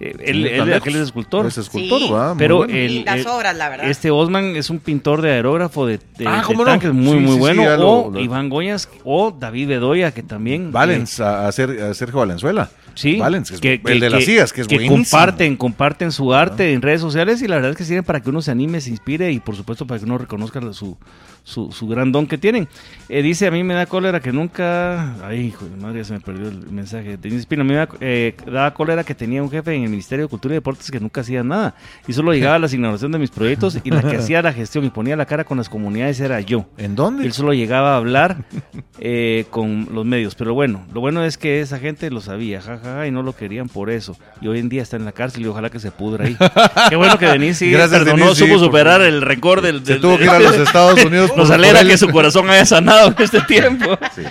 Eh, él, Sí, él- tan lejos. aquel es escultor. Es escultor, Sí, ¿verdad? Muy pero bueno. el- Lindas el- obras, la verdad. Este Osman es un pintor de aerógrafo de, de- Ah, de ¿cómo no? tanques muy, Sí, sí, muy sí, bueno. ya lo- o lo- Iván Goñas o David Bedoya, que también. eh, Valens, a, a Ser- a Sergio Valenzuela. Sí, Valens, que es- que- el que- de las que- sillas, que es que buenísimo. comparten, comparten su arte en redes sociales y la verdad es que sirven para que uno se anime, se inspire y por supuesto para que uno reconozca la- su, su, su gran don que tienen. Eh, dice, a mí me da cólera que nunca... Ay, hijo de madre, se me perdió el mensaje. Tenía espino, a mí me da, eh, daba cólera que tenía un jefe en el Ministerio de Cultura y Deportes que nunca hacía nada y solo llegaba a la asignación de mis proyectos y la que hacía la gestión y ponía la cara con las comunidades era yo. ¿En dónde? Él solo llegaba a hablar eh, con los medios. Pero bueno, lo bueno es que esa gente lo sabía, jajaja, y no lo querían por eso. Y hoy en día está en la cárcel y ojalá que se pudra ahí. Qué bueno que Denis sí Gracias, perdonó, Denis, sí, supo por superar el récord del... Se del- tuvo que ir a los Estados Unidos. por- Nos por alegra él. que su corazón haya sanado en este tiempo. Sí.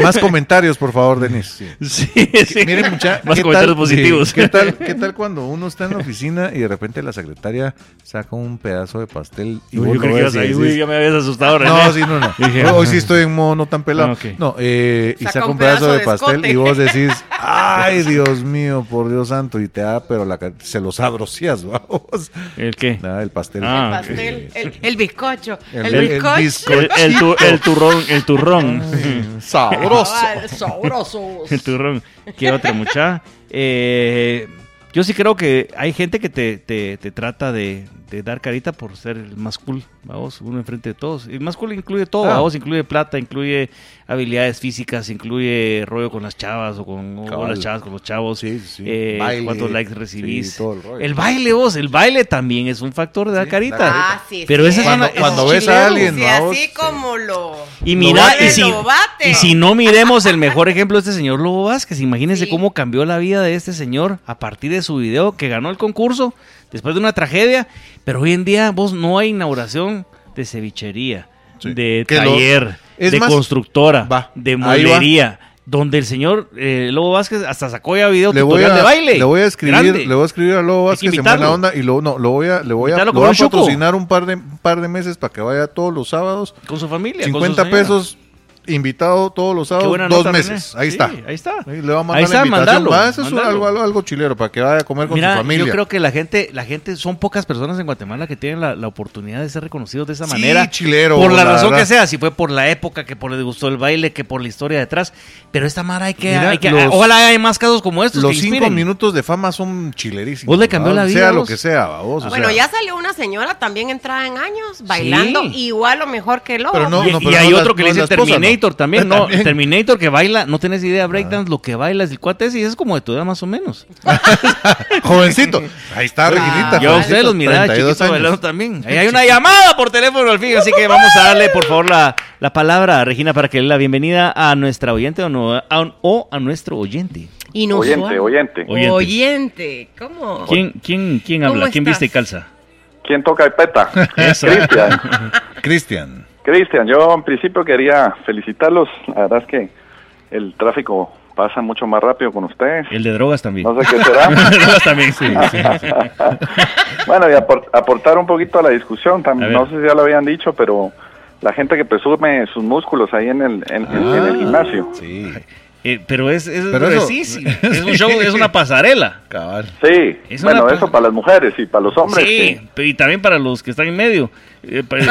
Más comentarios, por favor, Denis. Sí. Sí, sí. Que- Miren, mucha, Más ¿qué comentarios tal- positivos. sí, ¿qué, tal, ¿Qué tal cuando uno está en la oficina y de repente la secretaria saca un pedazo de pastel? Y Uy, vos yo lo creo que ves ibas ahí, y uy, decís, ya me habías asustado. No, René. sí, no, no. Dije, Hoy sí estoy en modo no tan pelado. Ah, ok. No, eh, y saca un pedazo, de, pastel escote. y vos decís, ay, Dios mío, por Dios santo, y te da, pero la, ca- se los abrocías, vamos. ¿El qué? Nada, el pastel. Ah, el ok. pastel, el, el bizcocho, el, El- el bizcocho. bizco- El, el tu- el turrón, el turrón. Sabroso. Ah, sabrosos. El turrón. ¿Qué otra muchacha? Eh, yo sí creo que hay gente que te, te- te trata de, de dar carita por ser el más cool, vamos, uno enfrente de todos. El más cool incluye todo, Ah. vamos, incluye plata, incluye habilidades físicas, incluye rollo con las chavas o con o Cabal. las chavas, con los chavos. Sí, sí. eh, Baile, cuántos likes recibís. sí, todo el rollo. baile, vos, el baile también es un factor de dar Sí, carita. dar Ah, sí, Pero sí. esa es Cuando- una- es cuando un ves a chilero. alguien, Sí, ¿no? así Sí. como lo. Y mira, bate, y si, lo bate. y si no miremos el mejor ejemplo de este señor Lobo Vázquez, imagínense Sí. cómo cambió la vida de este señor a partir de su video que ganó el concurso después de una tragedia, pero hoy en día vos no hay inauguración de cevichería, Sí. de Que lo- taller, es de más- constructora, Va, de ahí va. molería, donde el señor eh, Lobo Vázquez hasta sacó ya video Le voy, tutorial a, de baile. le voy a escribir, Grande. le voy a escribir a Lobo Hay que Vázquez en invitarlo. buena onda y luego no, lo voy a, le voy a, lo Invitarlo con voy a un chuco. patrocinar un par de, un par de meses para que vaya todos los sábados. con su familia. con su 50 señora. pesos, invitado todos los Qué sábados, buena dos nota, meses. René. Ahí Sí, está. Ahí está. Ahí le va a mandar Ahí está, la invitación. mandalo, Va, eso es un- mandalo. algo, algo, algo chilero para que vaya a comer con Mira, su familia. Yo creo que la gente, la gente, son pocas personas en Guatemala que tienen la, la oportunidad de ser reconocidos de esa Sí, manera. chilero, por la, la razón verdad. que sea, si fue por la época, que por les gustó el baile, que por la historia detrás. Pero esta mara hay que, Mira, hay que- los- ojalá haya más casos como estos. Los pues, que cinco inspiren. minutos de fama son chilerísimos. Vos le cambió ¿va? la vida, Sea vos. lo que sea, va, vos. o Ah, Bueno, sea. ya salió una señora también entrada en años, bailando Sí. igual o mejor que el lobo. Pero no- y, y pero hay no otro las- que le no dice las esposas, Terminator ¿no? también, no, También. Terminator que baila, no tenés idea breakdance, lo que baila es el cuate ese y es como de tu edad más o menos. Jovencito. Ahí está, Reginita. Yo a jovencito, ustedes los miraba 32 chiquitos bailando años. también. Ahí hay una llamada por teléfono al fin, así que vamos a darle, por favor, la, la palabra a Regina para que le dé la bienvenida a nuestra oyente o, no- a, o a nuestro oyente. Inusual. Oyente, oyente. oyente. Oyente, ¿Cómo? ¿Quién, quién, quién ¿Cómo habla? ¿Quién estás? viste y calza? ¿Quién toca el peta? Eso. Cristian. Cristian. Cristian, yo en principio quería felicitarlos. La verdad es que el tráfico pasa mucho más rápido con ustedes. El de drogas también. No sé qué será. drogas también, Ah, sí. bueno, y apor- aportar un poquito a la discusión. A También, ver. no sé si ya lo habían dicho, pero la gente que presume sus músculos ahí en el, en- en- Ah. en el gimnasio. Ah, Sí, Eh, pero es, es Pero eso- gruesísimo. Es un show, es una pasarela. cabal. Sí, Es bueno, una- eso para las mujeres y para los hombres. sí, que- pe- y también para los que están en medio. Eh, pa- eh,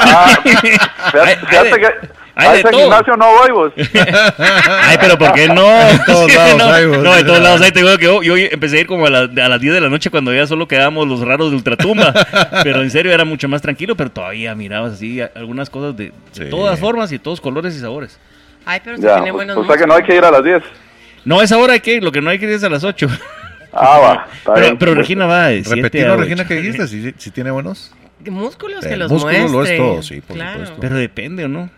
Ah, Hay- fíjate, hay de- fíjate que hay a de ese todo. gimnasio no voy pues. vos. Ay, pero ¿por qué no? En todos lados no, hay, vos. no, de todos lados hay. Te digo que yo, yo empecé a ir como a, la- a las 10 de la noche cuando ya solo quedábamos los raros de Ultratumba. pero en serio era mucho más tranquilo, pero todavía mirabas así a- algunas cosas de, Sí. de todas formas y todos colores y sabores. Ay, pero si Ya, tiene buenos o sea que no hay que ir a las 10. No, es ahora hay que ir, lo que no hay que ir es a las 8. Ah, va. está pero, bien. pero Regina va de siete a Repetimos, ocho. Regina, que dijiste, si, si tiene buenos. músculos. Músculos que El los Eh, músculo lo muestre. es todo, sí, por Claro. supuesto. Pero depende, ¿o no?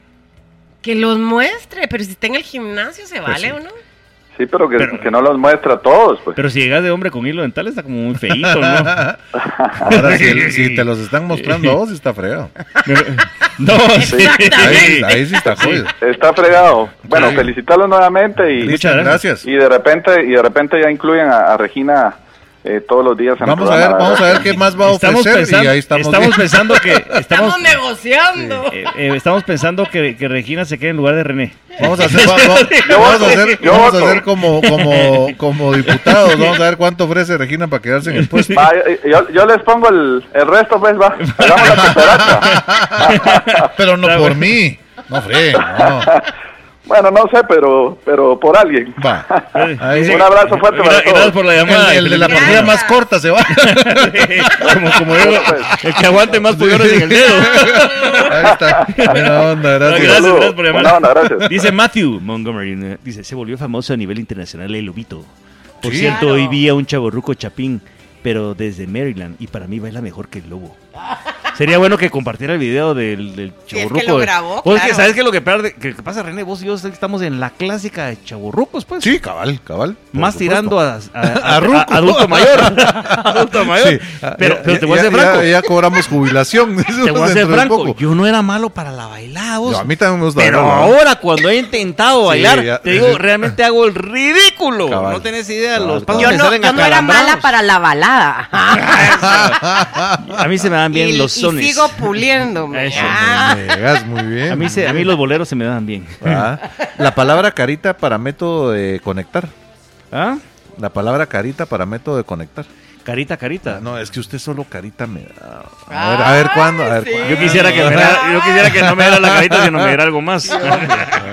Que los muestre, pero si está en el gimnasio, ¿se Pues vale o no? Sí, pero que, Pero- que no los muestra a todos, pues. Pero si llegas de hombre con hilo dental está como muy feíto, ¿no? Ahora, si, si te los están mostrando a vos, está fregado. No, sí. Ahí, ahí sí está jodido. Está fregado. Bueno, Sí. felicitarlos nuevamente y, Muchas gracias. gracias. y de repente y de repente ya incluyen a, a Regina eh, todos los días. en el Vamos a ver, programa, vamos a ¿verdad? ver qué más va a Estamos ofrecer y pensando, ahí estamos. estamos viendo. pensando que estamos, Estamos negociando. eh, eh, estamos pensando que, que Regina se quede en lugar de René. Vamos a hacer, va- va- Yo vamos a voto, hacer, yo vamos a voto. hacer como, como, como diputados. Vamos a ver cuánto ofrece Regina para quedarse en el puesto. Va, eh, yo, yo les pongo el, el resto, pues, va. Hagamos la cooperacha. Pero no por mí. No, Fred, no. bueno, no sé, pero, pero por alguien. Va. Ahí Dice- Un abrazo Ah, fuerte para Gra- Gracias todos. por la llamada. El, el de la partida más corta se va. como, como digo, pues. el que aguante más pulgones en el dedo. Ahí está. Buena onda, gracias. gracias. Saludos. por llamar. Buena onda, gracias. Dice Matthew Montgomery, eh, dice, se volvió famoso a nivel internacional el lobito. Por Sí. cierto, Claro. hoy vi a un chaborruco chapín, pero desde Maryland, y para mí baila mejor que el lobo. Sería bueno que compartiera el video del, del Si es que chaborruco. lo grabó, Vos que- claro. ¿Sabes qué es lo que, peor de- que- que pasa, René? Vos y yo estamos en la clásica de chaborrucos, pues. Sí, cabal, cabal. por Más supuesto. tirando a, a- a- A ruco. a- adulto mayor. adulto mayor. Sí. Pero, Ya- pero te voy a ya- ser franco. Ya, ya cobramos jubilación. Te voy a ser Dentro de franco, poco. yo no era malo para la bailada, vos. No, a mí también me gusta Pues, pero bailar, ¿no? ahora cuando he intentado bailar, ya. te digo, realmente hago el ridículo. Cabal. No tenés idea, Cabal, los pasos Yo me no, salen yo no era acalambrados. mala para la balada. A mí se me dan bien y, los y sones. sigo puliéndome. Eso, Ah, Me llegas muy bien. A mí, se- a mí los boleros se me dan bien. Ah, La palabra carita para método de conectar. ¿Ah? La palabra carita para método de conectar. Carita, carita. No, es que usted solo carita me da. A ver, a ver cuándo. A ver, sí. cuándo. Ah, Yo quisiera, que me diera- yo quisiera que no me diera la carita, sino me diera algo más.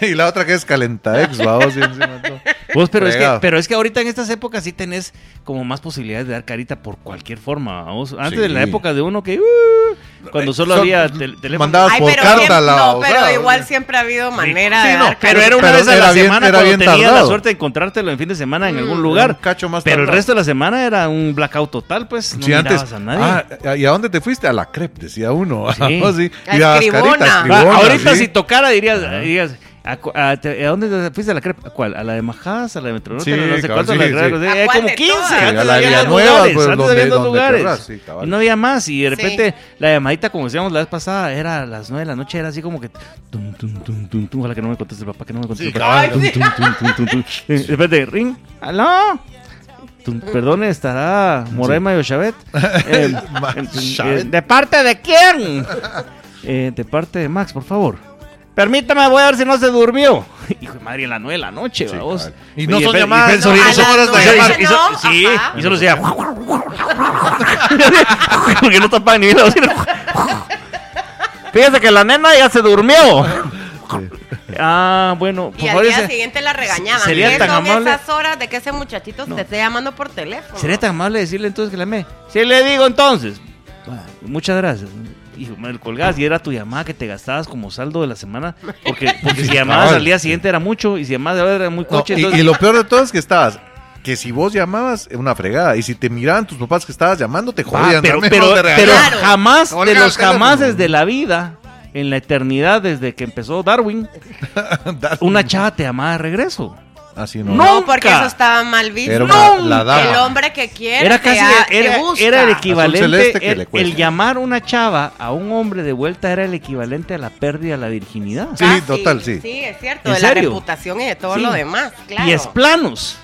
y la otra que es calentaex, vamos. y encima todo. Vos, pero es, que, Fregado. pero es que ahorita en estas épocas sí tenés como más posibilidades de dar carita por cualquier forma. vos. Antes de la Sí. Eh, época de uno que... uh, cuando solo Son- había tel- teléfono. mandabas Ay, por pero, carta siempre- la no, pero usada, igual ¿sí? siempre ha habido Ah, manera de dar pero era una Pero vez a era la bien- semana era cuando bien tenías la tardado. suerte de encontrártelo en fin de semana en algún Un lugar. cacho más Pero el tardado. resto de la semana era un blackout total, pues no Sí, mirabas antes. a nadie. Ah, ¿y a dónde te fuiste? A la crepe, decía uno. Sí. Ah, sí. Y La a las escribona. caritas, Va, escribona, ahorita sí. si tocara dirías, dirías, ¿a, cu- a te- a dónde te fuiste a la crepa? ¿A cuál? ¿A la de Majadas? ¿A la de Metronorte? Sí, ¿A la no sé cabrón, cuánto? ¿A la sí, sí. de- de- ¿A Hay cuál como de 15. todas? Antes Sí, a la había de dos Villanueva, lugares, pues, antes donde- había dos donde lugares. querrás, sí, cabal. y no había más. Y de repente la llamadita, como decíamos la vez pasada, era a las 9 de la noche, era así como que... tum, tum, tum, tum, tum. ojalá que no me conteste el papá, que no me conteste el papá. Ay, sí. Eh, De repente, ring, aló. Tu- Perdone, estará Morema y Ochavet. Eh, Ma- eh, Chavet. ¿De parte de quién? Eh, de parte de Max, por favor. Permítame, voy a ver si no se durmió. Hijo de madre, en la nueve de la noche, Sí, vos. cabal. Y no son llamadas, y- no, solo- a y las solo- nueve y solo- de la y solo- noche, Sí, ajá. y solo se llama. Porque no tapan ni bien la bocina. Fíjese que la nena ya se durmió. Ah, bueno, por Y al favor, día ese- siguiente la regañaban. sería ¿Qué tan son amable- esas horas de que ese muchachito te esté llamando por teléfono? ¿Sería tan amable decirle entonces que la amé? Sí, le digo entonces. "Ah, Muchas gracias. Hijo, me colgás y era tu llamada que te gastabas como saldo de la semana. Porque, porque si llamabas cabal. al día siguiente era mucho y si llamabas de ahora era muy No, coche. y- y, entonces- lo peor de todo es que estabas. Que si vos llamabas, una fregada. Y si te miraban tus papás que estabas llamando, te Ah, jodían. pero, también, pero- no te pero regalaban. Claro. jamás, Colgar de el los teléfono. jamases de la vida, en la eternidad desde que empezó Darwin, Dar- una chava te llamaba de regreso. Así Ah, no. No, ¡Nunca! porque eso estaba mal visto. Era una- la dama. El hombre que quiere Era casi te, era, busca. era el Azul equivalente celeste que el- le el, cuesta. llamar una chava a un hombre de vuelta era el equivalente a la pérdida de la virginidad. Sí, Casi, total, sí. Ah, Sí, es cierto, ¿En de la serio? reputación y de todo Sí. lo demás, claro. Y es planos.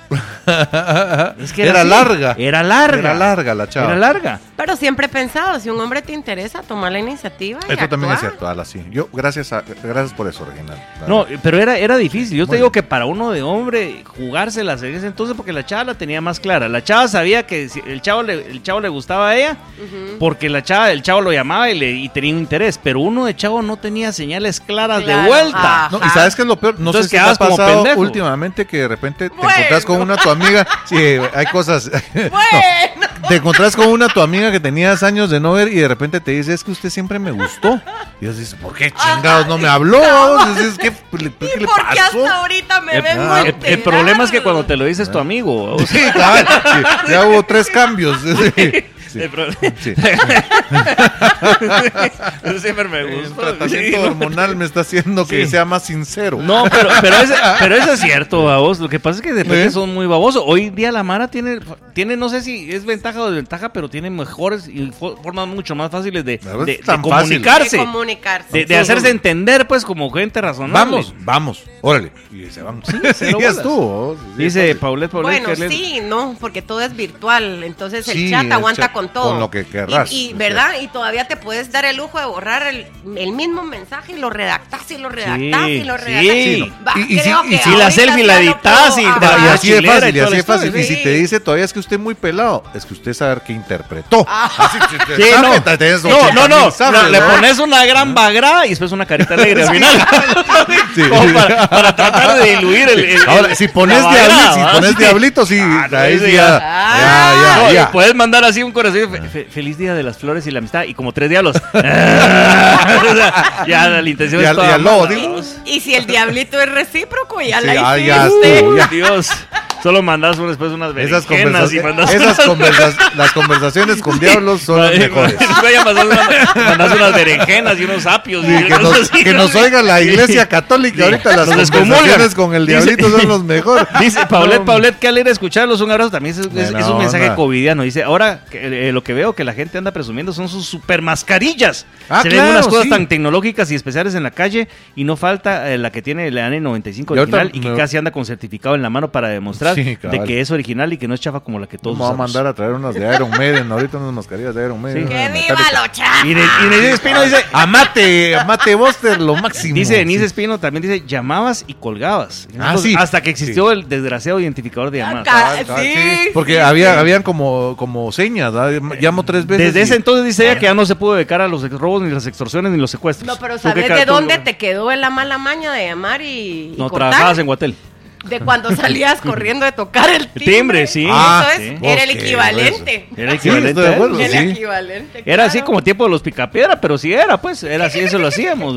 Es que era así. larga. Era larga. Era larga la chava. Era larga. Pero siempre he pensado, si un hombre te interesa, tomar la iniciativa y Esto también actuar. es cierto, Ala, sí. Yo, gracias, a- gracias por eso, Reginald. La No, verdad. pero era, era difícil. Yo te Muy digo bien. que para uno de hombre jugárselas en ese entonces porque la chava la tenía más clara. La chava sabía que si- el chavo le, el chavo le gustaba a ella porque la chava, el chavo lo llamaba y, le, y tenía un interés. Pero uno de chavo no tenía señales claras Claro. de vuelta. Ah. No, ajá. y sabes que es lo peor, no Entonces sé si te ha quedabas como pasado pendejo. últimamente que de repente te Bueno. encontrás con una tu amiga. Sí, hay cosas. no. Bueno, Te encontrás con una tu amiga que tenías años de no ver y de repente te dice, es que usted siempre me gustó. Y vos dices, ¿por qué chingados no me habló? Vos decís, "¿Qué le- ¿qué, ¿y le por qué pasó? hasta ahorita me El, vengo el- el Ah. problema es que cuando te lo dices tu amigo, o sea, Sí, cabal, sí, ya hubo tres cambios. sí. Sí. El pro- Sí. Eso siempre me El gusta. tratamiento Sí, no. hormonal me está haciendo que Sí. sea más sincero. No, pero, pero, es, pero eso es cierto, babos. Lo que pasa es que de repente ¿Eh? son muy babosos. Hoy día la Mara tiene, tiene, no sé si es ventaja o desventaja, pero tiene mejores y fo- formas mucho más fáciles de, Claro, es de- de tan fácil. comunicarse. De comunicarse. De, de hacerse entender, pues, como gente razonable. Vamos, vamos, órale. Y se vamos. se lo ya vuelas. estuvo. Sí, Dice fácil. Paulette, Paulette. Bueno, que le- sí, no, porque todo es virtual, entonces el Sí, el chat aguanta chat, con todo. con lo que querrás. Y, y, ¿verdad? Y todavía te puedes dar el lujo de borrar el, el mismo mensaje y lo redactás y lo redactás y lo sí. redactás. Sí, Va, no. Y- y si- creo y que si la ahorita selfie la ya lo editas puedo y- Ah, agarrar. y así de chilera y fácil, y toda así la de fácil. historia, Y si sí. te dice todavía es que usted es muy pelado, es que usted sabe que interpretó. Así que te- Ah, Sí, no. te- tenés No, no, 80,000 no. sables, Le ¿no? Ah. pones una gran bagra y después una carita alegre al final. Sí. Como para, para tratar de diluir el. el- Ahora, el- si pones la bagra, diablito, ¿va? si pones diablito, sí, ahí Ah, sí, sí ya. ya. No, Ah. Ya, y ya, ya. puedes mandar así un corazón. fe- fe- feliz día de las flores y la amistad. Y como tres diablos. O sea, ya la intención Y es al- toda y al lobo, mala, digo. vos. Y si el diablito es recíproco, ya Sí, la ah, hiciste. ya estuvo, ya. Dios. Solo mandas un- después unas Esas, berenjenas y mandas conversaciones, esas unas- conversas- las conversaciones con diablos son las mejores. Después ya mandas, una- mandas unas berenjenas y unos apios. Sí, y que, cosas nos, así. que nos oiga la Sí. iglesia católica Sí. ahorita las Nos descomulgan. conversaciones con el diablito son los mejores. Dice Paulette, Paulette, qué alegre escucharlos. Un abrazo también. Es, es- Buena es un mensaje onda. covidiano. Dice, ahora que, eh, lo que veo que la gente anda presumiendo son sus super mascarillas. Ah, Se claro, ven unas cosas sí. tan tecnológicas y especiales en la calle y no falta eh, la que tiene la N95 Y ahorita original y que me- casi anda con certificado en la mano para demostrar Sí, cabal. de que es original y que no es chafa como la que todos Vamos a usamos. mandar a traer unas de Iron Maiden, ahorita unas mascarillas de Iron Maiden. Sí. ¡Que unas de viva Metallica. lo chat! Y, de- y Denise Espino dice... Amate, amate Buster, lo máximo. Dice Denise Sí. Espino también dice llamabas y colgabas. Ah, sí. Hasta que existió el desgraciado identificador de llamadas. Acá, Ah, sí, sí, porque sí, había, sí. habían como, como señas, ¿verdad? llamo tres veces. Desde y- ese entonces dice ella que ya no se pudo becar a los ex- robos, ni las extorsiones, ni los secuestros. No, pero ¿Tú qué ¿sabes ca- de tú- dónde te quedó la mala maña de llamar y, y No cortar? trabajabas en Guatel. De cuando salías corriendo de tocar el timbre, timbre. sí. Ah, Eso es, sí. era el Vos qué equivalente. Era Sí, estoy equivalente. de ¿eh? acuerdo, Era sí. equivalente. Era así claro. como tiempo de los picapiedra, pero sí era, pues. Era así, eso lo hacíamos,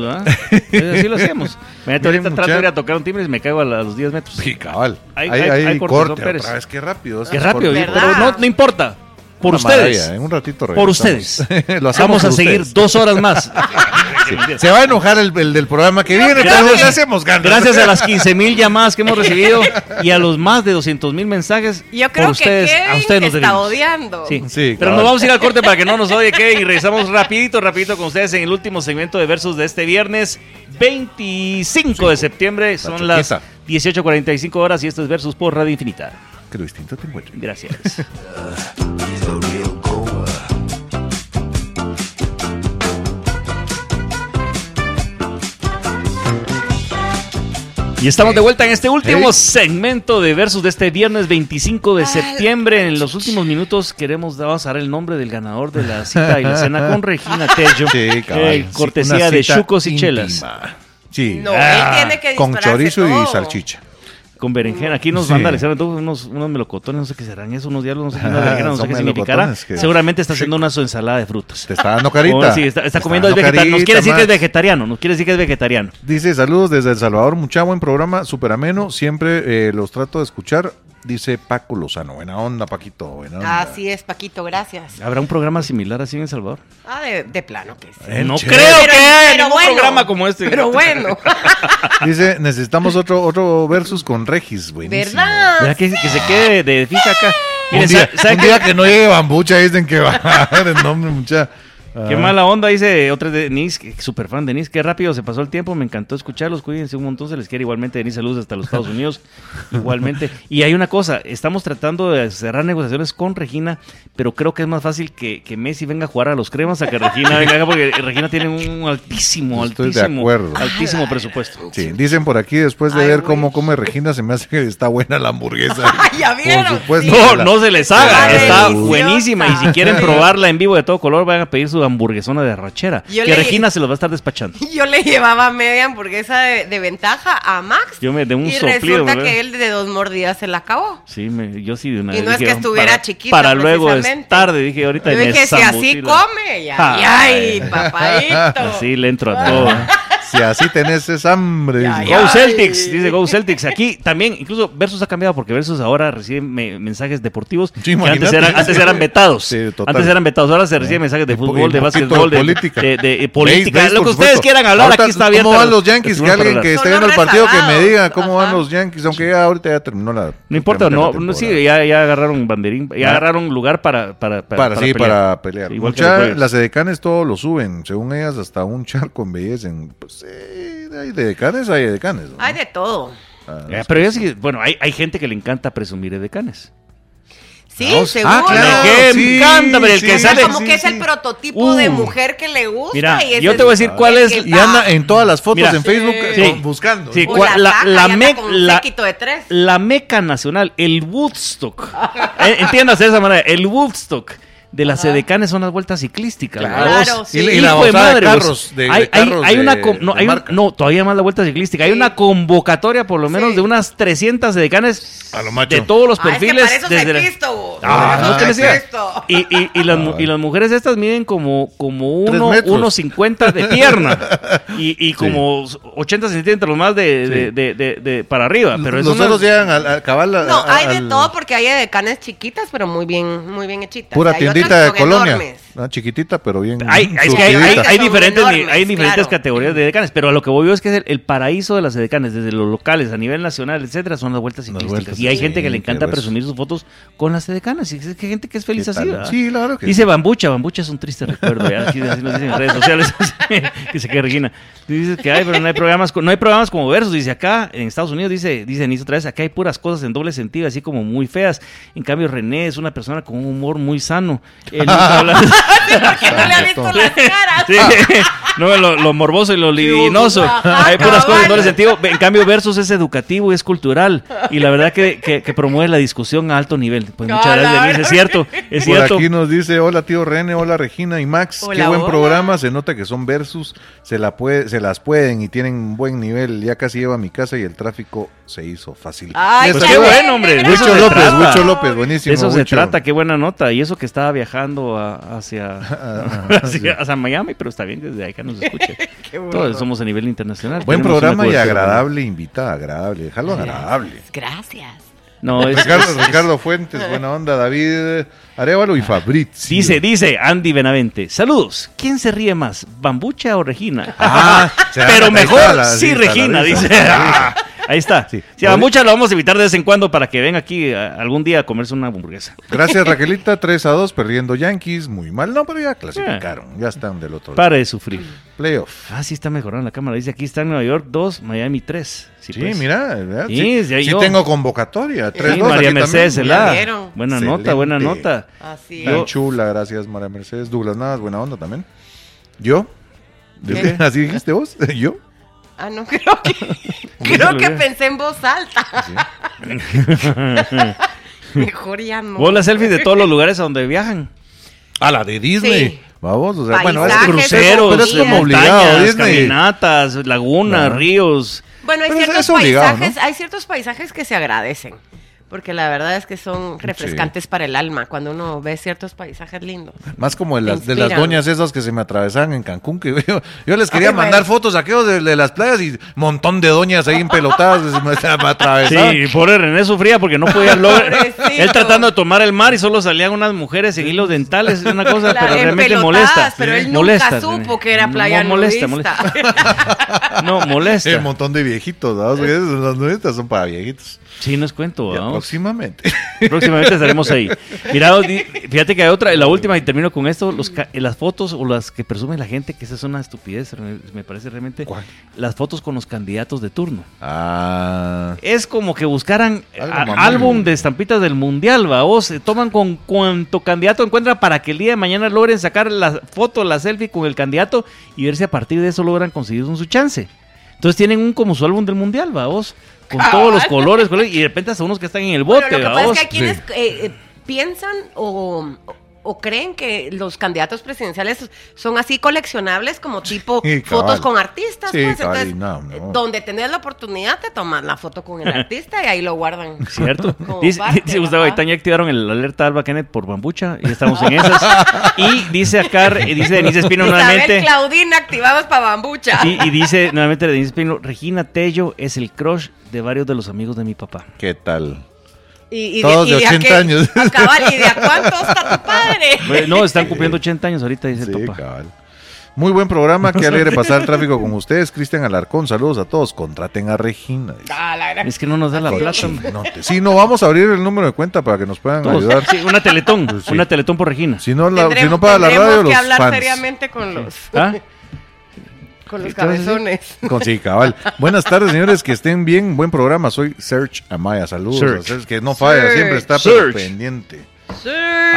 ¿verdad? Eso sí lo hacíamos. Imagínate, Miren, ahorita trato de muchacho. ir a tocar un timbre y me caigo a, la- a los 10 metros. Sí, cabal. Ahí- Ahí, ahí, ahí- ahí cortó corte. Pérez. Otra vez, qué rápido. esos Qué rápido, cortes. yo- ¿Verdad? pero no, no importa. Una Por ustedes. maravilla, en un ratito por regresamos. ustedes. Lo hacemos Vamos a por seguir ustedes. dos horas más. Se va a enojar el, el del programa que viene, pero le hacemos ganas. Gracias a las 15 mil llamadas que hemos recibido y a los más de 200 mil mensajes. Yo creo por que ustedes, a Kevin ustedes nos te está debemos. odiando. Sí. Sí, Pero cabal. nos vamos a ir al corte para que no nos odie Kevin y regresamos rapidito, rapidito con ustedes en el último segmento de Versus de este viernes 25 de septiembre. Son las choqueta. 18.45 horas y esto es Versus por Radio Infinita. Que lo distinto te encuentre. Gracias. He's the real goer. Y estamos de vuelta en este último Hey. segmento de Versus de este viernes 25 de Al- septiembre. En los últimos minutos queremos daros dar el nombre del ganador de la cita y la cena con Regina Tello. Sí, cabal. Eh, Sí, cortesía una de cita Chucos y íntima. Chelas. Sí. No, él tiene que Ah, Con dispararse chorizo y todo. salchicha. Con berenjena. Aquí nos Sí. manda Alexander Duff unos, unos melocotones, no sé qué serán eso, unos diablos, no sé qué, una Ah, berenjena, no sé son qué significará. melocotones que- Seguramente está haciendo una su ensalada de frutas. Te está dando carita. Oh, sí, está, Te está comiendo, es dando vegetariano. Nos carita, quiere decir que es Max. vegetariano, nos quiere decir que es vegetariano. Dice, saludos desde El Salvador, mucha buen programa, súper ameno, siempre eh, los trato de escuchar. Dice Paco Lozano, buena onda, Paquito, buena onda. Así es, Paquito, gracias. ¿Habrá un programa similar así en El Salvador? Ah, de, de plano que sí. Eh, no chévere. creo que haya pero ningún bueno, programa como este. Pero bueno, Dice, necesitamos otro otro versus con Regis, buenísimo. ¿verdad? Ya que, que se quede de, de fija acá. Un, Miren, día, sa- ¿sabe un qué- día que no llegue bambucha dicen que va el nombre, mucha. Ah, Qué mala onda, dice otra de Denise, que- super fan Denise. Qué rápido se pasó el tiempo, me encantó escucharlos. Cuídense un montón, se les quiere igualmente. Denise, saludos hasta los Estados Unidos. igualmente. Y hay una cosa, estamos tratando de cerrar negociaciones con Regina, pero creo que es más fácil que, que Messi venga a jugar a los cremas a que Regina venga acá, porque Regina tiene un altísimo, Estoy de altísimo, acuerdo. altísimo presupuesto. Sí, dicen por aquí, después de Ay, ver güey. cómo come Regina, se me hace que está buena la hamburguesa. Ya vieron, Por supuesto. sí. No, no se les haga, Está está deliciosa. buenísima. Y si quieren probarla en vivo de todo color, vayan a pedir su hamburguesona de arrachera. Yo Que le- Regina se los va a estar despachando. Yo le llevaba media hamburguesa de, de ventaja a Max. Yo me- de un y soplido, resulta ¿verdad? que él de dos mordidas se la acabó. Sí, me- yo sí de una Y no es que dije, "Oh, estuviera para- chiquita, Para luego es precisamente. tarde, dije ahorita. Yo me dije, si así zambutí la- come, ya, Ah, Ay. ay, ay, papadito. Así le entro a todo. si así tenés esa hambre. Ya, dice. ya. Go Celtics, dice Go Celtics. Aquí también, incluso Versus ha cambiado porque Versus ahora recibe me- mensajes deportivos Sí, que antes imagínate. eran, antes eran vetados. Sí, total. antes eran vetados, ahora se reciben mensajes de De po- fútbol, de un poquito básquetbol, de de política. de- de- de Base, política. base, Lo que por ustedes supuesto. quieran hablar, Ahorita, aquí está abierto. ¿Cómo van los Yankees? el Que alguien que tribunal para hablar. esté Son viendo el partido que me rezagados. diga cómo van Ajá. los Yankees, aunque ya ahorita ya terminó la. No importa, terminó la no, no temporada. sí, ya, ya agarraron banderín, ya Ah. agarraron lugar para para Para, sí, pelear. para pelear. Igual que Mucha- los Warriors. las edecanes todo lo suben. Según ellas, hasta un charco embellecen. Pues sí, hay decanes, hay edecanes. ¿no? Hay de todo. Ah, Eh, pero yo sí, que- bueno, hay, hay gente que le encanta presumir de canes. Sí, Ah, seguro. claro, Me sí, encanta, pero el sí, que O sea, sale- como sí, que es sí. el prototipo de Uh. mujer que le gusta. Mira, y ese yo te voy a decir cuál es- el que Y anda va. en todas las fotos Mira. en Facebook Sí. eh, buscando. Sí, ¿no? Uy, cuál- la- saca la y anda me- con un la- séquito de tres. La meca nacional, el Woodstock. Eh, Entiéndase de esa manera, el Woodstock de las edecanes son las vueltas ciclísticas. Claro, ¿verdad? claro, Vos- sí. Ah, Y la Hijo bozada de vos. carros, de- de hay, hay- carros hay una de- com- no, de hay un- marca. no, todavía más la vuelta ciclística. Hay Sí. una convocatoria por lo menos Sí. de unas 300 edecanes A lo macho. de todos los Ah, es que perfiles. para eso se desde la- Cristo, vos. Ah, Para no eso tenés se idea. Cristo. Y, y- y las, mu- Ah, y las mujeres estas miden como, como Tres uno- metros. 1,50 de pierna y, y como 80 centímetros los más de, de- de- de- de- para arriba. Pero es los una- otros llegan al- a acabar la. No, a- hay de al- todo porque hay decanes chiquitas, pero muy bien, muy bien hechitas. Pura Hay otras tiendita de que son colonia. enormes. Ah, chiquitita, pero bien. Hay, hay- es que hay, surtidita. hay- hay Son diferentes, enormes, hay diferentes claro. categorías de decanes, pero a lo que voy yo es que es el, el paraíso de las decanes, desde los locales, a nivel nacional, etcétera, son las vueltas Las ciclísticas. vueltas, y hay sí, gente que le qué encanta grueso. presumir sus fotos con las decanes. Y es que hay gente que es feliz ¿Qué así. tal? ¿verdad? Sí, claro que Dice Bambucha, Bambucha es un triste recuerdo, ya, así, así nos dicen en redes sociales, dice que Regina, dice que hay, pero no hay programas, co- no hay programas como Versus, dice acá, en Estados Unidos, dice, dice Denise otra vez, acá hay puras cosas en doble sentido, así como muy feas, en cambio René es una persona con un humor muy sano, Él nunca habla- Porque no Ah, le ha visto las caras. Sí. No, lo, lo morboso y lo libidinoso. Ajá, Hay puras cosas en cabal. doble sentido. En cambio, Versus es educativo y es cultural. Y la verdad que, que- que promueve la discusión a alto nivel. Pues muchas Cabal. gracias, Denise. Es cierto, es Por cierto. aquí nos dice, hola tío René, hola Regina y Max, qué Hola, buen hola. programa, se nota que son versus, se, la puede, se las pueden y tienen un buen nivel, ya casi llevo a mi casa y el tráfico se hizo fácil. Ay, Eso es- Pues qué alegre, bueno, hombre. De eso Huicho se López, trata. Huicho López, buenísimo. De eso se Huicho. trata, qué buena nota. Y eso que estaba viajando a- hacia, Ah, hacia, hacia Miami, pero está bien que desde acá nos escuche. Qué bueno. Todos somos a nivel internacional. Buen Tenemos una programa y cobertura. agradable, invitada, agradable, déjalo agradable. Gracias. No, es, Ricardo, Ricardo Fuentes, buena onda, David eh, Arevalo y Fabrizio. Dice, dice Andy Benavente. Saludos. ¿Quién se ríe más, Bambucha o Regina? Ah, se da- Pero ahí mejor está la- sí, está la Regina, risa, dice. Ah, está la risa. Ahí está. Sí. Si a Bambucha lo vamos a invitar de vez en cuando para que venga aquí a- algún día a comerse una hamburguesa. Gracias Raquelita, 3 a 2, perdiendo Yankees, muy mal, no, pero ya Eh. clasificaron, ya están del otro lado. Para de sufrir. Playoff. Ah, sí, está mejorando la cámara. Dice, aquí está en Nueva York 2, Miami 3. Sí, Sí, pues. mira, eh, ¿verdad? Sí, sí, sí, ahí sí yo. tengo convocatoria. Sí, 3-2 María aquí Mercedes también. Helada. Ya vieron. Buena nota, buena Excelente. nota. Así Tan es. chula, gracias María Mercedes. Douglas Navas, buena onda también. ¿Yo? ¿De ¿Qué? qué? ¿Así dijiste vos? ¿Yo? Ah, no, creo que, creo que pensé en voz alta. Mejor ya no. Vos las selfies de todos los lugares a donde viajan. A la de Disney. Sí. Vamos, o sea, bueno, es Paisajes, crucero, pero es comida. como obligado, Montañas, Disney. caminatas, lagunas, No. ríos. Bueno, hay Pero eso ciertos, es obligado, paisajes, ¿no? hay ciertos paisajes que se agradecen, porque la verdad es que son refrescantes para el alma cuando uno ve ciertos paisajes lindos. Más como de las, de las Inspiran. doñas esas que se me atravesaban en Cancún, que yo, yo les quería Ay, mandar bueno. fotos a aquellos de, de las playas y montón de doñas ahí empelotadas, se me, se me atravesaban. Sí, Ah, pobre René sufría porque no podía lograr. Pobrecito. Él tratando de tomar el mar y solo salían unas mujeres en hilos dentales, es una cosa, La- pero realmente empelotadas, molesta. Pero él nunca Molesta, supo René. que era No, playa molesta, nudista. molesta. No, molesta. Sí, Eh, un montón de viejitos, ¿no? Porque esas- Las nuestras son para viejitos. Sí, no es cuento, Ya, pues, ¿no? próximamente. Próximamente estaremos ahí. Mira, di- fíjate que hay otra, la última, y termino con esto, los ca- las fotos o las que presume la gente, que esa es una estupidez, René, me parece realmente, ¿Cuál? las fotos con los candidatos de turno. Ah. Es como que buscaran Algo a- mamón. álbum de estampitas del mundial, va. O se toman con cuanto candidato encuentran para que el día de mañana logren sacar la foto, la selfie con el candidato y ver si a partir de eso logran conseguir un su chance. Entonces tienen un como su álbum del mundial, va. vos, Con todos los colores, colores, y de repente hasta unos Ah. que están en el Bueno, bote, lo que va, pasa es vos. que hay quienes Sí. eh, eh, piensan eh, o, o creen que los candidatos presidenciales son así coleccionables como tipo Sí, cabal. fotos con artistas. Sí, pues, cabal, y entonces, no, no. eh, donde tenés la oportunidad te tomas la foto con el artista y ahí lo guardan. ¿Cierto? Como Dice, parte, dice Gustavo ajá. Gaitán, ya activaron el alerta Alba Kenneth por bambucha y estamos en esas. Y dice acá, eh, dice Denise Espino Isabel nuevamente. Claudina activados para bambucha. Y, y dice nuevamente Denise Espino, Regina Tello es el crush de varios de los amigos de mi papá. ¿Qué tal? Y, y Todos de a 80 qué- años. a cabal, ¿y de a cuánto está tu padre? Bueno, No, están cumpliendo 80 años ahorita, dice Sí, el papá. cabal. Muy buen programa, qué alegre pasar el tráfico con ustedes. Cristian Alarcón, saludos a todos. Contraten a Regina. dice. Ah, la gran- Es que no nos da la plata. hombre. Cochinote. Sí, no, vamos a abrir el número de cuenta para que nos puedan Todos. ayudar. Pues Sí, una teletón, Sí. una teletón por Regina. Si no, la- si Tendremos- no para la tendremos radio, que los hablar fans. seriamente con los, ¿Ah? con los ¿Qué vas a decir? cabezones. Con- sí, cabal. Buenas tardes, señores, que estén bien. Buen programa. Soy Serge Amaya. Saludos. Serge. a Serge, que no falla, Serge. siempre está pero Serge. pendiente.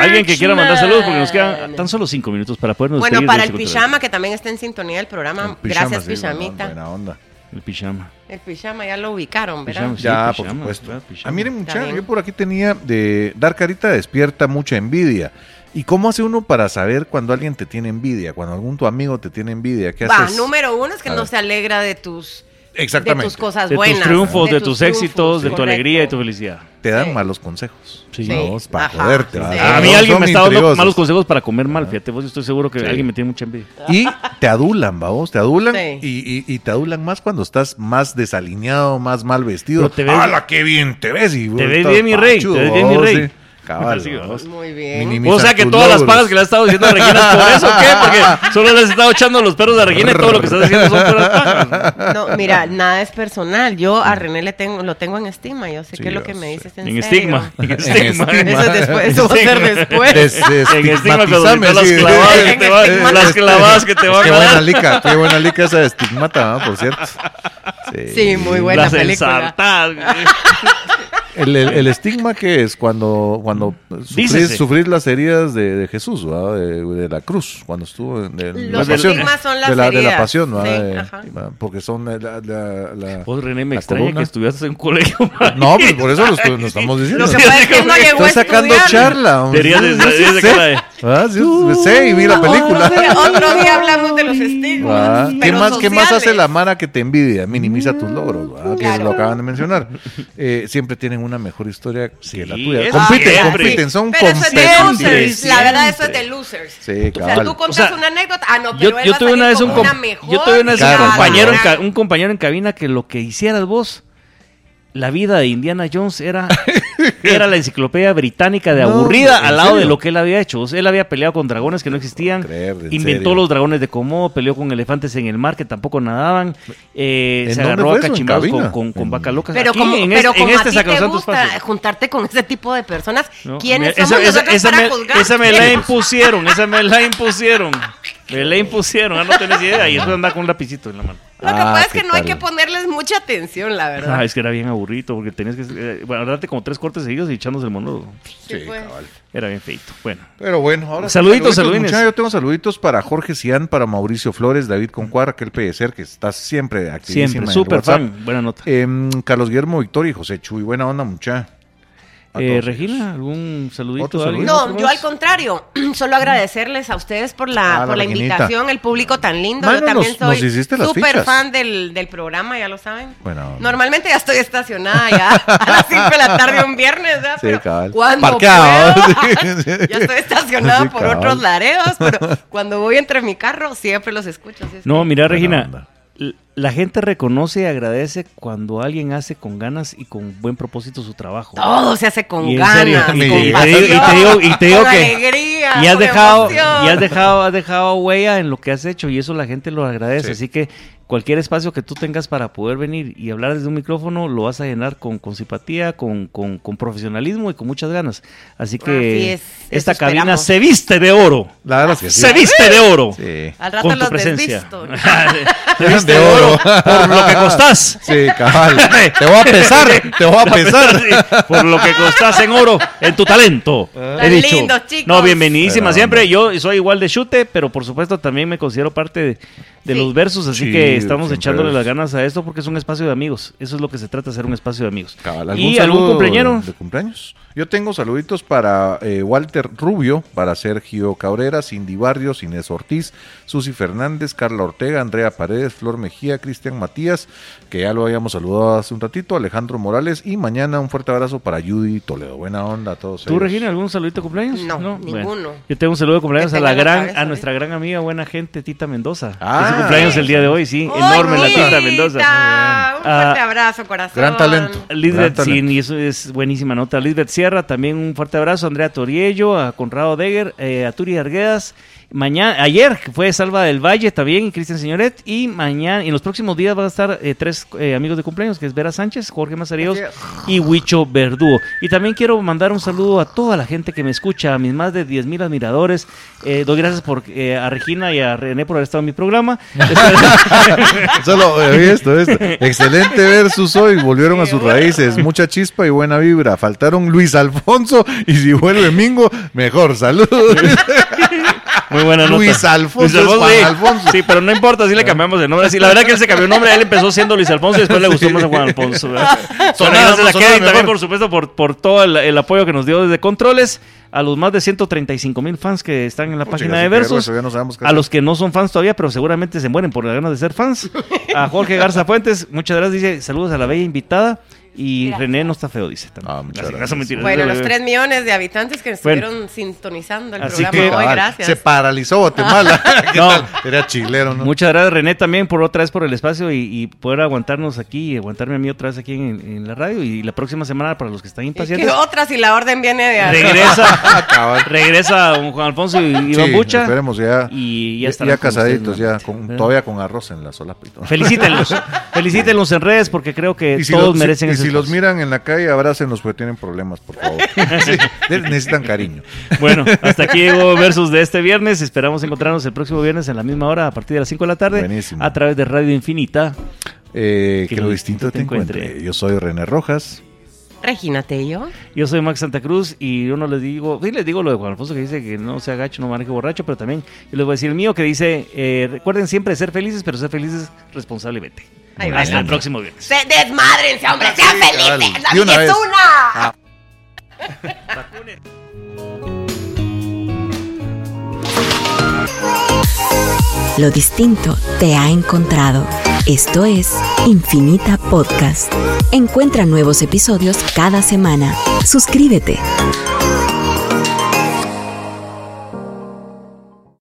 Alguien que quiera mandar saludos porque nos quedan Man. tan solo 5 minutos para podernos Bueno, despedir de para el este pijama, que también está en sintonía del Con programa. pijama, Gracias, sí, pijamita. Buena onda. cotorreo. El pijama. El pijama ya lo ubicaron, ¿verdad? Pijama, sí, Ya, por pijama, supuesto. ¿verdad? Pijama. Ah, miren, muchachos, También. yo por aquí tenía de dar carita despierta mucha envidia. ¿Y cómo hace uno para saber cuando alguien te tiene envidia? Cuando algún tu amigo te tiene envidia, ¿qué Va, haces? número uno es que A no ver. se alegra de tus, de Exactamente. tus cosas de buenas. tus triunfos, de, tus, triunfos, éxitos, de tu correcto. alegría y tu felicidad. Te dan Sí. malos consejos. Sí. Vamos, Sí. para Ajá, joderte. sí. ¿verdad? A mí Son alguien me está dando intrigosos. Ah. malos consejos para comer mal, fíjate, vos yo estoy seguro que Sí. alguien me tiene mucha envidia. Y te adulan, vamos, te adulan Sí. y, y- y te adulan más cuando estás más desalineado, más mal vestido. Pero te ves- ¡Hala, qué bien te ves! Y, ves estás bien, mi rey, pachudo, te ves bien, mi vos, rey. sí. Cabal, Así, vos. Muy bien. Minimizan o sea que tus todas las logros. pagas que le has estado diciendo a Regina es por eso, ¿o ¿qué? Porque solo le has estado echando los perros a Regina y todo lo que estás haciendo son puras pagas. No, mira, nada es personal. Yo a René le tengo, lo tengo en estima. Yo sé Sí, que lo yo que me sé. dices es en, En serio. estigma, en estigma. Eso, es después, eso va a ser después. En estigma cuando Desestigmatizame, ahorita las sí. clavadas que te Estigma- van, las clavadas que te Es van que a buena dar. lica, qué buena lica esa de estigmata, ¿no? por cierto. Sí. Sí, muy buena Las película. ensartadas. El, el- el estigma que es cuando, cuando Dícese. sufrís, sufrís las heridas de, de Jesús, ¿verdad? de, de la cruz, cuando estuvo en de, la Los pasión. estigmas son las de, la, de la heridas. pasión, ¿verdad? Sí, De- ajá. ¿verdad? porque son la... la- la- la- Vos, René, me La extraña columna. que estudiaste en un colegio. No, pues por eso lo, estu- lo estamos diciendo. Lo que Sí, pasa sí, es que él no como que llegó a Estoy sacando estudiar. charla. hombre. Deberías de- deberías de cara de- Ah, sí, sé y vi la película. Otro día hablamos de los ¿verdad? estigmas. ¿Qué, pero más, ¿Qué más hace sociales. Mm, la Mara que te envidia? Minimiza tus logros, ¿verdad? que Claro. lo acaban de mencionar. Eh, siempre tienen una mejor historia que la tuya. eso Compiten, siempre. compiten, son Pero eso es de competentes. losers. La verdad, eso es de losers. Sí, O sea, cabal. tú contas O sea, una anécdota. Ah, no, pero Yo, él yo va a tuve una salir vez un, con com- una mejor. yo tuve una vez un Claro, compañero, en claro. ca- un compañero en cabina que lo que hicieras vos, la vida de Indiana Jones era, era la enciclopedia británica de No, aburrida ¿en al lado de serio? lo que él había hecho. O sea, él había peleado con dragones que no existían, creer, en inventó serio. los dragones de Komodo, peleó con elefantes en el mar que tampoco nadaban, eh, ¿En se dónde agarró fue a eso? ¿En cachimbados con, cabina? con, con En- vacas locas. Pero Aquí, como, en este, pero en como este a ti te Sacrosanto gusta espacio. juntarte con ese tipo de personas, No, ¿quiénes mira, somos esa, nosotros esa para me, juzgar? esa me la impusieron, esa me la impusieron. Me la impusieron, ah, no tenés idea. Y eso anda con un lapicito en la mano. Lo que Ah, pasa es que qué no hay tal. que ponerles mucha atención, la verdad. Ah, es que era bien aburrido porque tenías que eh, bueno, darte como tres cortes seguidos y echándose el monólogo. Sí, pues. Era bien feito. Bueno, Pero bueno, ahora sí, Saluditos, saludines. muchacho, yo tengo saluditos para Jorge Cian, para Mauricio Flores, David Concuar, aquel PDCer que está siempre activísima siempre, eh, en el súper WhatsApp. fan. Buena nota. Em, Carlos Guillermo Victoria y José Chuy, buena onda, mucha. A todos Eh, ellos. Regina, ¿algún saludito? Otro a alguien? saludito. No, yo al contrario, solo agradecerles a ustedes por la, Ah, la por la maquinita. invitación, el público tan lindo. Mano, yo también nos- nos soy hiciste las súper fichas. fan del, del programa, ya lo saben. Buena onda. Normalmente ya estoy estacionada ya a las 5 de la tarde un viernes, ¿verdad? Sí, Pero cabal. cuando Parqueado, puedo, sí. ya estoy estacionada Sí, por cabal. otros lareos, pero cuando voy entre mi carro siempre los escucho. así es No, que- mira, Buena Regina. onda. l- La gente reconoce y agradece cuando alguien hace con ganas y con buen propósito su trabajo. Todo se hace con Y en serio, ganas, y con te pasión, digo- y te digo- y te digo con que- alegría, y has con dejado emoción. y has dejado has dejado huella en lo que has hecho y eso la gente lo agradece Sí. así que cualquier espacio que tú tengas para poder venir y hablar desde un micrófono lo vas a llenar con, con simpatía con, con- con profesionalismo y con muchas ganas así que Así es, esta eso cabina esperamos. se viste de oro La verdad es que sí. se viste de oro Sí. Al rato con tu los presencia desvisto. se viste de oro por lo que costás Sí, cabal. Te voy a pesar, te voy a pesar. Sí, por lo que costás en oro, en tu talento. He Ah. Tan dicho. lindos, chicos. No, bienvenidísima Pero, siempre. Yo soy igual de chute, pero por supuesto también me considero parte de, de Sí. los versos, así Sí, que estamos siempre echándole eres. las ganas a esto porque es un espacio de amigos. Eso es lo que se trata, ser un espacio de amigos. Cabal, ¿Y algún saludo cumpleañero? ¿De cumpleaños? Yo tengo saluditos para eh, Walter Rubio, para Sergio Cabrera, Cindy Barrios, Inés Ortiz, Susi Fernández, Carla Ortega, Andrea Paredes, Flor Mejía, Cristian Matías, que ya lo habíamos saludado hace un ratito, Alejandro Morales, y mañana un fuerte abrazo para Judy Toledo. Buena onda a todos. ¿Tú, ellos. Regina, algún saludito de cumpleaños? No, Bueno, ninguno. yo tengo un saludo de cumpleaños Que a la tenga en la gran, cabeza, a nuestra gran amiga, buena gente, Tita Mendoza. Ah. es su cumpleaños el día de hoy, sí. ¡Ay, Enorme la Tita Tita! Mendoza. Un fuerte Ah, abrazo, corazón. Gran talento. Gran Lisbeth, sí, talento. y eso es buenísima nota. Lisbeth Sierra, también un fuerte abrazo. a Andrea Toriello, a Conrado Deger, eh, a Turi Arguedas. Mañana, ayer que fue Salva del Valle también, y Cristian Señoret. Y mañana, en los próximos días van a estar eh, tres eh, amigos de cumpleaños, que es Vera Sánchez, Jorge Mazaríos y Huicho Verdugo. Y también quiero mandar un saludo a toda la gente que me escucha, a mis más de 10.000 admiradores. Eh, doy gracias por, eh, a Regina y a René por haber estado en mi programa. Solo eh, esto, esto. Excelente versus hoy. Volvieron a sus raíces. Mucha chispa y buena vibra. Faltaron Luis Alfonso. Y si vuelve Mingo, mejor. Saludos. Muy buena nota. Luis Alfonso es Juan sí. Alfonso. Ah. Sí, pero no importa si le cambiamos de nombre. Sí, la verdad que él se cambió el nombre, él empezó siendo Luis Alfonso y después le gustó más a Juan Alfonso. ¿verdad? Pero Sonaba, gracias sonaba a Kevin también, mejor. por supuesto, por, por todo el, el apoyo que nos dio desde Controles, a los más de 135 mil fans que están en la Pucha, página sí, de qué Versus, grueso, ya no sabemos qué a hacer. los que no son fans todavía, pero seguramente se mueren por las ganas de ser fans, a Jorge Garza Fuentes, muchas gracias, dice, saludos a la bella invitada, y René no está feo, dice también. Ah, muchas Así que no gracias. son mentiras. Bueno, los 3 millones de habitantes que Bueno. estuvieron sintonizando el Así programa que, ah, hoy, Cabal, gracias. Ah, Se paralizó Guatemala. ¿Qué No. tal? Era chilero, ¿no? Muchas gracias, René, también por otra vez por el espacio y, y poder aguantarnos aquí y aguantarme a mí otra vez aquí en, en la radio. Y la próxima semana, para los que están ¿Y qué impacientes, otra si la orden viene de arriba? regresa, Ah, Cabal. regresa don Juan Alfonso y Sí, Iván Bucha. Esperemos ya. Y ya ya, estarán con casaditos, ustedes ya nuevamente. con, ¿Verdad? todavía con arroz en la solapa y todo. Felicítenlos, felicítenlos en redes porque creo que Y si, todos los, merecen y ese si los espacio. miran en la calle, abrácenlos porque tienen problemas, por favor. Sí, necesitan cariño. Bueno, hasta aquí llegó Versus de este viernes. Esperamos encontrarnos el próximo viernes en la misma hora, a partir de las 5 de la tarde, Buenísimo. a través de Radio Infinita. Eh, Que que, lo lo distinto te encuentre. encuentre. Yo soy René Rojas. Regínate yo. Yo soy Max Santa Cruz y yo no les digo, sí les digo lo de Juan Alfonso que dice que no sea gacho, no maneje borracho, pero también yo les voy a decir el mío que dice, eh, recuerden siempre ser felices, pero ser felices responsablemente. Ahí va. Hasta el próximo viernes. Se desmadrense, hombre, sean felices. La Y una vida es vez. una. Lo distinto te ha encontrado. Esto es Infinita Podcast. Encuentra nuevos episodios cada semana. Suscríbete.